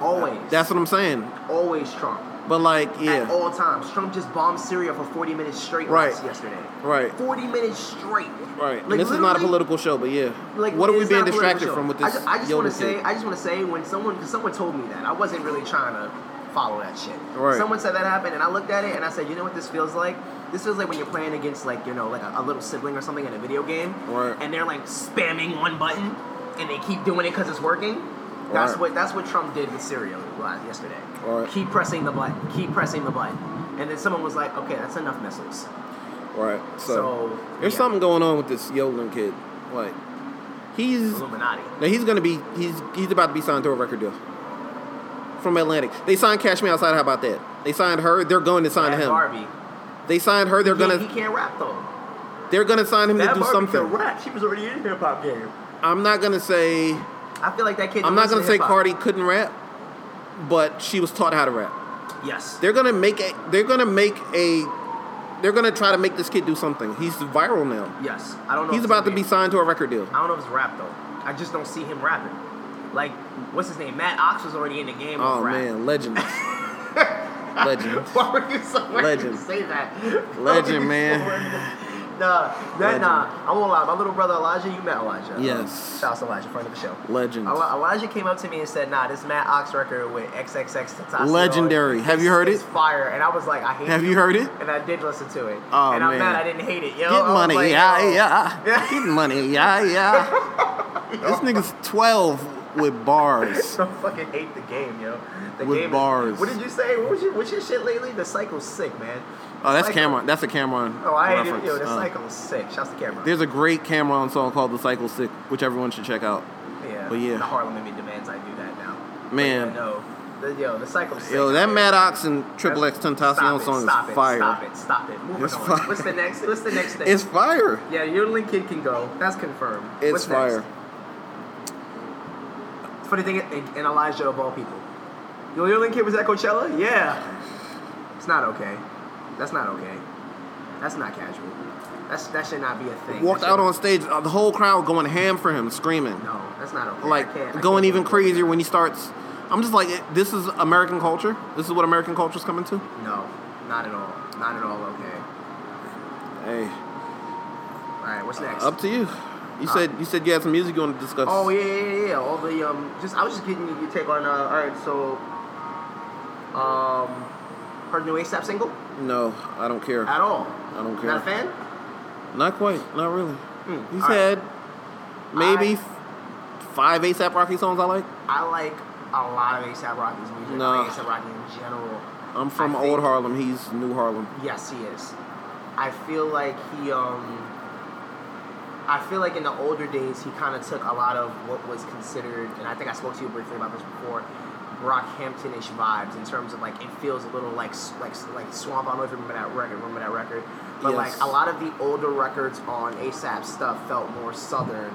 Speaker 2: Always.
Speaker 1: That's what I'm saying.
Speaker 2: always Trump.
Speaker 1: But like
Speaker 2: At
Speaker 1: yeah,
Speaker 2: all times, Trump just bombed Syria for 40 minutes straight
Speaker 1: Right.
Speaker 2: last- yesterday.
Speaker 1: right,
Speaker 2: 40 minutes straight.
Speaker 1: right. And
Speaker 2: Like,
Speaker 1: this is not a
Speaker 2: literally-
Speaker 1: political show, but yeah.
Speaker 2: Like,
Speaker 1: what are we
Speaker 2: it's not
Speaker 1: being
Speaker 2: a political
Speaker 1: distracted
Speaker 2: show.
Speaker 1: from with
Speaker 2: I
Speaker 1: this?
Speaker 2: ju- I just,
Speaker 1: yoga
Speaker 2: want to say,
Speaker 1: kid?
Speaker 2: I just want to say, when someone, cause someone told me that, I wasn't really trying to follow that shit.
Speaker 1: Right.
Speaker 2: Someone said that happened, and I looked at it and I said, you know what this feels like? This feels like when you're playing against like you know like a, a little sibling or something in a video game,
Speaker 1: Right.
Speaker 2: and they're like spamming one button, and they keep doing it because it's working. That's
Speaker 1: Right.
Speaker 2: what that's what Trump did with Syria la- yesterday.
Speaker 1: Right.
Speaker 2: Keep pressing the button. Keep pressing the button. And then someone was like, okay, that's enough missiles.
Speaker 1: right. So,
Speaker 2: So,
Speaker 1: there's
Speaker 2: yeah.
Speaker 1: something going on with this yodeling kid. Like he's
Speaker 2: Illuminati.
Speaker 1: Now he's gonna be he's he's about to be signed to a record deal from Atlantic. They signed Cash Me Outside. How about that? They signed her. They're going to sign
Speaker 2: Bad
Speaker 1: him.
Speaker 2: Barbie.
Speaker 1: They signed her. They're
Speaker 2: He-
Speaker 1: gonna
Speaker 2: he can't rap though.
Speaker 1: they're gonna sign him
Speaker 2: Bad
Speaker 1: to do
Speaker 2: Barbie
Speaker 1: something.
Speaker 2: can rap. She was already in the hip hop game.
Speaker 1: I'm not gonna say
Speaker 2: I feel like that kid.
Speaker 1: I'm not
Speaker 2: don't
Speaker 1: gonna say
Speaker 2: listen to
Speaker 1: Cardi couldn't rap, but she was taught how to rap.
Speaker 2: hip-hop. Yes.
Speaker 1: They're gonna make a they're gonna make a they're gonna try to make this kid do something. He's viral now.
Speaker 2: Yes. I don't know. if
Speaker 1: He's
Speaker 2: it's
Speaker 1: about to
Speaker 2: gonna
Speaker 1: be signed to a record deal.
Speaker 2: I don't know if it's rap though. I just don't see him rapping. Like, what's his name? Matt Ox was already in the game.
Speaker 1: Oh
Speaker 2: with rap.
Speaker 1: man, legend, legend.
Speaker 2: Why were you so why did you
Speaker 1: Legend.
Speaker 2: Say that. Why
Speaker 1: Legend,
Speaker 2: were you so
Speaker 1: man.
Speaker 2: random? Nah, that,
Speaker 1: Legend.
Speaker 2: nah. I won't lie. My little brother Elijah, you met Elijah. Um,
Speaker 1: Yes.
Speaker 2: Shout out to Elijah, friend of the show.
Speaker 1: Legend.
Speaker 2: Eli- Elijah came up to me and said, "Nah, this Matt Ox record with XXX Tentacion.
Speaker 1: Legendary. Have you heard
Speaker 2: it's
Speaker 1: it?
Speaker 2: Fire." And I was like, "I hate."
Speaker 1: Have you heard it?
Speaker 2: And I did listen to it.
Speaker 1: Oh,
Speaker 2: and I'm
Speaker 1: man.
Speaker 2: mad I didn't hate it. Yo, I
Speaker 1: Get
Speaker 2: was
Speaker 1: money,
Speaker 2: like, yo.
Speaker 1: yeah, yeah. Get money, yeah, yeah. this nigga's 12 with bars.
Speaker 2: I fucking hate the game, yo. The
Speaker 1: With
Speaker 2: game is-
Speaker 1: bars.
Speaker 2: what did you say? What was your, what's your shit lately? The cycle's sick, man.
Speaker 1: Oh, that's
Speaker 2: Cycle-
Speaker 1: Cameron. That's a Cameron.
Speaker 2: Oh, I hate it.
Speaker 1: reference.
Speaker 2: Yo, the
Speaker 1: Uh,
Speaker 2: cycle's sick. Shouts to Cameron.
Speaker 1: There's a great Cameron song called The Cycle Sick, which everyone should check out.
Speaker 2: Yeah.
Speaker 1: But yeah.
Speaker 2: The Harlem in me demands I do that now.
Speaker 1: Man.
Speaker 2: But yeah, no. The, yo, the cycle.
Speaker 1: Yo, that Maddox and Triple X Tentacion song
Speaker 2: stop
Speaker 1: is
Speaker 2: it,
Speaker 1: fire.
Speaker 2: Stop it. Stop it. Moving
Speaker 1: It's
Speaker 2: on.
Speaker 1: fire.
Speaker 2: What's the next? What's the next thing?
Speaker 1: It's fire.
Speaker 2: yeah, your link kid can go. That's confirmed.
Speaker 1: It's
Speaker 2: What's
Speaker 1: fire.
Speaker 2: Next? Funny thing, and, and Elijah of all people. Yo, your link kid was at Coachella. Yeah. It's not okay. That's not okay. That's not casual. That's that should not be a thing.
Speaker 1: Walked
Speaker 2: That should-
Speaker 1: out on stage, uh, the whole crowd going ham for him, screaming.
Speaker 2: No, that's not okay. I can't, I
Speaker 1: Like, going
Speaker 2: can't
Speaker 1: even
Speaker 2: do that.
Speaker 1: crazier when he starts. I'm just like, it- this is American culture. This is what American culture's coming to.
Speaker 2: No, not at all. Not at all okay.
Speaker 1: Hey.
Speaker 2: All right, what's next?
Speaker 1: Uh, Up to you. You said you said you had some music you want to discuss.
Speaker 2: Oh yeah, yeah, yeah, yeah. All the um, just I was just getting your take on uh, all right, so um, her new ASAP single
Speaker 1: No, I don't care.
Speaker 2: at all.
Speaker 1: I don't care.
Speaker 2: Not a fan. Hmm.
Speaker 1: Not quite. Not really. He's
Speaker 2: all right.
Speaker 1: had
Speaker 2: I-
Speaker 1: maybe f- five ASAP Rocky songs I like.
Speaker 2: I like a lot of ASAP Rocky's music.
Speaker 1: No.
Speaker 2: ASAP Rocky in general.
Speaker 1: I'm from
Speaker 2: I
Speaker 1: old
Speaker 2: think-
Speaker 1: Harlem. He's new Harlem.
Speaker 2: Yes, he is. I feel like he um. I feel like in the older days he kind of took a lot of what was considered, and I think I spoke to you briefly about this before, Brockhampton-ish vibes in terms of like it feels a little like s- like s- like swamp. I don't know if you remember that record. Remember that record? But
Speaker 1: Yes.
Speaker 2: like a lot of the older records on ASAP stuff felt more southern.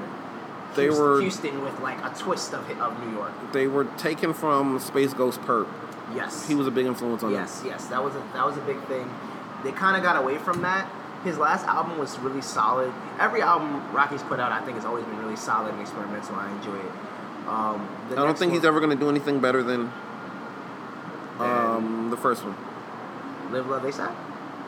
Speaker 1: They
Speaker 2: Houston,
Speaker 1: were-
Speaker 2: Houston with like a twist of of New York.
Speaker 1: They were taken from Space Ghost Perp.
Speaker 2: Yes,
Speaker 1: He was a big influence on
Speaker 2: Yes, yes, that was a that was a big thing. They kind of got away from that. His last album was really solid. Every album Rocky's put out, I think, has always been really solid and experimental. I enjoy it. Um, the
Speaker 1: me. I don't
Speaker 2: next
Speaker 1: think he's
Speaker 2: one,
Speaker 1: ever going to do anything better than um, the first one.
Speaker 2: Live Love ASAP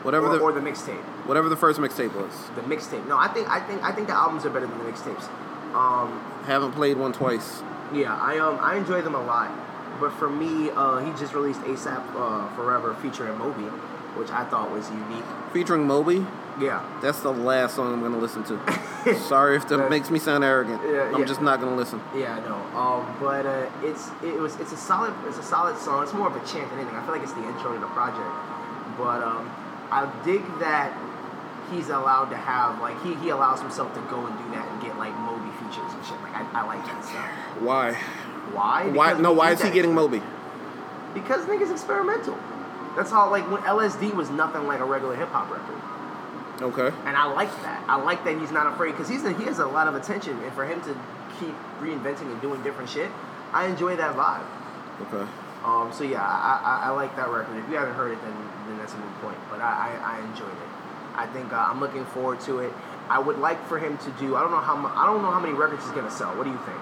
Speaker 1: Whatever
Speaker 2: or,
Speaker 1: the
Speaker 2: or the mixtape.
Speaker 1: whatever the first mixtape was.
Speaker 2: The mixtape. No, I think I think I think the albums are better than the mixtapes. Um,
Speaker 1: Haven't played one twice.
Speaker 2: yeah, I um I enjoy them a lot. But for me, uh, he just released ASAP uh, Forever featuring Moby, which I thought was unique.
Speaker 1: Featuring Moby.
Speaker 2: Yeah.
Speaker 1: That's the last song I'm gonna listen to. Sorry if that makes me sound arrogant.
Speaker 2: Yeah,
Speaker 1: I'm
Speaker 2: yeah.
Speaker 1: just not gonna listen.
Speaker 2: Yeah, no. Um, but uh, it's it was it's a solid it's a solid song. It's more of a chant than anything. I feel like it's the intro to the project. But um, I dig that he's allowed to have like he, he allows himself to go and do that and get like Moby features and shit. Like I, I like that stuff.
Speaker 1: Why?
Speaker 2: Why?
Speaker 1: Why?
Speaker 2: Because
Speaker 1: No.
Speaker 2: we
Speaker 1: Why
Speaker 2: need
Speaker 1: is he
Speaker 2: that.
Speaker 1: getting Moby?
Speaker 2: Because niggas experimental. That's how like when LSD was nothing like a regular hip hop record.
Speaker 1: Okay.
Speaker 2: And I like that. I like that he's not afraid because he's he has a lot of attention, and for him to keep reinventing and doing different shit, I enjoy that vibe.
Speaker 1: Okay.
Speaker 2: Um, so yeah, I, I, I like that record. If you haven't heard it, then, then that's a good point. But I, I, I enjoyed it. I think uh, I'm looking forward to it. I would like for him to do. I don't know how mu- I don't know how many records he's gonna sell. What do you think?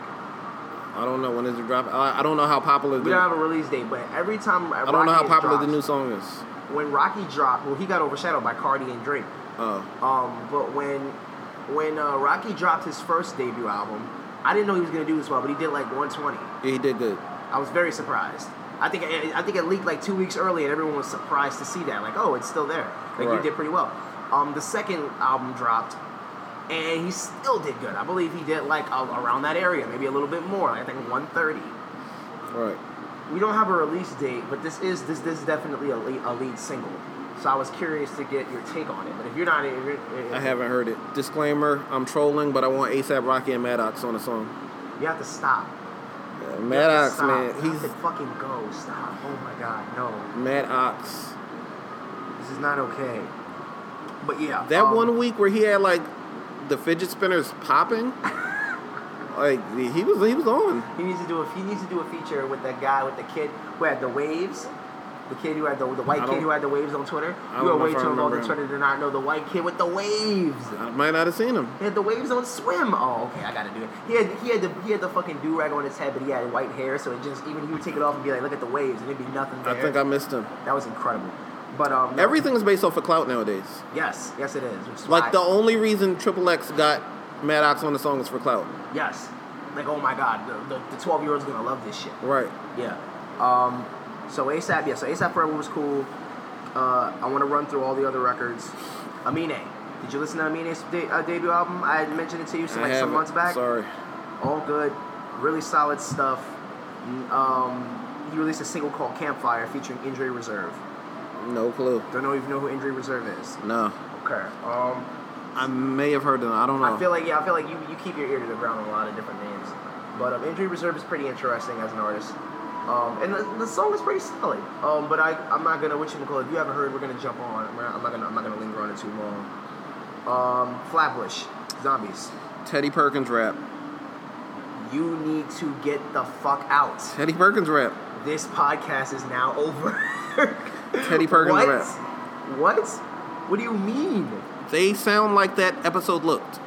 Speaker 1: I don't know when is it dropping. I, I don't know how popular.
Speaker 2: We
Speaker 1: The,
Speaker 2: don't
Speaker 1: I
Speaker 2: have a release date, but every time I
Speaker 1: don't know how popular the new song is.
Speaker 2: When Rocky dropped, well, he got overshadowed by Cardi and Drake.
Speaker 1: Oh.
Speaker 2: Um, but when when uh, Rocky dropped his first debut album, I didn't know he was gonna do this well, but he did like 120.
Speaker 1: Yeah, he did good.
Speaker 2: I was very surprised. I think I think it leaked like two weeks early, and everyone was surprised to see that. Like, oh, it's still there. Like
Speaker 1: Right.
Speaker 2: he did pretty well. Um, the second album dropped, and he still did good. I believe he did like a, around that area, maybe a little bit more. I think 130
Speaker 1: All right.
Speaker 2: we don't have a release date, but this is this this is definitely a lead, a lead single. So I was curious to get your take on it. But if you're not, if you're, if-
Speaker 1: I haven't heard it. Disclaimer: I'm trolling, but I want ASAP Rocky and Maddox on the song.
Speaker 2: You have to stop.
Speaker 1: Yeah,
Speaker 2: You have to
Speaker 1: Maddox,
Speaker 2: stop.
Speaker 1: man,
Speaker 2: You have
Speaker 1: he's
Speaker 2: to fucking go. Stop. Oh my god, no,
Speaker 1: Maddox.
Speaker 2: this is not okay. But yeah,
Speaker 1: That
Speaker 2: um,
Speaker 1: one week where he had like the fidget spinners popping, like he was he was on.
Speaker 2: He needs to do a he needs to do a feature with that guy with the kid who had the waves. The kid who had the, the white
Speaker 1: I
Speaker 2: kid
Speaker 1: don't-
Speaker 2: who had the waves on Twitter.
Speaker 1: don't
Speaker 2: You are
Speaker 1: know
Speaker 2: way
Speaker 1: if
Speaker 2: too
Speaker 1: I
Speaker 2: involved
Speaker 1: remember
Speaker 2: in
Speaker 1: him.
Speaker 2: Twitter to not know the white kid with the waves.
Speaker 1: I might not have seen him.
Speaker 2: He had the waves on swim. Oh, okay, I gotta do it. He had he had the he had the fucking do rag on his head, but he had white hair, so it just even he would take it off and be like, look at the waves, and it'd be nothing there.
Speaker 1: I think I missed him.
Speaker 2: that was incredible. But um, no.
Speaker 1: Everything is based off of clout nowadays.
Speaker 2: yes, yes, it is. Which is why-
Speaker 1: Like the only reason Triple X got Maddox on the song is for clout.
Speaker 2: yes, like oh my god, the the twelve year old's gonna love this shit.
Speaker 1: Right.
Speaker 2: Yeah. Um, so ASAP, yeah. So ASAP Forever was cool. Uh, I want to run through all the other records. Amine, did you listen to Amine's de- uh, debut album? I had mentioned it to you so,
Speaker 1: I
Speaker 2: like some
Speaker 1: haven't.
Speaker 2: months back.
Speaker 1: Sorry.
Speaker 2: all good, really solid stuff. Um, he released a single called Campfire featuring Injury Reserve.
Speaker 1: No clue.
Speaker 2: Don't know if you know who Injury Reserve is.
Speaker 1: No.
Speaker 2: Okay. Um,
Speaker 1: I may have heard them. I don't know.
Speaker 2: I feel like yeah, I feel like you, you keep your ear to the ground on a lot of different names. But um, Injury Reserve is pretty interesting as an artist. Um, and the, the song is pretty solid. Um, but I I'm not gonna what you call it. If you haven't heard, we're gonna jump on. We're not, I'm not gonna I'm not gonna linger on it too long. Um, Flatbush, Zombies.
Speaker 1: Teddy Perkins rap.
Speaker 2: You need to get the fuck out.
Speaker 1: Teddy Perkins rap.
Speaker 2: this podcast is now over.
Speaker 1: Teddy Perkins
Speaker 2: what?
Speaker 1: rap.
Speaker 2: What? What do you mean?
Speaker 1: They sound like that episode looked.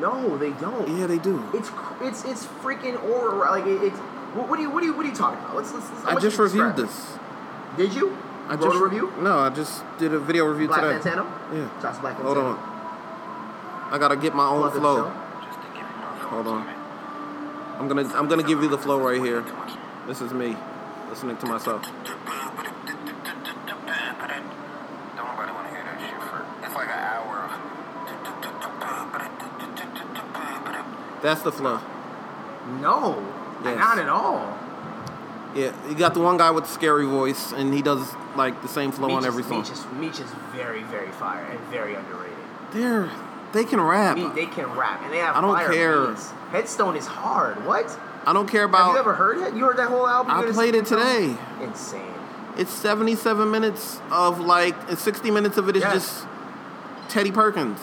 Speaker 2: No, they don't.
Speaker 1: Yeah, they do.
Speaker 2: It's cr- it's it's freaking aura. Like it, it's what, what do you what do you what are you talking about? Let's, let's, let's
Speaker 1: I
Speaker 2: let's
Speaker 1: just reviewed
Speaker 2: describe it.
Speaker 1: this.
Speaker 2: Did you?
Speaker 1: I
Speaker 2: Wrote
Speaker 1: just
Speaker 2: a review.
Speaker 1: No, I just did a video review
Speaker 2: Black
Speaker 1: today.
Speaker 2: Santana.
Speaker 1: Yeah.
Speaker 2: Shots Black
Speaker 1: Hold
Speaker 2: Santana.
Speaker 1: on. I gotta get my own
Speaker 2: Plug the
Speaker 1: flow.
Speaker 2: show.
Speaker 1: Hold on. I'm gonna I'm gonna give you the flow right here. This is me listening to myself. That's the flow.
Speaker 2: No,
Speaker 1: Yes.
Speaker 2: not at all.
Speaker 1: Yeah, you got the one guy with the scary voice, and he does like the same flow on
Speaker 2: Meech
Speaker 1: every
Speaker 2: is,
Speaker 1: song.
Speaker 2: Meech is, Meech is very very fire and very underrated.
Speaker 1: They're they can rap.
Speaker 2: Meech, they can rap and they have.
Speaker 1: I don't
Speaker 2: fire
Speaker 1: care.
Speaker 2: beats. Headstone is hard. What?
Speaker 1: I don't care
Speaker 2: Have you
Speaker 1: about.
Speaker 2: ever heard it? You heard that whole album? You
Speaker 1: I
Speaker 2: heard
Speaker 1: played it
Speaker 2: this-
Speaker 1: today.
Speaker 2: Insane.
Speaker 1: It's 77 minutes of like, and 60 minutes of it is
Speaker 2: Yes.
Speaker 1: just Teddy Perkins,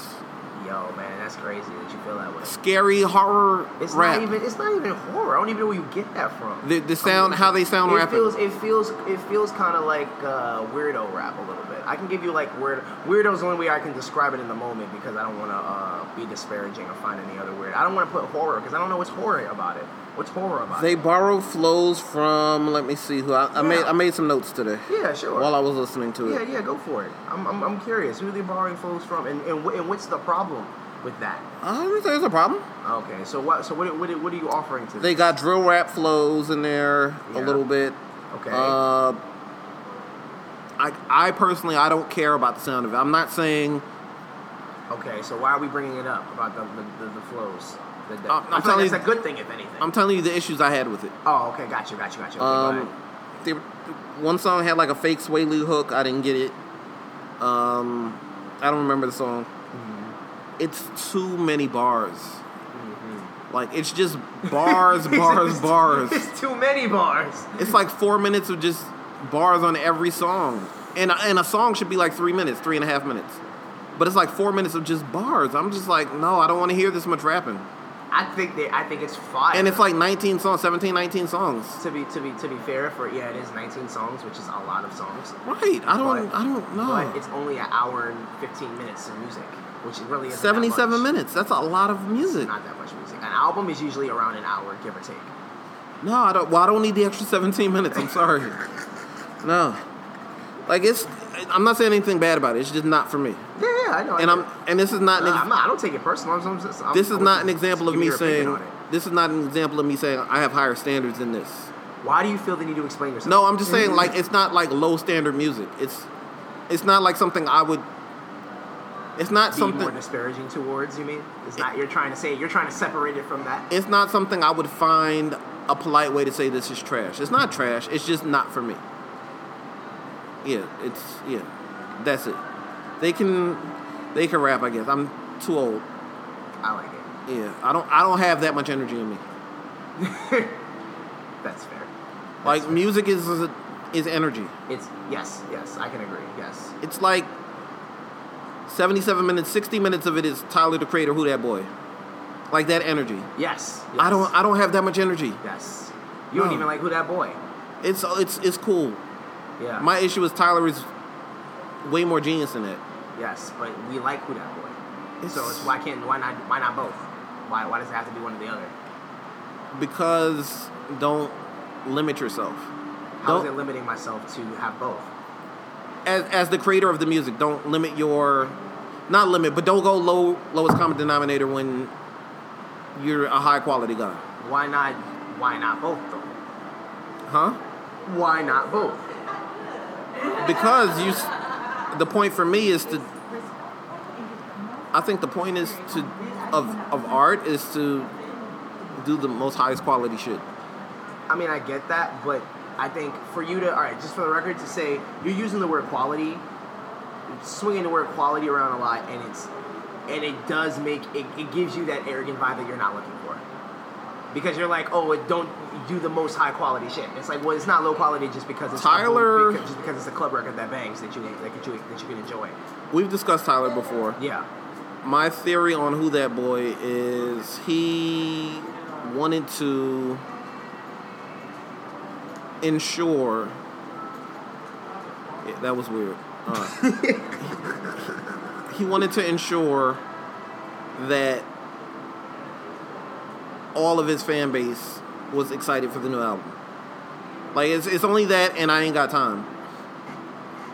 Speaker 2: Yo, man, that's crazy that you feel that way.
Speaker 1: scary horror
Speaker 2: It's
Speaker 1: rap.
Speaker 2: not even. It's not even horror. I don't even know where you get that from.
Speaker 1: the, the sound, how they sound
Speaker 2: it
Speaker 1: rapping.
Speaker 2: feels. It feels. It feels kind of like uh, weirdo rap a little bit. I can give you like weird. Weirdo's the only way I can describe it in the moment because I don't want to uh, be disparaging or find any other weird. I don't want to put horror because I don't know what's horror about it. What's horror about
Speaker 1: they
Speaker 2: it?
Speaker 1: borrow flows from. Let me see who I, I made.
Speaker 2: Yeah.
Speaker 1: I made some notes today
Speaker 2: Yeah, sure.
Speaker 1: while I was listening to it.
Speaker 2: Yeah, yeah, go for it. I'm, I'm, I'm curious. Who are they borrowing flows from, and, and, wh- and what's the problem? with that?
Speaker 1: I don't think there's a problem.
Speaker 2: Okay, so what? So what? What, what are you offering to?
Speaker 1: They
Speaker 2: them?
Speaker 1: got drill rap flows in there a
Speaker 2: Yeah.
Speaker 1: little bit.
Speaker 2: Okay.
Speaker 1: Uh, I I personally I don't care about the sound of it. I'm not saying
Speaker 2: okay, so why are we bringing it up about the the, the, the flows? The, the,
Speaker 1: Oh, I'm- I'm
Speaker 2: I feel
Speaker 1: telling
Speaker 2: like
Speaker 1: you-
Speaker 2: that's a good thing, if anything.
Speaker 1: I'm telling you the issues I had with it.
Speaker 2: oh, okay, got you, got you, got you. Okay,
Speaker 1: Um,
Speaker 2: go ahead.
Speaker 1: they, one song had like a fake Sway Lee hook. I didn't get it. Um, I don't remember the song.
Speaker 2: Mm-hmm.
Speaker 1: It's too many bars. Like it's just bars, bars, bars.
Speaker 2: It's too many bars.
Speaker 1: It's like four minutes of just bars on every song, and and a song should be like three minutes, three and a half minutes. But it's like four minutes of just bars. I'm just like, no, I don't want to hear this much rapping.
Speaker 2: I think they. I think it's fire.
Speaker 1: And it's like 19 songs, 17, 19 songs.
Speaker 2: to be to be to be fair, for yeah, it is 19 songs, which is a lot of songs.
Speaker 1: Right? I don't,
Speaker 2: But-
Speaker 1: I don't know.
Speaker 2: But it's only an hour and 15 minutes of music, which really is
Speaker 1: 77 minutes. That's a lot of music.
Speaker 2: Not that much music. An album is usually around an hour, give or take.
Speaker 1: No, I don't. Well, I don't need the extra 17 minutes. I'm sorry. no, like it's. I'm not saying anything bad about it. It's just not for me.
Speaker 2: Yeah, yeah, I know.
Speaker 1: And
Speaker 2: I
Speaker 1: I'm,
Speaker 2: know.
Speaker 1: and this is not. An
Speaker 2: Nah, I'm
Speaker 1: ex-
Speaker 2: not- I don't take it personal. I'm, I'm just, I'm,
Speaker 1: this is
Speaker 2: I'm
Speaker 1: not
Speaker 2: just
Speaker 1: an example of
Speaker 2: giving
Speaker 1: me
Speaker 2: your opinion
Speaker 1: saying.
Speaker 2: on it.
Speaker 1: This is not an example of me saying I have higher standards than this.
Speaker 2: Why do you feel the need to explain yourself?
Speaker 1: No, I'm just saying like it's not like low standard music. It's, it's not like something I would. It's not
Speaker 2: Be more
Speaker 1: something.
Speaker 2: disparaging towards you mean? It's not. You're trying to say you're trying to separate it from that.
Speaker 1: It's not something I would find a polite way to say this is trash. It's not trash. It's just not for me. Yeah, it's yeah. That's it. They can they can rap, I guess. I'm too old.
Speaker 2: I like it.
Speaker 1: Yeah. I don't I don't have that much energy in me.
Speaker 2: That's fair.
Speaker 1: Like music is is, is energy.
Speaker 2: It's yes, yes. I can agree. Yes.
Speaker 1: It's like 77 minutes, 60 minutes of it is Tyler the Creator, who that boy. Like that energy.
Speaker 2: Yes.
Speaker 1: I
Speaker 2: yes.
Speaker 1: don't I don't have that much energy.
Speaker 2: Yes. You don't
Speaker 1: No.
Speaker 2: even like who that boy.
Speaker 1: It's it's it's cool.
Speaker 2: Yeah.
Speaker 1: My issue is Tyler is way more genius than that.
Speaker 2: yes, but we like who that boy. so
Speaker 1: It's-
Speaker 2: it's why can't why not why not both? Why why does it have to be one or the other?
Speaker 1: because don't limit yourself.
Speaker 2: How is it
Speaker 1: Don't
Speaker 2: limiting myself to have both?
Speaker 1: as, as the creator of the music, don't limit your not limit, but don't go low lowest common denominator when you're a high quality guy.
Speaker 2: Why not why not both though?
Speaker 1: Huh?
Speaker 2: Why not both?
Speaker 1: Because you s- the point for me is to I think the point is to of of art is to do the most highest quality shit.
Speaker 2: I mean I get that, but I think for you to all right, just for the record to say you're using the word quality, swinging the word quality around a lot, and it's and it does make it, it gives you that arrogant vibe that you're not looking for. Because you're like, oh, it don't do the most high quality shit. It's like, well, it's not low quality just because it's
Speaker 1: Tyler-
Speaker 2: because, just because it's a club record that bangs that you that you that you can enjoy.
Speaker 1: We've discussed Tyler before.
Speaker 2: Yeah,
Speaker 1: My theory on who that boy is, he wanted to ensure. Yeah, that was weird. Uh, he wanted to ensure that all of his fan base was excited for the new album. Like it's it's only that, and I ain't got time.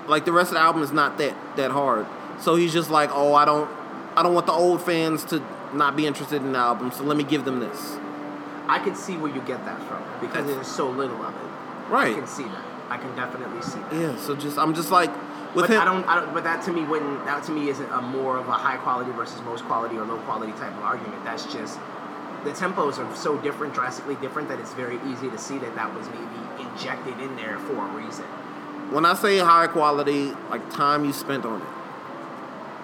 Speaker 1: Like the rest of the album is not that that hard. So he's just like, oh, I don't, I don't want the old fans to not be interested in the album. So let me give them this.
Speaker 2: I can see where you get that from because there's so little of it. I
Speaker 1: Right.
Speaker 2: can see that. I can definitely see that.
Speaker 1: Yeah. So just I'm just like with
Speaker 2: But
Speaker 1: him.
Speaker 2: I don't, I don't. But that to me wouldn't. That to me isn't a more of a high quality versus most quality or low quality type of argument. That's just the tempos are so different, drastically different that it's very easy to see that that was maybe injected in there for a reason.
Speaker 1: when I say high quality, like time you spent on it.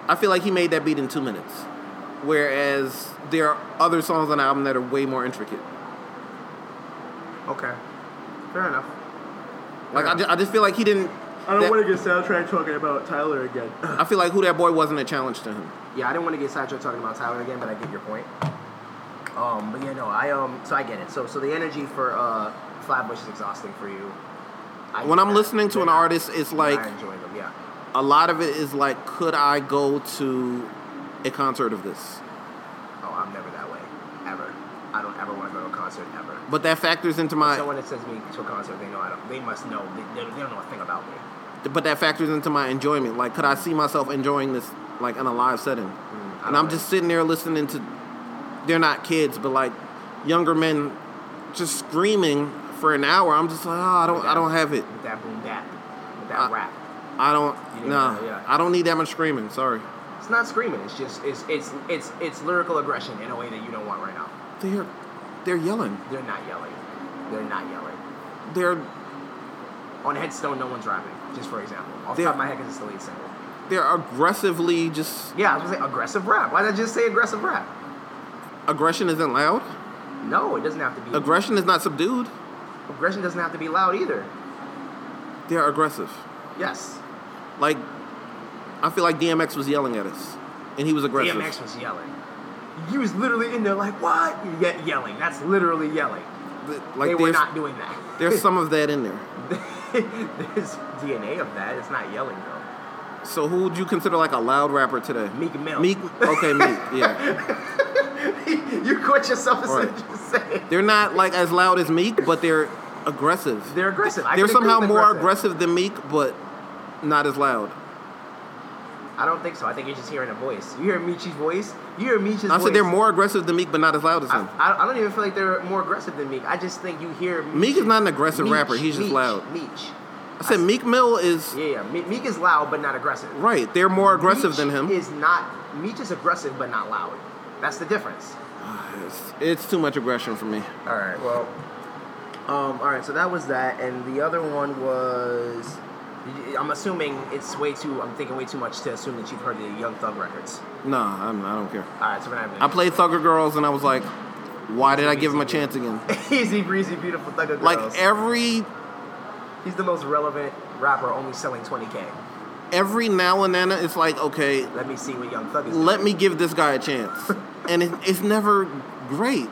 Speaker 1: I feel like he made that beat in two minutes, whereas there are other songs on the album that are way more intricate.
Speaker 2: Okay, fair enough.
Speaker 1: Like I, ju- I just feel like he didn't. that-
Speaker 2: to get soundtrack talking about Tyler again.
Speaker 1: I feel like who that boy wasn't a challenge to him.
Speaker 2: Yeah, I didn't want to get sidetracked talking about Tyler again, but I get your point. Um, but yeah, no, I um, so I get it. So so the energy for uh, Flatbush is exhausting for you. I
Speaker 1: When
Speaker 2: get
Speaker 1: I'm
Speaker 2: that.
Speaker 1: listening to
Speaker 2: They're
Speaker 1: an
Speaker 2: not-
Speaker 1: artist, it's
Speaker 2: they're not
Speaker 1: like-
Speaker 2: enjoying them, yeah.
Speaker 1: a lot of it is like, could I go to a concert of this?
Speaker 2: Oh, I'm never that way, ever. I don't ever want to go to a concert ever.
Speaker 1: But that factors into my,
Speaker 2: Someone that sends me to a concert, they know I don't. They must know. They, they, they don't know a thing about me.
Speaker 1: but that factors into my enjoyment. Like, could I see myself enjoying this like in a live setting? and I'm just sitting there listening to they're not kids, but like younger men just screaming for an hour. I'm just like, oh, I don't, I don't have it.
Speaker 2: With that boom bap, with that
Speaker 1: I-
Speaker 2: rap.
Speaker 1: I don't,
Speaker 2: Yeah,
Speaker 1: nah,
Speaker 2: yeah.
Speaker 1: I don't need that much screaming. Sorry.
Speaker 2: It's not screaming. It's just it's it's it's it's lyrical aggression in a way that you don't want right now.
Speaker 1: They're, they're yelling.
Speaker 2: They're not yelling. They're not yelling.
Speaker 1: They're,
Speaker 2: On Headstone, no one's rapping. Just for example, off the
Speaker 1: They're-
Speaker 2: top of my head, 'cause it's the lead single.
Speaker 1: they're aggressively just
Speaker 2: Yeah, I was gonna say aggressive rap. Why did I just say aggressive rap?
Speaker 1: aggression isn't loud.
Speaker 2: No, it doesn't have to be.
Speaker 1: Aggression is not subdued.
Speaker 2: aggression doesn't have to be loud either.
Speaker 1: They're aggressive.
Speaker 2: Yes.
Speaker 1: Like, I feel like DMX was yelling at us, and he was aggressive.
Speaker 2: DMX was yelling. He was literally in there like, "What?" Ye- yelling. That's literally yelling.
Speaker 1: Th- like
Speaker 2: they were
Speaker 1: there's-
Speaker 2: not doing that.
Speaker 1: There's some of that in there.
Speaker 2: There's DNA of that. It's not yelling though.
Speaker 1: So who would you consider like a loud rapper today?
Speaker 2: Meek Mill.
Speaker 1: Meek. Okay, Meek. Yeah.
Speaker 2: you caught yourself as soon
Speaker 1: Right.
Speaker 2: as you said. it.
Speaker 1: They're not like as loud as Meek, but they're aggressive.
Speaker 2: They're aggressive. I
Speaker 1: They're
Speaker 2: can agree
Speaker 1: somehow
Speaker 2: with
Speaker 1: more aggressive than Meek, but not as loud.
Speaker 2: I don't think so. I think you're just hearing a voice. You hear Michi's voice. You hear Michi's
Speaker 1: I
Speaker 2: voice.
Speaker 1: said they're more aggressive than Meek, but not as loud as
Speaker 2: I,
Speaker 1: him.
Speaker 2: I, I don't even feel like they're more aggressive than Meek. I just think you hear
Speaker 1: Meek is not an aggressive
Speaker 2: Meech,
Speaker 1: rapper. He's just
Speaker 2: Meech,
Speaker 1: loud.
Speaker 2: Meech.
Speaker 1: I said Meek Mill is
Speaker 2: Yeah, yeah. Me- Meek is loud but not aggressive.
Speaker 1: right. They're more aggressive
Speaker 2: Meech
Speaker 1: than him.
Speaker 2: Is not Meech is aggressive but not loud. That's the difference.
Speaker 1: It's, it's too much aggression for me.
Speaker 2: All right. Well. Um. All right. So that was that, and the other one was. I'm assuming it's way too. I'm thinking way too much to assume that you've heard the Young Thug records.
Speaker 1: Nah, I'm, I don't care.
Speaker 2: All right. So we're not. even-
Speaker 1: I played Thugger Girls, and I was like, why did I give him a chance again?
Speaker 2: Easy breezy, beautiful Thugger girls.
Speaker 1: Like every
Speaker 2: He's the most relevant rapper, only selling 20k.
Speaker 1: every now and then, it's like okay,
Speaker 2: Let me see what Young Thug is.
Speaker 1: let
Speaker 2: doing.
Speaker 1: me give this guy a chance. and it, it's never great.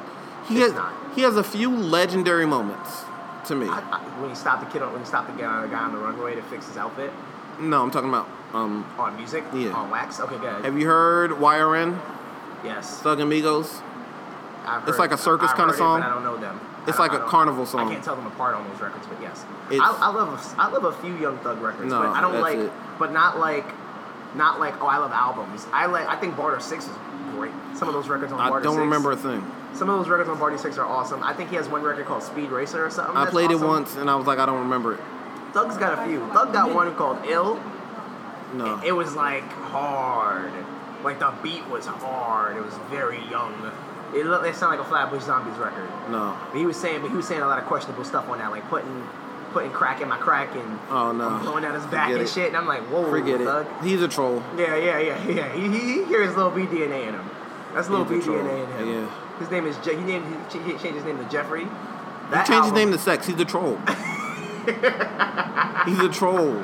Speaker 1: He has
Speaker 2: It's not.
Speaker 1: he has a few legendary moments to me.
Speaker 2: I, I, when he stopped the kid, on, when he stopped the guy, the guy on the runway to fix his outfit
Speaker 1: no, I'm talking about um
Speaker 2: on music,
Speaker 1: Yeah.
Speaker 2: on wax. Okay, good.
Speaker 1: have you heard YRN,
Speaker 2: yes,
Speaker 1: Thug Amigos?
Speaker 2: I've
Speaker 1: it's
Speaker 2: heard-
Speaker 1: like a circus
Speaker 2: I've
Speaker 1: kinda
Speaker 2: heard it,
Speaker 1: song.
Speaker 2: but I don't know them.
Speaker 1: It's
Speaker 2: I don't-
Speaker 1: like a
Speaker 2: I don't-
Speaker 1: carnival song.
Speaker 2: I can't tell them apart on those records, but yes, I,
Speaker 1: It's-
Speaker 2: I love a f- I love a few Young Thug records,
Speaker 1: No,
Speaker 2: but I don't
Speaker 1: that's
Speaker 2: like,
Speaker 1: it.
Speaker 2: but not like, not like. Oh, I love albums. I like. I think Barter Six is great. Some of those records on
Speaker 1: I
Speaker 2: Barter
Speaker 1: don't
Speaker 2: Six.
Speaker 1: remember a thing.
Speaker 2: Some of those records on Barty Six are awesome. I think he has one record called Speed Racer or something.
Speaker 1: I
Speaker 2: that's
Speaker 1: played
Speaker 2: awesome.
Speaker 1: it once and I was like I don't remember it.
Speaker 2: Thug's got a few. Thug got one called Ill.
Speaker 1: No.
Speaker 2: It was like hard. Like the beat was hard. It was very young. It looked. It sounded like a Flatbush Zombies record.
Speaker 1: no.
Speaker 2: But he was saying, but he was saying a lot of questionable stuff on that, like putting, putting crack in my crack and
Speaker 1: Oh, no.
Speaker 2: blowing out his back
Speaker 1: Forget
Speaker 2: and
Speaker 1: it.
Speaker 2: shit. And I'm like, whoa,
Speaker 1: Forget
Speaker 2: Thug.
Speaker 1: it. He's a troll.
Speaker 2: Yeah, yeah, yeah, yeah. He, he, he hears little B DNA in him. That's little B
Speaker 1: He's a troll.
Speaker 2: DNA in him.
Speaker 1: Yeah.
Speaker 2: His name is Je- he named he ch- he changed his name to Jeffrey. That
Speaker 1: Change his
Speaker 2: album-
Speaker 1: name to Sex. He's a troll. He's a troll.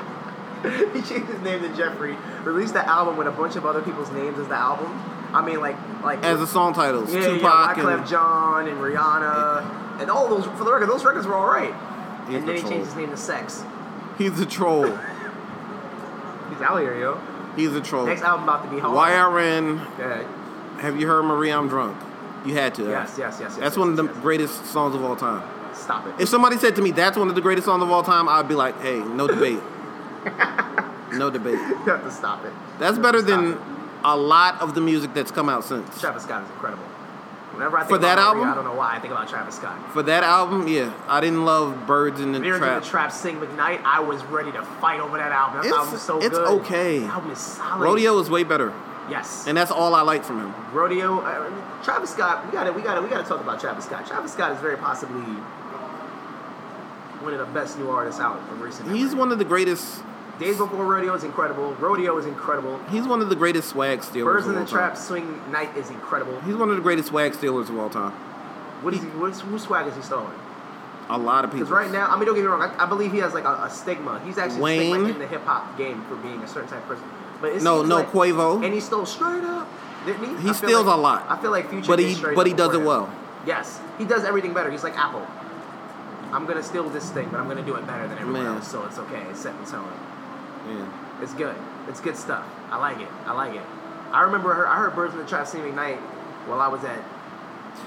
Speaker 2: he changed his name to Jeffrey. Released the album with a bunch of other people's names as the album. I mean, like, like
Speaker 1: As the song titles,
Speaker 2: yeah,
Speaker 1: Tupac
Speaker 2: yeah, Wyclef
Speaker 1: and
Speaker 2: John and Rihanna and all those. For the record, those records were all right.
Speaker 1: He's
Speaker 2: and then he
Speaker 1: the
Speaker 2: changed his
Speaker 1: troll.
Speaker 2: name to Sex.
Speaker 1: he's a troll.
Speaker 2: He's out here, yo.
Speaker 1: He's a troll.
Speaker 2: Next album about to be hard.
Speaker 1: YRN
Speaker 2: Yeah.
Speaker 1: Have you heard Marie I'm Drunk? You had to.
Speaker 2: Yes, yes, yes, yes.
Speaker 1: That's
Speaker 2: yes,
Speaker 1: one of
Speaker 2: yes,
Speaker 1: the
Speaker 2: yes.
Speaker 1: greatest songs of all time.
Speaker 2: Stop it.
Speaker 1: If somebody said to me, that's one of the greatest songs of all time, I'd be like, hey, no debate. no debate.
Speaker 2: you have to stop it.
Speaker 1: That's better
Speaker 2: Stop
Speaker 1: than
Speaker 2: it.
Speaker 1: a lot of the music that's come out since.
Speaker 2: Travis Scott is incredible. Whenever I think
Speaker 1: For that
Speaker 2: about Maria,
Speaker 1: album?
Speaker 2: I don't know why I think about Travis Scott.
Speaker 1: For that album, yeah, I didn't love Birds in the
Speaker 2: Mirrors in
Speaker 1: Trap.
Speaker 2: the Trap, Sing McKnight. I was ready to fight over that album. That
Speaker 1: It's-
Speaker 2: album's so
Speaker 1: it's
Speaker 2: good.
Speaker 1: okay.
Speaker 2: That album is solid.
Speaker 1: Rodeo is way better,
Speaker 2: Yes.
Speaker 1: and that's all I like from him.
Speaker 2: rodeo. Uh, Travis Scott. We got to we got to we got to talk about Travis Scott. Travis Scott is very possibly one of the best new artists out of recent. memory.
Speaker 1: He's one of the greatest.
Speaker 2: Days Before Rodeo is incredible. Rodeo is incredible.
Speaker 1: He's one of the greatest swag stealers.
Speaker 2: Birds
Speaker 1: of
Speaker 2: in the
Speaker 1: all time.
Speaker 2: Trap Swing Night is incredible.
Speaker 1: He's one of the greatest swag stealers of all time.
Speaker 2: What is he? What's, whose swag is he stealing?
Speaker 1: A lot of people.
Speaker 2: Because right now, I mean, don't get me wrong. I, I believe he has like a, a stigma. He's actually
Speaker 1: Wayne.
Speaker 2: stigma in the hip hop game for being a certain type of person. But it's
Speaker 1: No, no,
Speaker 2: like,
Speaker 1: Quavo.
Speaker 2: And he stole straight up. Didn't he?
Speaker 1: He
Speaker 2: I feel
Speaker 1: steals
Speaker 2: like-
Speaker 1: a lot.
Speaker 2: I feel like Future.
Speaker 1: But
Speaker 2: did
Speaker 1: he-
Speaker 2: straight
Speaker 1: but
Speaker 2: up
Speaker 1: he does
Speaker 2: before
Speaker 1: it
Speaker 2: him.
Speaker 1: well.
Speaker 2: Yes, he does everything better. He's like Apple. I'm gonna steal this thing, but I'm gonna do it better than everyone
Speaker 1: Man.
Speaker 2: else. So it's okay. It's set in stone.
Speaker 1: Yeah.
Speaker 2: It's good. It's good stuff. I like it. I like it. I remember her. I heard Birds in the Trap singing night while I was at.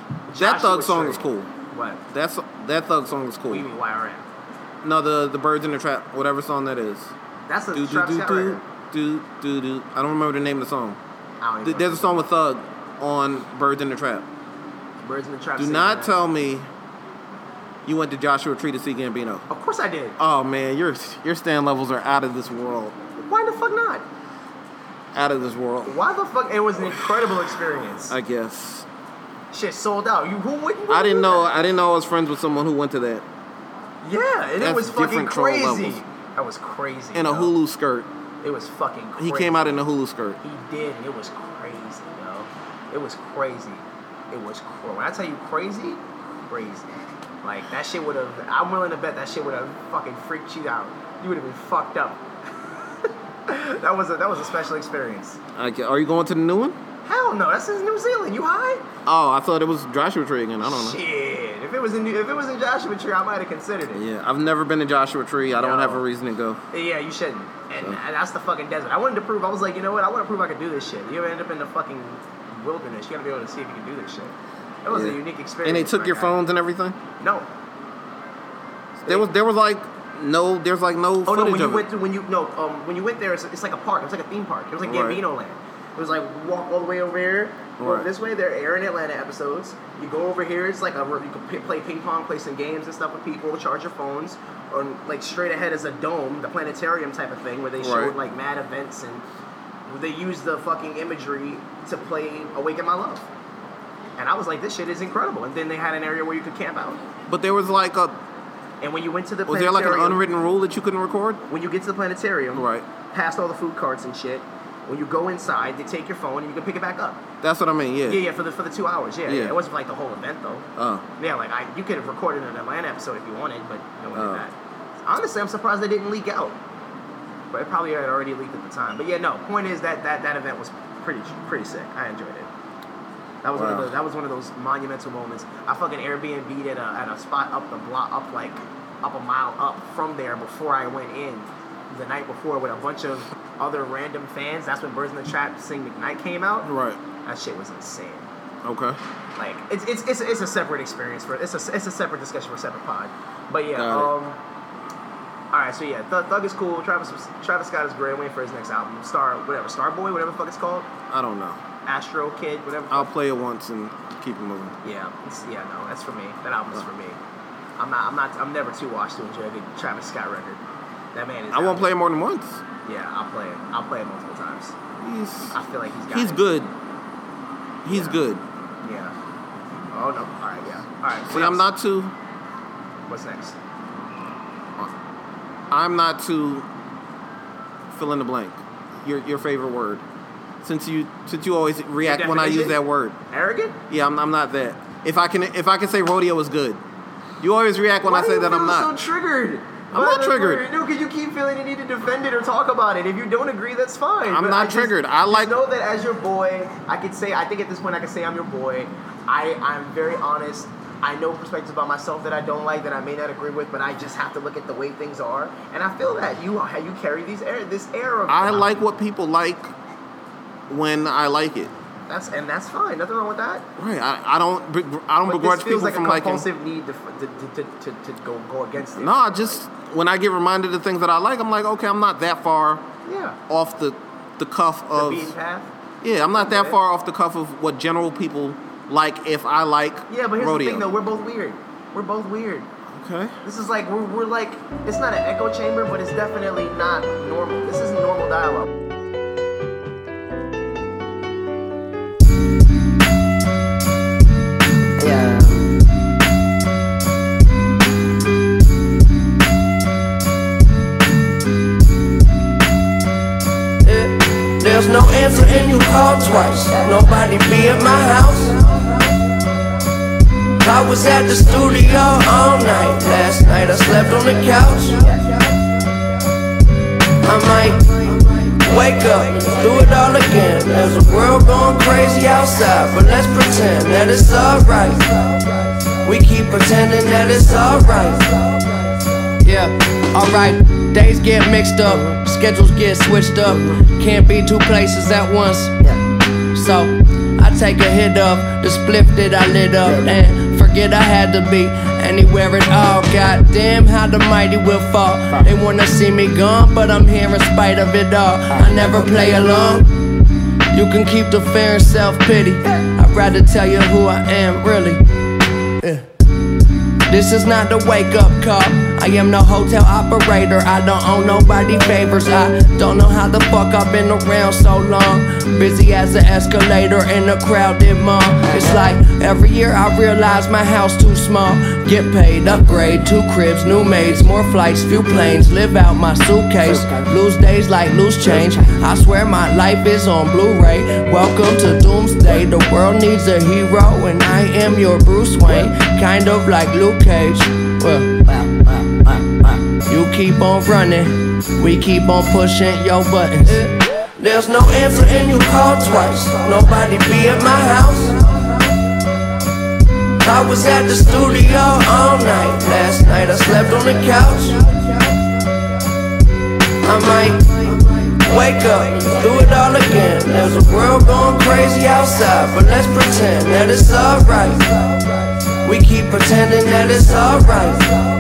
Speaker 1: That
Speaker 2: Joshua
Speaker 1: Thug song
Speaker 2: Tree.
Speaker 1: is cool.
Speaker 2: What?
Speaker 1: That's that Thug song is cool.
Speaker 2: What do you mean YRM?
Speaker 1: No, the the birds in the trap, whatever song that is.
Speaker 2: That's a
Speaker 1: Do do
Speaker 2: Travis
Speaker 1: do
Speaker 2: Scott
Speaker 1: do
Speaker 2: record.
Speaker 1: do do do. I don't remember the name of the song.
Speaker 2: I don't
Speaker 1: Th-
Speaker 2: even
Speaker 1: There's a song with Thug on Birds in the Trap.
Speaker 2: Birds in the Trap.
Speaker 1: Do
Speaker 2: singing
Speaker 1: not
Speaker 2: that.
Speaker 1: tell me you went to Joshua Tree to see Gambino.
Speaker 2: Of course I did.
Speaker 1: Oh man, your your stand levels are out of this world.
Speaker 2: Why the fuck not?
Speaker 1: Out of this world.
Speaker 2: Why the fuck? It was an incredible experience.
Speaker 1: I guess.
Speaker 2: Shit sold out. You who wouldn't?
Speaker 1: I didn't know I didn't know I was friends with someone who went to that.
Speaker 2: Yeah, and it
Speaker 1: That's
Speaker 2: was fucking
Speaker 1: different troll
Speaker 2: crazy.
Speaker 1: levels.
Speaker 2: That was crazy.
Speaker 1: In a
Speaker 2: yo.
Speaker 1: Hulu skirt.
Speaker 2: It was fucking. crazy.
Speaker 1: He came out in a Hulu skirt.
Speaker 2: He did, and it was crazy, yo. It was crazy. It was crazy. When I tell you crazy, crazy. Like that shit would have. I'm willing to bet that shit would have fucking freaked you out. You would have been fucked up. that was a that was a special experience.
Speaker 1: I gue- are you going to the new one?
Speaker 2: Hell no, that's in New Zealand. You high?
Speaker 1: Oh, I thought it was Joshua Tree again. I don't know.
Speaker 2: Shit. If it was in New, if it was in Joshua Tree, I might have considered it.
Speaker 1: Yeah, I've never been to Joshua Tree. I don't
Speaker 2: No.
Speaker 1: have a reason to go.
Speaker 2: Yeah, you shouldn't. And, and that's the fucking desert. I wanted to prove. I was like, you know what? I want to prove I could do this shit. You end up in the fucking wilderness. You gotta be able to see if you can do this shit. It was
Speaker 1: Yeah.
Speaker 2: a unique experience.
Speaker 1: And they took
Speaker 2: my
Speaker 1: your
Speaker 2: guy.
Speaker 1: phones and everything.
Speaker 2: No.
Speaker 1: There was there was like no there's like no
Speaker 2: Oh no!
Speaker 1: footage
Speaker 2: When you
Speaker 1: of it.
Speaker 2: went through, when you no, um, when you went there, it's, it's like a park. It's like a theme park. It was like
Speaker 1: Right.
Speaker 2: Gambino Land. It was like walk all the way over here, go
Speaker 1: Right.
Speaker 2: this way. They're airing Atlanta episodes. You go over here. It's like a you can p- play ping pong, play some games and stuff with people, charge your phones. Or like straight ahead is a dome, the planetarium type of thing where they showed
Speaker 1: Right.
Speaker 2: like mad events and they used the fucking imagery to play "Awaken My Love." And I was like, this shit is incredible. And then they had an area where you could camp out.
Speaker 1: but there was like a
Speaker 2: And when you went to the
Speaker 1: was there like an
Speaker 2: planetarium-
Speaker 1: unwritten rule that you couldn't record?
Speaker 2: when you get to the planetarium,
Speaker 1: Right.
Speaker 2: past all the food carts and shit, when you go inside, they take your phone and you can pick it back up.
Speaker 1: That's what I mean, yeah.
Speaker 2: Yeah, yeah, for the for the two hours. Yeah, yeah.
Speaker 1: Yeah.
Speaker 2: It wasn't like the whole event though.
Speaker 1: Oh.
Speaker 2: yeah, like I, you could have recorded an Atlanta episode if you wanted, but no one
Speaker 1: Oh.
Speaker 2: did that. Honestly, I'm surprised they didn't leak out. But it probably had already leaked at the time. But yeah, no. Point is that that, that event was pretty pretty sick. I enjoyed it. That was one of
Speaker 1: Wow.
Speaker 2: those, that was one of those monumental moments. I fucking Airbnb'd at a, at a spot up the block, up like up a mile up from there before I went in the night before with a bunch of other random fans. That's when Birds in the Trap Sing McKnight came out.
Speaker 1: Right.
Speaker 2: That shit was insane.
Speaker 1: Okay.
Speaker 2: Like it's it's it's, it's a separate experience for it's a it's a separate discussion for a separate pod. But yeah,
Speaker 1: Got it.
Speaker 2: um, all right. So yeah, Thug, Thug is cool. Travis was- Travis Scott is great. Waiting for his next album, Star whatever Starboy, whatever the fuck it's called,
Speaker 1: I don't know.
Speaker 2: Astro Kid, whatever. the fuck
Speaker 1: I'll play it once and keep it moving.
Speaker 2: Yeah, it's, yeah, no, that's for me. That album is for me. I'm not, I'm not, I'm never too washed to enjoy a good Travis Scott record. That man is.
Speaker 1: I won't
Speaker 2: out.
Speaker 1: play it more than once.
Speaker 2: Yeah, I'll play it. I'll play it multiple times. I
Speaker 1: He's
Speaker 2: feel like he's got.
Speaker 1: he's
Speaker 2: it.
Speaker 1: good. He's
Speaker 2: Yeah.
Speaker 1: good.
Speaker 2: Yeah. Oh no! All right, yeah. All right.
Speaker 1: See,
Speaker 2: what
Speaker 1: I'm
Speaker 2: else?
Speaker 1: not too
Speaker 2: What's next?
Speaker 1: I'm not too fill in the blank. Your your favorite word. Since you since you always react when I use
Speaker 2: definition?
Speaker 1: that word.
Speaker 2: Arrogant?
Speaker 1: Yeah, I'm, I'm not that. If I can if I can say rodeo is good. You always react when
Speaker 2: Why
Speaker 1: I
Speaker 2: do
Speaker 1: say
Speaker 2: you
Speaker 1: that I'm
Speaker 2: feel
Speaker 1: not.
Speaker 2: So triggered.
Speaker 1: I'm
Speaker 2: Why
Speaker 1: not
Speaker 2: the-
Speaker 1: triggered.
Speaker 2: No, because you keep feeling the need to defend it or talk about it. If you don't agree, that's fine.
Speaker 1: I'm
Speaker 2: But
Speaker 1: not
Speaker 2: just-
Speaker 1: triggered. I
Speaker 2: just
Speaker 1: like-
Speaker 2: know that as your boy, I could say. I think at this point, I could say I'm your boy. I I'm very honest. I know perspectives about myself that I don't like, that I may not agree with, but I just have to look at the way things are, and I feel that you how you carry these air this air of
Speaker 1: I like what people like when I like it.
Speaker 2: that's and that's fine. Nothing wrong with that.
Speaker 1: Right. I, I don't beg- I don't
Speaker 2: But
Speaker 1: begrudge
Speaker 2: this
Speaker 1: people
Speaker 2: feels like
Speaker 1: from
Speaker 2: a
Speaker 1: liking.
Speaker 2: compulsive need to, f- to, to, to, to, to go go against it.
Speaker 1: No, I just when I get reminded of things that I like, I'm like, okay, I'm not that far
Speaker 2: yeah,
Speaker 1: off the the cuff
Speaker 2: the
Speaker 1: of
Speaker 2: beaten path.
Speaker 1: yeah, I'm not that
Speaker 2: Okay.
Speaker 1: far off the cuff of what general people like. If I like
Speaker 2: Yeah, but here's
Speaker 1: rodeo,
Speaker 2: the thing though, we're both weird. We're both weird.
Speaker 1: okay,
Speaker 2: This is like we're, we're like it's not an echo chamber, but it's definitely not normal. This isn't normal dialogue.
Speaker 3: Yeah.
Speaker 8: There's no answer and you call twice. Nobody be at my house. I was at the studio all night. Last night I slept on the couch. I might wake up and do it all again. There's a world going crazy outside, but let's pretend that it's alright. We keep pretending that it's alright.
Speaker 9: Yeah, alright. Days get mixed up, schedules get switched up. Can't be two places at once. So I take a hit of the spliff that I lit up and forget I had to be anywhere at all. God damn how the mighty will fall. They wanna see me gone, but I'm here in spite of it all. I never play along. You can keep the fear and self pity. I'd rather tell you who I am, really. Yeah. This is not the wake up call. I am the hotel operator. I don't owe nobody favors. I don't know how the fuck I've been around so long. Busy as an escalator in a crowded mall. It's like every year I realize my house too small. Get paid, upgrade, two cribs, new maids, more flights, few planes. Live out my suitcase. Lose days like loose change. I swear my life is on Blu-ray. Welcome to Doomsday. The world needs a hero, and I am your Bruce Wayne, kind of like Luke Cage. Well, you keep on running, we keep on pushing your buttons.
Speaker 8: There's no answer and you call twice. Nobody be at my house. I was at the studio all night. Last night I slept on the couch. I might wake up, do it all again. There's a world going crazy outside, but let's pretend that it's alright. We keep pretending that it's alright.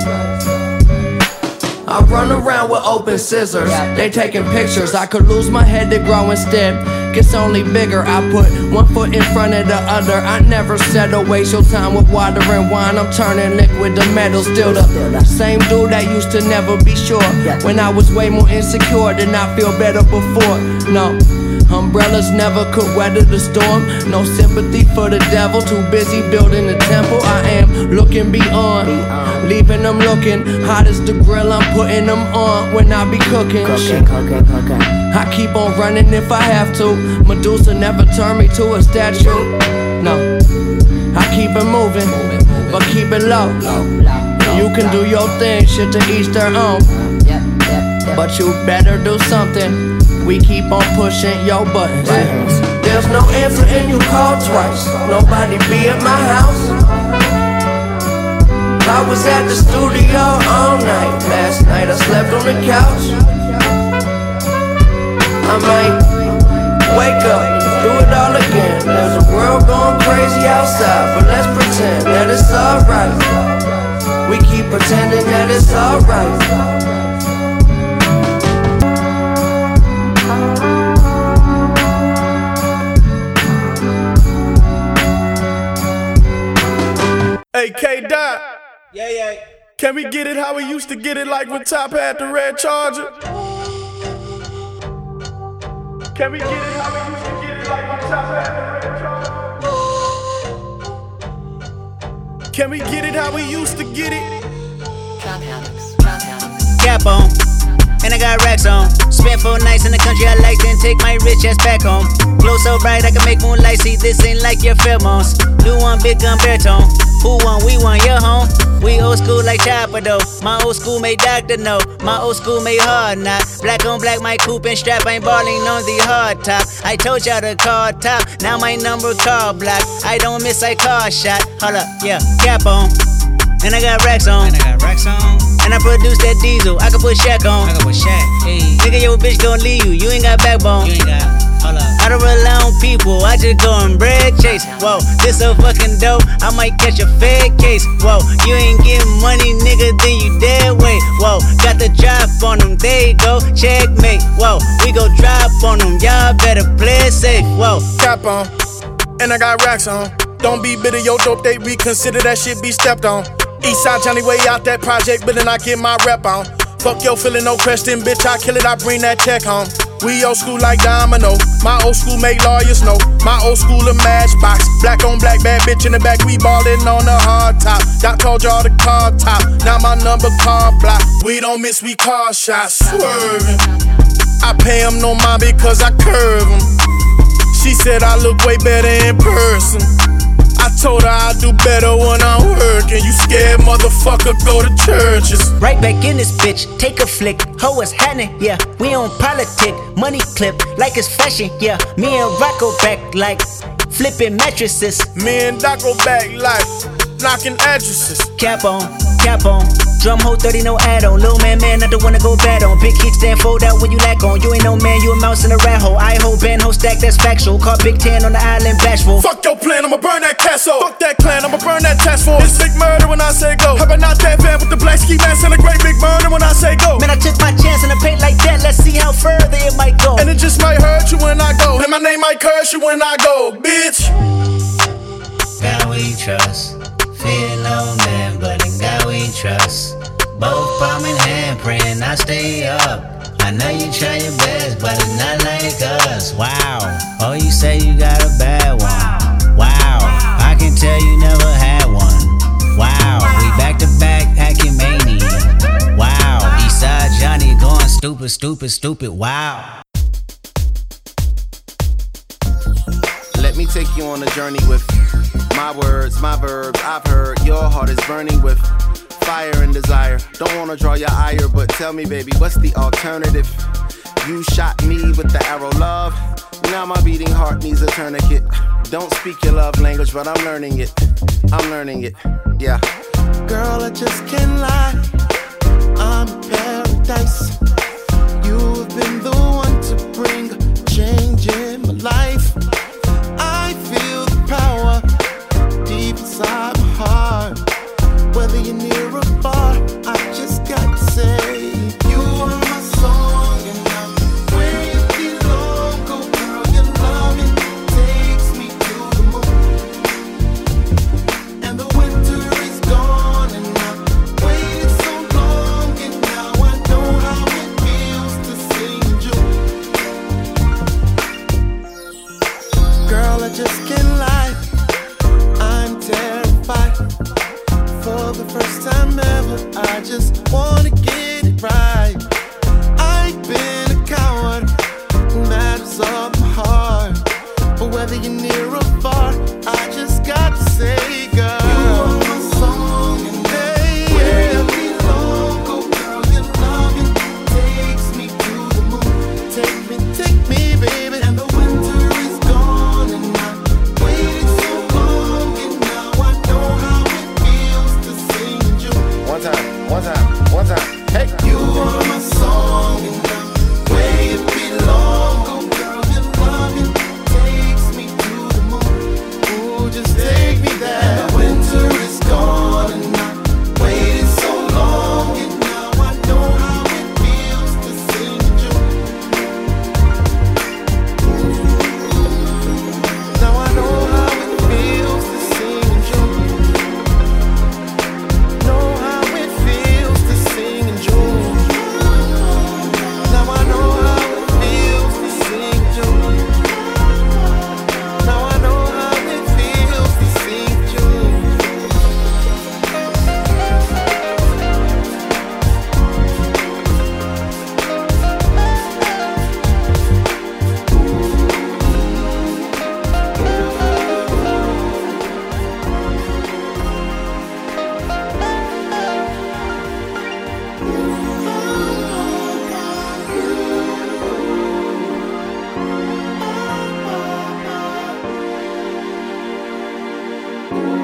Speaker 9: I run around with open scissors. They taking pictures. I could lose my head to grow instead. Gets only bigger. I put one foot in front of the other. I never settle. Waste your time with water and wine. I'm turning liquid to metal. Still the same dude that used to never be sure. When I was way more insecure, did not feel better before. No. Umbrellas never could weather the storm. No sympathy for the devil. Too busy building a temple. I am looking beyond, leaving them looking. Hot as the grill, I'm putting them on when I be cooking. Shit. I keep on running if I have to. Medusa never turned me to a statue. No, I keep it moving, but keep it low. You can do your thing, shit to each their own. But you better do something. We keep on pushing your buttons.
Speaker 8: There's no answer and you call twice. Nobody be at my house. I was at the studio all night. Last night I slept on the couch. I might wake up, do it all again. There's a world going crazy outside, but let's pretend that it's alright. We keep pretending that it's alright.
Speaker 10: Hey, K Dot. Yeah, yeah. Can we get it how we used to get it, like when Top had the red charger? Can we get it how we used to get it, like when Top had the red charger? Can we get it how we used to get it?
Speaker 11: cap on. And I got racks on. Spent four nights in the country I like, then take my rich ass back home. Glow so bright I can make moonlight. See, this ain't like your pheromones. New one, big gun, bear tone. Who won? We won, your home. We old school like Chopper though. My old school made Doctor know. My old school made hard knock. Black on black, my coupe and strap. Ain't balling on the hard top. I told y'all to call top. Now my number call block. I don't miss, I call shot. Hold up, yeah, cap on. And I got racks on. And I got racks on. And I produce that diesel. I can put Shaq on. I can put Shaq. Hey. Nigga, your bitch gon' leave you. You ain't got backbone. You ain't got. Hold up. I don't rely on people. I just go and bread chase. Whoa, this so fucking dope. I might catch a fed case. Whoa, you ain't getting money, nigga. Then you dead weight. Whoa, got the drop on them. They go checkmate. Whoa, we go drop on them. Y'all better play it safe. Whoa,
Speaker 10: Cap on. And I got racks on. Don't be bitter, yo dope, they reconsider that shit be stepped on. Eastside Johnny way out that project, but then I get my rep on. Fuck yo, feeling no question, bitch, I kill it, I bring that check home. We old school like Domino. My old school make lawyers know. My old school a matchbox. Black on black, bad bitch in the back. We ballin' on the hard top. Doc told y'all the car top. Now my number car block. We don't miss, we car shots. Swerving. I pay him no mind because I curve him. She said I look way better in person. I told her I do better when I'm working. You scared, motherfucker? Go to churches.
Speaker 11: Right back in this bitch, take a flick. Ho is happening, yeah. We on politic, money clip, like it's fashion, yeah. Me and Rocco back like flipping mattresses.
Speaker 10: Me and Doc go back like knocking addresses.
Speaker 11: Cap on, cap on, Drum hole 30, no add on. Little man, man, not the one to go bad on. Big kickstand, fold out when you lack on. You ain't no man, you a mouse in a rat hole. I hold band, hole stack, that's factual. Caught Big Ten on the island, bashful.
Speaker 10: Fuck your plan, I'ma burn that castle. Fuck that clan, I'ma burn that task force. It's big murder when I say go. How about not that fan with the black ski mask and a great big murder when I say go?
Speaker 11: Man, I took my chance and I paid like that. Let's see how further it might go.
Speaker 10: And it just might hurt you when I go. And my name might curse you when I go, bitch.
Speaker 12: God we trust. Fear no man, but in God we trust. Both palm in hand, praying I stay up. I know you try your best, but it's not like us. Wow. Oh, you say you got a bad one. Wow. I can tell you never had one. Wow. We back to back packing mania. Wow. Eastside Johnny going stupid, stupid, stupid. Wow.
Speaker 1: Let me take you on a journey with my words, my verbs. I've heard your heart is burning with fire and desire. Don't wanna draw your ire, but tell me, baby, what's the alternative? You shot me with the arrow, love. Now my beating heart needs a tourniquet. Don't speak your love language, but I'm learning it. I'm learning it. Yeah.
Speaker 12: Girl, I just can't lie. I'm paradise. You've been the one to bring change in my life. I feel the power deep inside my heart. Whether you're near or far, I just got to say, you are my song and I'm where you belong. Oh, girl, your loving takes me to the moon. And the winter is gone and I've waited so long and now I know how it feels to sing June. Girl, I just can't lie. I'm terrified. For the first time ever, I just wanna get it right. I've been a coward, matters of my heart. But whether you're near or far, I just got to say, girl. You are my song and hey, where you belong, oh girl, your loving takes me to the moon. Take me, take me, baby. And the winter is gone, and I waited so long, and now I know how it feels to sing you.
Speaker 1: One time, one time, one time. Hey,
Speaker 12: you are my song, and I'm where you belong. Oh girl, your loving takes me to the moon. Ooh, just take me there. And the winter is gone, and I waited so long, and now I know how it feels to sing you. Now I know how it feels to sing you. Know how it feels to sing you. Now I know how it feels to sing June. Now I know how it feels to sing June. Thank you